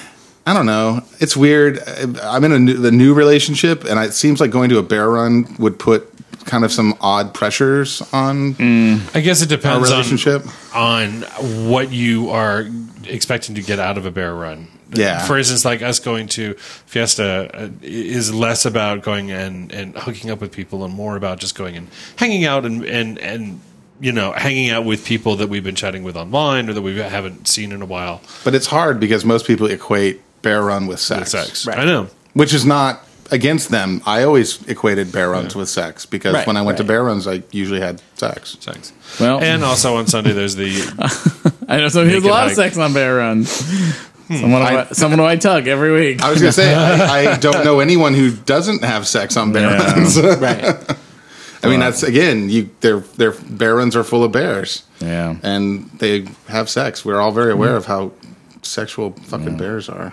S4: I don't know. It's weird. I- I'm in a new, the new relationship, and it seems like going to a bear run would put kind of some odd pressures on
S2: I guess it
S4: our
S2: depends on
S4: relationship.
S2: on what you are expecting to get out of a bear run.
S4: Yeah.
S2: For instance, like us going to Fiesta uh, is less about going and, and hooking up with people and more about just going and hanging out and, and, and you know hanging out with people that we've been chatting with online or that we haven't seen in a while.
S4: But it's hard because most people equate bear run with sex,
S2: With sex.
S5: Right.
S2: I know.
S4: which is not against them. I always equated bear runs with sex because
S5: Right,
S4: when I went to
S5: right.
S4: bear runs, I usually had sex.
S2: Sex.
S3: Well-
S2: and also on Sunday there's the
S3: I know someone who's a
S2: Naked
S3: lot of
S2: hike.
S3: sex on bear run. Someone, I, someone who I tug every week.
S4: Hmm. I was going to say I, I don't know anyone who doesn't have sex on bear
S3: Yeah.
S4: runs.
S5: right.
S4: I mean, that's again, you their their bear runs are full of bears.
S3: Yeah.
S4: and they have sex. We're all very aware of how sexual fucking bears are.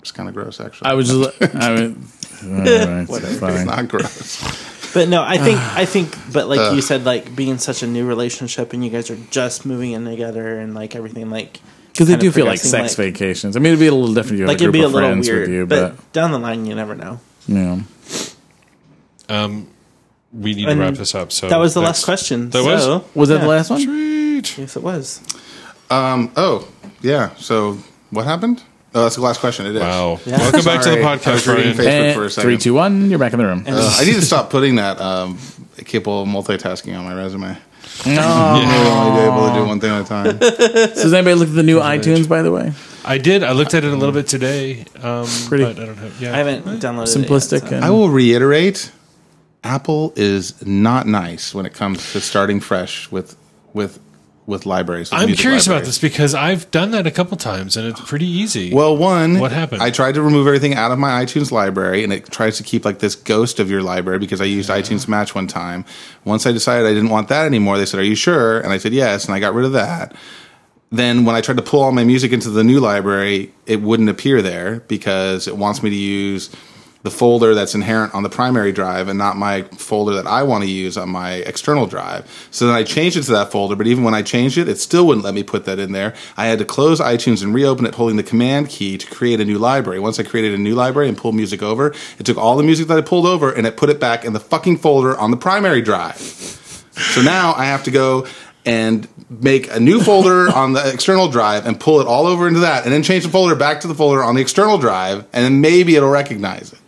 S4: It's kind of gross, actually.
S3: I was just. I was, Alright,
S5: Whatever.
S4: It's
S3: fine.
S4: not gross.
S5: But no, I think I think but
S3: Uh.
S5: like you said like being such a new relationship and you guys are just moving in together and like everything like
S3: Because they
S5: kind
S3: do
S5: of
S3: feel like
S5: progressing,
S3: sex vacations. I mean, it'd be a little different. if You had
S5: like
S3: a group
S5: it'd be a
S3: of
S5: little
S3: friends
S5: weird,
S3: with you,
S5: but,
S3: but,
S5: down the line you never know.
S3: you know.
S2: we need
S5: And
S2: to wrap this up. So
S5: That was the
S2: that's-
S5: last question.
S2: That was?
S5: so,
S3: Was that
S5: Yeah.
S3: the last one?
S2: Sweet.
S5: Yes, it was.
S4: Um, oh, yeah. So what happened? Oh, that's the last question. It is.
S2: Wow.
S5: Yeah.
S2: Welcome back to the
S4: Sorry. I
S2: podcast,
S4: was
S2: Ryan.
S4: reading Facebook
S3: Eh,
S4: for a second.
S3: three, two, one. You're back in the room.
S5: And-
S4: Uh, I need to stop putting that um, capable of multitasking on my resume.
S3: No.
S4: I'm only able to do one thing at a time.
S3: So Does anybody look at the new iTunes? By the way,
S2: I did. I looked at it a little bit today. Um,
S3: Pretty.
S2: But I don't have. Yeah.
S5: I haven't downloaded it.
S3: simplistic.
S5: Yet, so.
S3: And,
S4: I will reiterate: Apple is not nice when it comes to starting fresh with with with libraries. with
S2: I'm
S4: music
S2: curious about
S4: libraries.
S2: this because I've done that a couple times and it's pretty easy.
S4: Well, one,
S2: What happened?
S4: I tried to remove everything out of my iTunes library, and it tries to keep like this ghost of your library because I used iTunes Match one time. Once I decided I didn't want that anymore, they said, "Are you sure?" And I said, "Yes," and I got rid of that. Then when I tried to pull all my music into the new library, it wouldn't appear there because it wants me to use the folder that's inherent on the primary drive and not my folder that I want to use on my external drive. So then I changed it to that folder, but even when I changed it, it still wouldn't let me put that in there. I had to close iTunes and reopen it holding the command key to create a new library. Once I created a new library and pulled music over, it took all the music that I pulled over and it put it back in the fucking folder on the primary drive. So now I have to go and make a new folder on the external drive and pull it all over into that and then change the folder back to the folder on the external drive and then maybe it'll recognize it.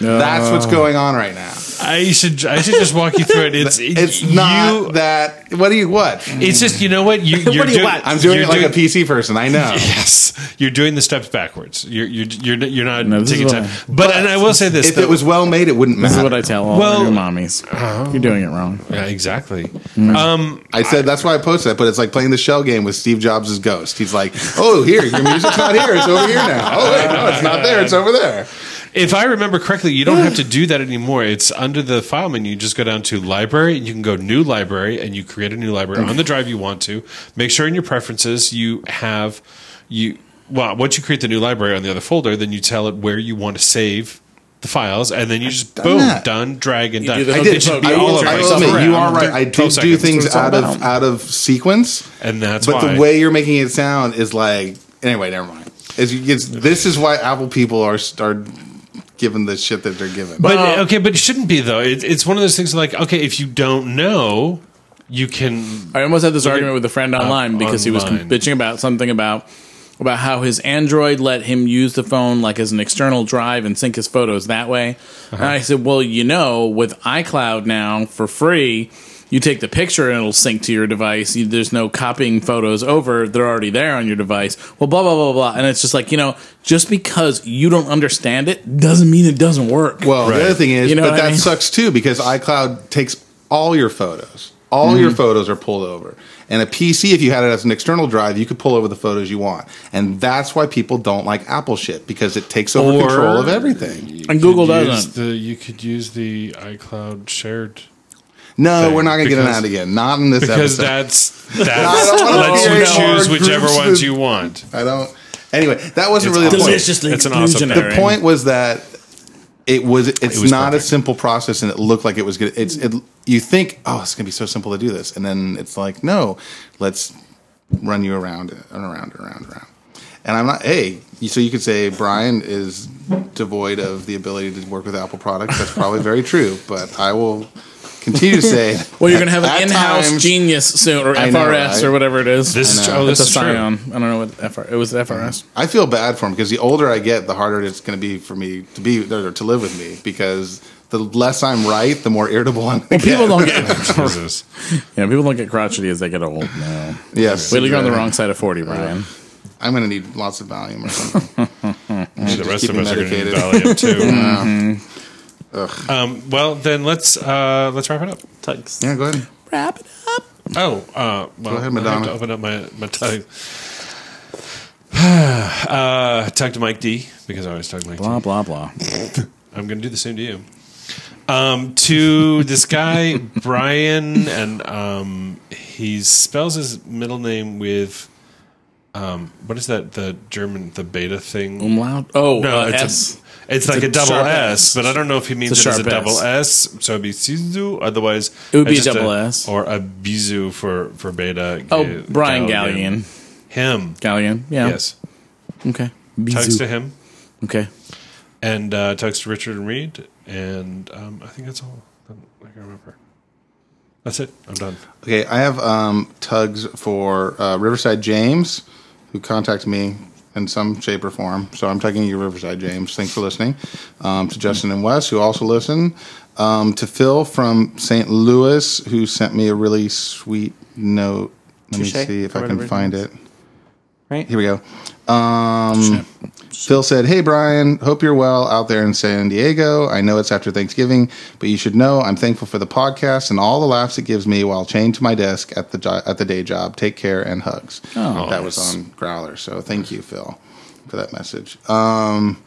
S4: That's what's going on right now.
S2: I should. I should just walk you through it. It's.
S4: It's
S2: you-
S4: not that. What do you what?
S2: It's just you know what you. You're
S5: do you
S2: doing,
S5: want?
S4: I'm doing
S2: you're
S4: it like a PC person. I know.
S2: Yes, you're doing the steps backwards. You're you're you're, you're not
S3: No, this
S2: taking
S3: is
S2: time.
S3: what I-
S2: But, and I will say this:
S4: If it
S2: though-
S4: was well made, it wouldn't
S3: this is
S4: matter.
S3: what I tell all
S2: Well-
S3: new mommies.
S4: Uh-huh.
S3: You're doing it wrong.
S2: Yeah, exactly. Um,
S4: I said that's why I posted that, but it's like playing the shell game with Steve Jobs' ghost. He's like, "Oh, here, your music's not here. It's over here now. Oh wait, no, it's not there. It's over there."
S2: if I remember correctly, you don't have to do that anymore. It's under the file menu. You just go down to library, and you can go new library, and you create a new library on the drive you want to. Make sure in your preferences you have you. Well, once you create the new library on the other folder, then you tell it where you want to save the files, and then you just
S4: done
S2: boom,
S4: that.
S2: done, drag, and done.
S3: do the
S4: I
S3: Don't
S4: did.
S3: they
S2: It should be
S4: I
S2: all
S4: will,
S2: over
S4: I
S2: the
S4: will
S2: place.
S4: admit, you are right.
S2: Around
S4: I do
S2: 12
S4: do
S2: seconds.
S4: things
S3: That's what
S4: out
S3: it's all
S4: of out of sequence,
S2: and that's
S4: but
S2: why.
S4: the way you're making it sound is like. Anyway, never mind. As you, it's, this is why Apple people are start given the shit that they're given.
S2: But
S3: Well-
S2: okay, but it shouldn't be though. It, it's one of those things like okay, if you don't know, you can.
S3: I almost had this argument
S2: at- uh,
S3: with a friend online because he was
S2: online.
S3: com- bitching about something about about how his Android let him use the phone like as an external drive and sync his photos that way.
S2: Uh-huh.
S3: And I said, "Well, you know, with iCloud now for free, you take the picture and it'll sync to your device. You, there's no copying photos over; they're already there on your device." Well, blah blah blah blah, and it's just like you know, just because you don't understand it doesn't mean it doesn't work.
S4: Well, the other thing is,
S3: You know
S4: but
S3: what I
S4: that
S3: mean?
S4: sucks too because iCloud takes all your photos. All your
S2: Mm-hmm.
S4: photos are pulled over. And a PC, if you had it as an external drive, you could pull over the photos you want. And that's why people don't like Apple shit because it takes over
S2: Or-
S4: control of everything.
S3: and Google
S2: use
S3: doesn't.
S2: The, you could use the iCloud shared
S4: No,
S2: Thing,
S4: we're not going to get into
S2: because-
S4: that again. Not in this
S2: because
S4: episode.
S2: that's
S4: I
S2: that
S4: don't wanna
S2: lets you
S4: create more
S2: choose whichever
S4: groups
S2: ones
S4: that-
S2: you want.
S4: I don't. Anyway, that wasn't
S2: It's
S4: really the
S2: awesome.
S4: point.
S3: Deliciously
S2: It's an awesome-
S3: exclusionary.
S2: The
S4: the point was that it was it's
S2: was
S4: not
S2: perfect.
S4: a simple process and it looked like it was good it's it, you think oh it's going to be so simple to do this and then it's like no let's run you around and around and around and around and i'm not hey you- so you could say brian is devoid of the ability to work with apple products that's probably very true but i will continue to say
S3: Well, you're gonna have
S4: at
S3: an in-house
S4: times-
S3: genius soon, or
S4: I
S3: FRS,
S4: know, right?
S3: or whatever it is.
S2: This is
S4: I
S2: tr-
S4: know.
S2: oh, this
S3: it's
S2: is
S3: a
S2: true.
S3: Scion. I don't know what FR. It was FRS.
S4: I feel bad for him because the older I get, the harder it's going to be for me to be or to live with me because the less I'm right, the more irritable I'm. Well,
S3: People don't get.
S2: Jesus.
S3: yeah, people don't get crotchety as they get old. No,
S4: Yes,
S3: wait, till you're on the
S4: exactly.
S3: wrong side of forty, Brian.
S4: I'm going to need lots of Valium or something.
S2: the rest
S4: keep
S2: of
S4: me
S2: us are going to need
S4: medicated. Mm-hmm.
S2: Valium too. Um, well, then let's uh, let's wrap it up.
S5: Tugs.
S4: yeah, go ahead.
S3: Wrap it up.
S2: Oh, uh, well,
S4: Go ahead,
S2: I have
S4: Madonna.
S2: to open up my my tug. uh, tug to Mike D because I always tug Mike. D.
S3: Blah blah blah.
S2: I'm going to do the same to you. Um, to this guy Brian, and um, he spells his middle name with um, what is that? The German the beta thing.
S3: Umlaut. Oh,
S2: No,
S3: uh,
S2: it's,
S3: S.
S2: A, it's like
S3: a
S2: a, double
S3: sharp
S2: S,
S3: S.
S2: but I don't know if he means it
S3: It's a
S2: as a
S3: sharp
S2: double S. So it'd be Sizu. Otherwise,
S3: It would be
S2: it's
S3: a
S2: just
S3: double S.
S2: or a Bizu for for beta.
S3: oh,
S2: Ga-
S3: Brian Gallion.
S2: Him.
S3: Gallion. Yeah.
S2: Yes.
S3: Okay. Bizu.
S2: Tugs to him
S3: Okay.
S2: and uh, tugs to Richard and Reed, and um, I think that's all that I can remember. That's it. I'm done.
S4: Okay, I have um, tugs for uh, Riverside James, who contacted me in some shape or form. So I'm tugging you, Riverside James. Thanks for listening. Um, to Justin and Wes, who also listen. Um, to Phil from St. Louis, who sent me a really sweet note. Let me
S5: Touche,
S4: see if
S5: or
S4: I can
S5: whatever it
S4: find
S5: is.
S4: it.
S5: Right?
S4: Here we go. Um, Phil said, Hey, Brian, hope you're well out there in San Diego. I know it's after Thanksgiving, but you should know I'm thankful for the podcast and all the laughs it gives me while chained to my desk at the, jo- at the day job. Take care and hugs.
S3: Oh.
S4: that was on Growler. So thank you, Phil, for that message. Um,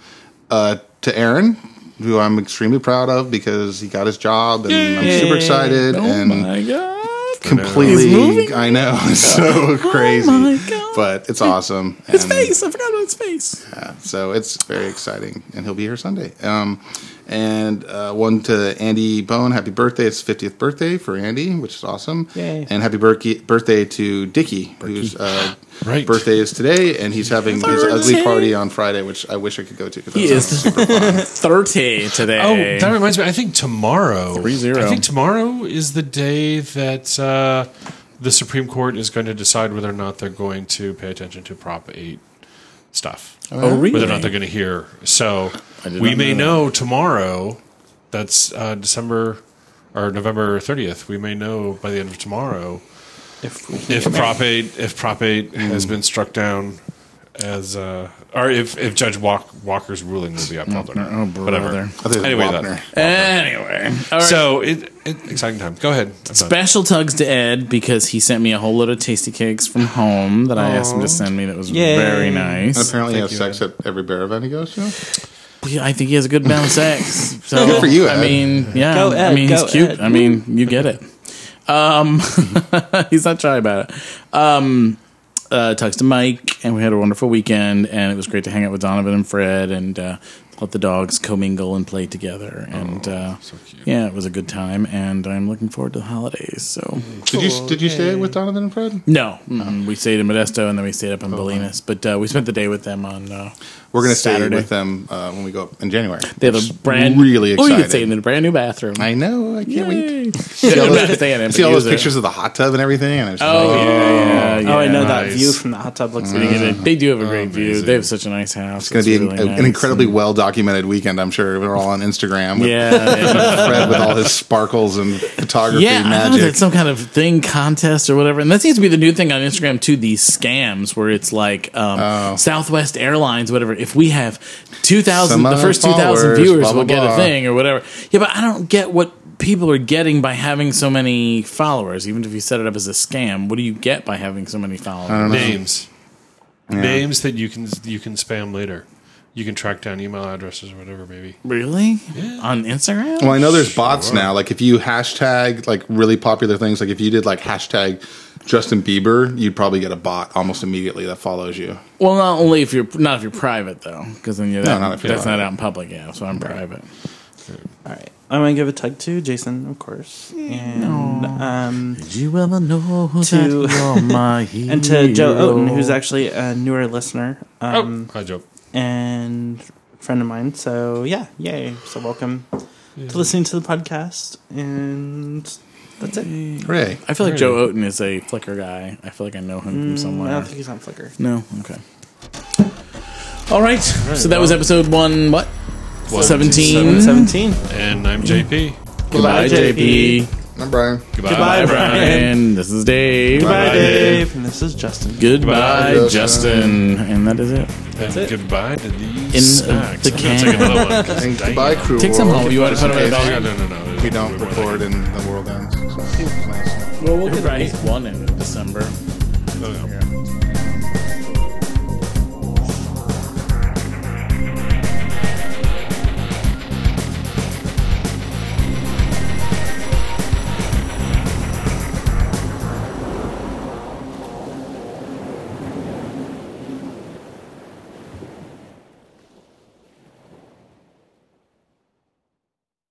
S4: uh, to Aaron, who I'm extremely proud of because he got his job and I'm super excited.
S3: Oh
S4: and
S3: my god. He's
S4: completely.
S3: moving.
S4: I know, it's so crazy,
S3: Oh my God.
S4: but it's awesome.
S3: His
S4: and,
S3: face. I forgot about his face.
S4: yeah, so it's very exciting, and he'll be here Sunday. Um, and uh, one to Andy Bone, happy birthday! It's fiftieth birthday for Andy, which is awesome.
S5: Yay.
S4: And happy birthday birthday to Dickie, whose uh,
S2: Right.
S4: birthday is today, and he's having his
S3: Birthday.
S4: ugly party on Friday, which I wish I could go to. 'cause
S3: He
S4: that sounds
S3: is
S4: super fun.
S3: Thirty today.
S2: Oh, that reminds me. I think tomorrow.
S3: 3-0.
S2: I think tomorrow is the day that uh, the Supreme Court is going to decide whether or not they're going to pay attention to Prop Eight stuff.
S3: oh, really?
S2: whether or not they're going to hear. So
S3: did
S2: we
S3: not
S2: may
S3: know
S2: know tomorrow. That's uh, December or November thirtieth. We may know by the end of tomorrow
S5: If we
S2: if Prop Eight if Prop Eight
S3: Hmm.
S2: has been struck down as uh, or if, if Judge Walk, Walker's ruling will be upheld or not.
S3: Oh, brother.
S2: Whatever.
S4: I think it's
S2: Anyway,
S4: Wapner.
S2: that,
S3: Anyway. All right.
S2: so it, it exciting time. Go ahead. I'm done.
S3: Special tugs to Ed because he sent me a whole load of tasty cakes from home that I asked him to send me. That was
S5: Yay.
S3: very nice.
S4: Apparently, he has sex at every bear event he goes to.
S3: Yeah, I think he has a good balance sex. So,
S4: Good for you,
S3: I
S4: Ed.
S3: mean, yeah.
S5: Go,
S3: I
S5: Ed,
S3: mean, he's
S5: go,
S3: cute.
S5: Ed.
S3: I mean, you get it. Um, he's not shy about it. Um, uh, talks to Mike, and we had a wonderful weekend, and it was great to hang out with Donovan and Fred, and uh, let the dogs commingle and play together. And uh, yeah, it was a good time. And I'm looking forward to the holidays. So
S4: Did you did you stay with Donovan and Fred?
S3: no, mm, we stayed in Modesto and then we stayed up in Bolinas. But uh, we spent the day with them on. Uh,
S4: We're going to stay
S3: Saturday.
S4: with them uh, when we go up in January.
S3: They have a
S4: Just
S3: brand
S4: really excited.
S3: Oh, you could stay in a brand new bathroom.
S4: I know. I can't wait.
S3: Yay.
S4: See all
S3: I'm
S4: those,
S3: not saying it,
S4: see
S3: but
S4: all those
S3: use it.
S4: pictures of the hot tub and everything. And I was just
S3: Oh,
S4: like,
S3: yeah, yeah, yeah. Oh,
S5: oh, I know that
S2: nice.
S5: view from the hot tub looks
S3: They
S5: really
S3: get
S5: good.
S3: it. They do have a great view.
S2: Amazing.
S3: They have such a nice house.
S4: It's going to be
S3: really
S4: an-
S3: nice.
S4: an incredibly well documented weekend, I'm sure. We're all on Instagram with
S3: Yeah, yeah.
S4: Fred with all his sparkles and photography
S3: yeah, I know
S4: magic.
S3: there's some kind of thing contest or whatever, and that seems to be the new thing on Instagram too. These scams where it's like um,
S4: Oh.
S3: Southwest Airlines, whatever. If we have two thousand,
S4: Some
S3: the
S4: of
S3: first two thousand
S4: followers,
S3: viewers
S4: blah, blah,
S3: will get
S4: blah.
S3: a thing or whatever. Yeah, but I don't get what people are getting by having so many followers. Even if you set it up as a scam, what do you get by having so many followers?
S2: names, names that you can you can spam later. You can track down email addresses or whatever, maybe.
S3: Really? On Instagram?
S4: Well, I know there's bots now. Like if you hashtag like really popular things, like if you did like hashtag Justin Bieber, you'd probably get a bot almost immediately that follows you.
S3: Well, not only if you're not if you're private though, because then you're that,
S4: not if you're
S3: that's
S4: private.
S3: not out in public. Yeah, so I'm private.
S5: All right, I'm gonna give a tug to Jason, of course, and um,
S3: Did you ever know
S5: To-
S3: you're my
S5: and to Joe
S3: hero?
S5: Oten, who's actually a newer listener um,
S2: Hi, Joe.
S5: and friend of mine. So yeah, yay! So welcome to listening to the podcast, and that's it.
S4: Hooray.
S3: I feel like Joe Oten is a Flickr guy. I feel like I know him from
S5: I
S3: somewhere.
S5: don't think he's on Flickr.
S3: No, okay. All right. so that was episode one. What? Seventeen.
S5: Seventeen.
S2: And I'm JP.
S5: Goodbye, JP.
S4: I'm Brian.
S5: Goodbye, Brian.
S3: And this is Dave.
S5: Goodbye,
S2: Bye,
S5: Dave. And this is Justin.
S3: Goodbye,
S4: Goodbye,
S3: Justin. And that is it.
S2: And
S5: it.
S2: goodbye to these
S3: In
S2: snacks.
S3: the
S2: I'm gonna take
S3: can.
S2: another one, 'cause
S4: And
S2: dang.
S4: goodbye, crew.
S3: Take some home. You want to put them in
S4: Okay.
S3: a
S2: Oh, yeah,
S3: bag?
S2: no, no, no.
S4: We don't record and the world ends. So.
S3: Well, we'll get right. one in December.
S2: Oh, yeah.
S4: Yeah.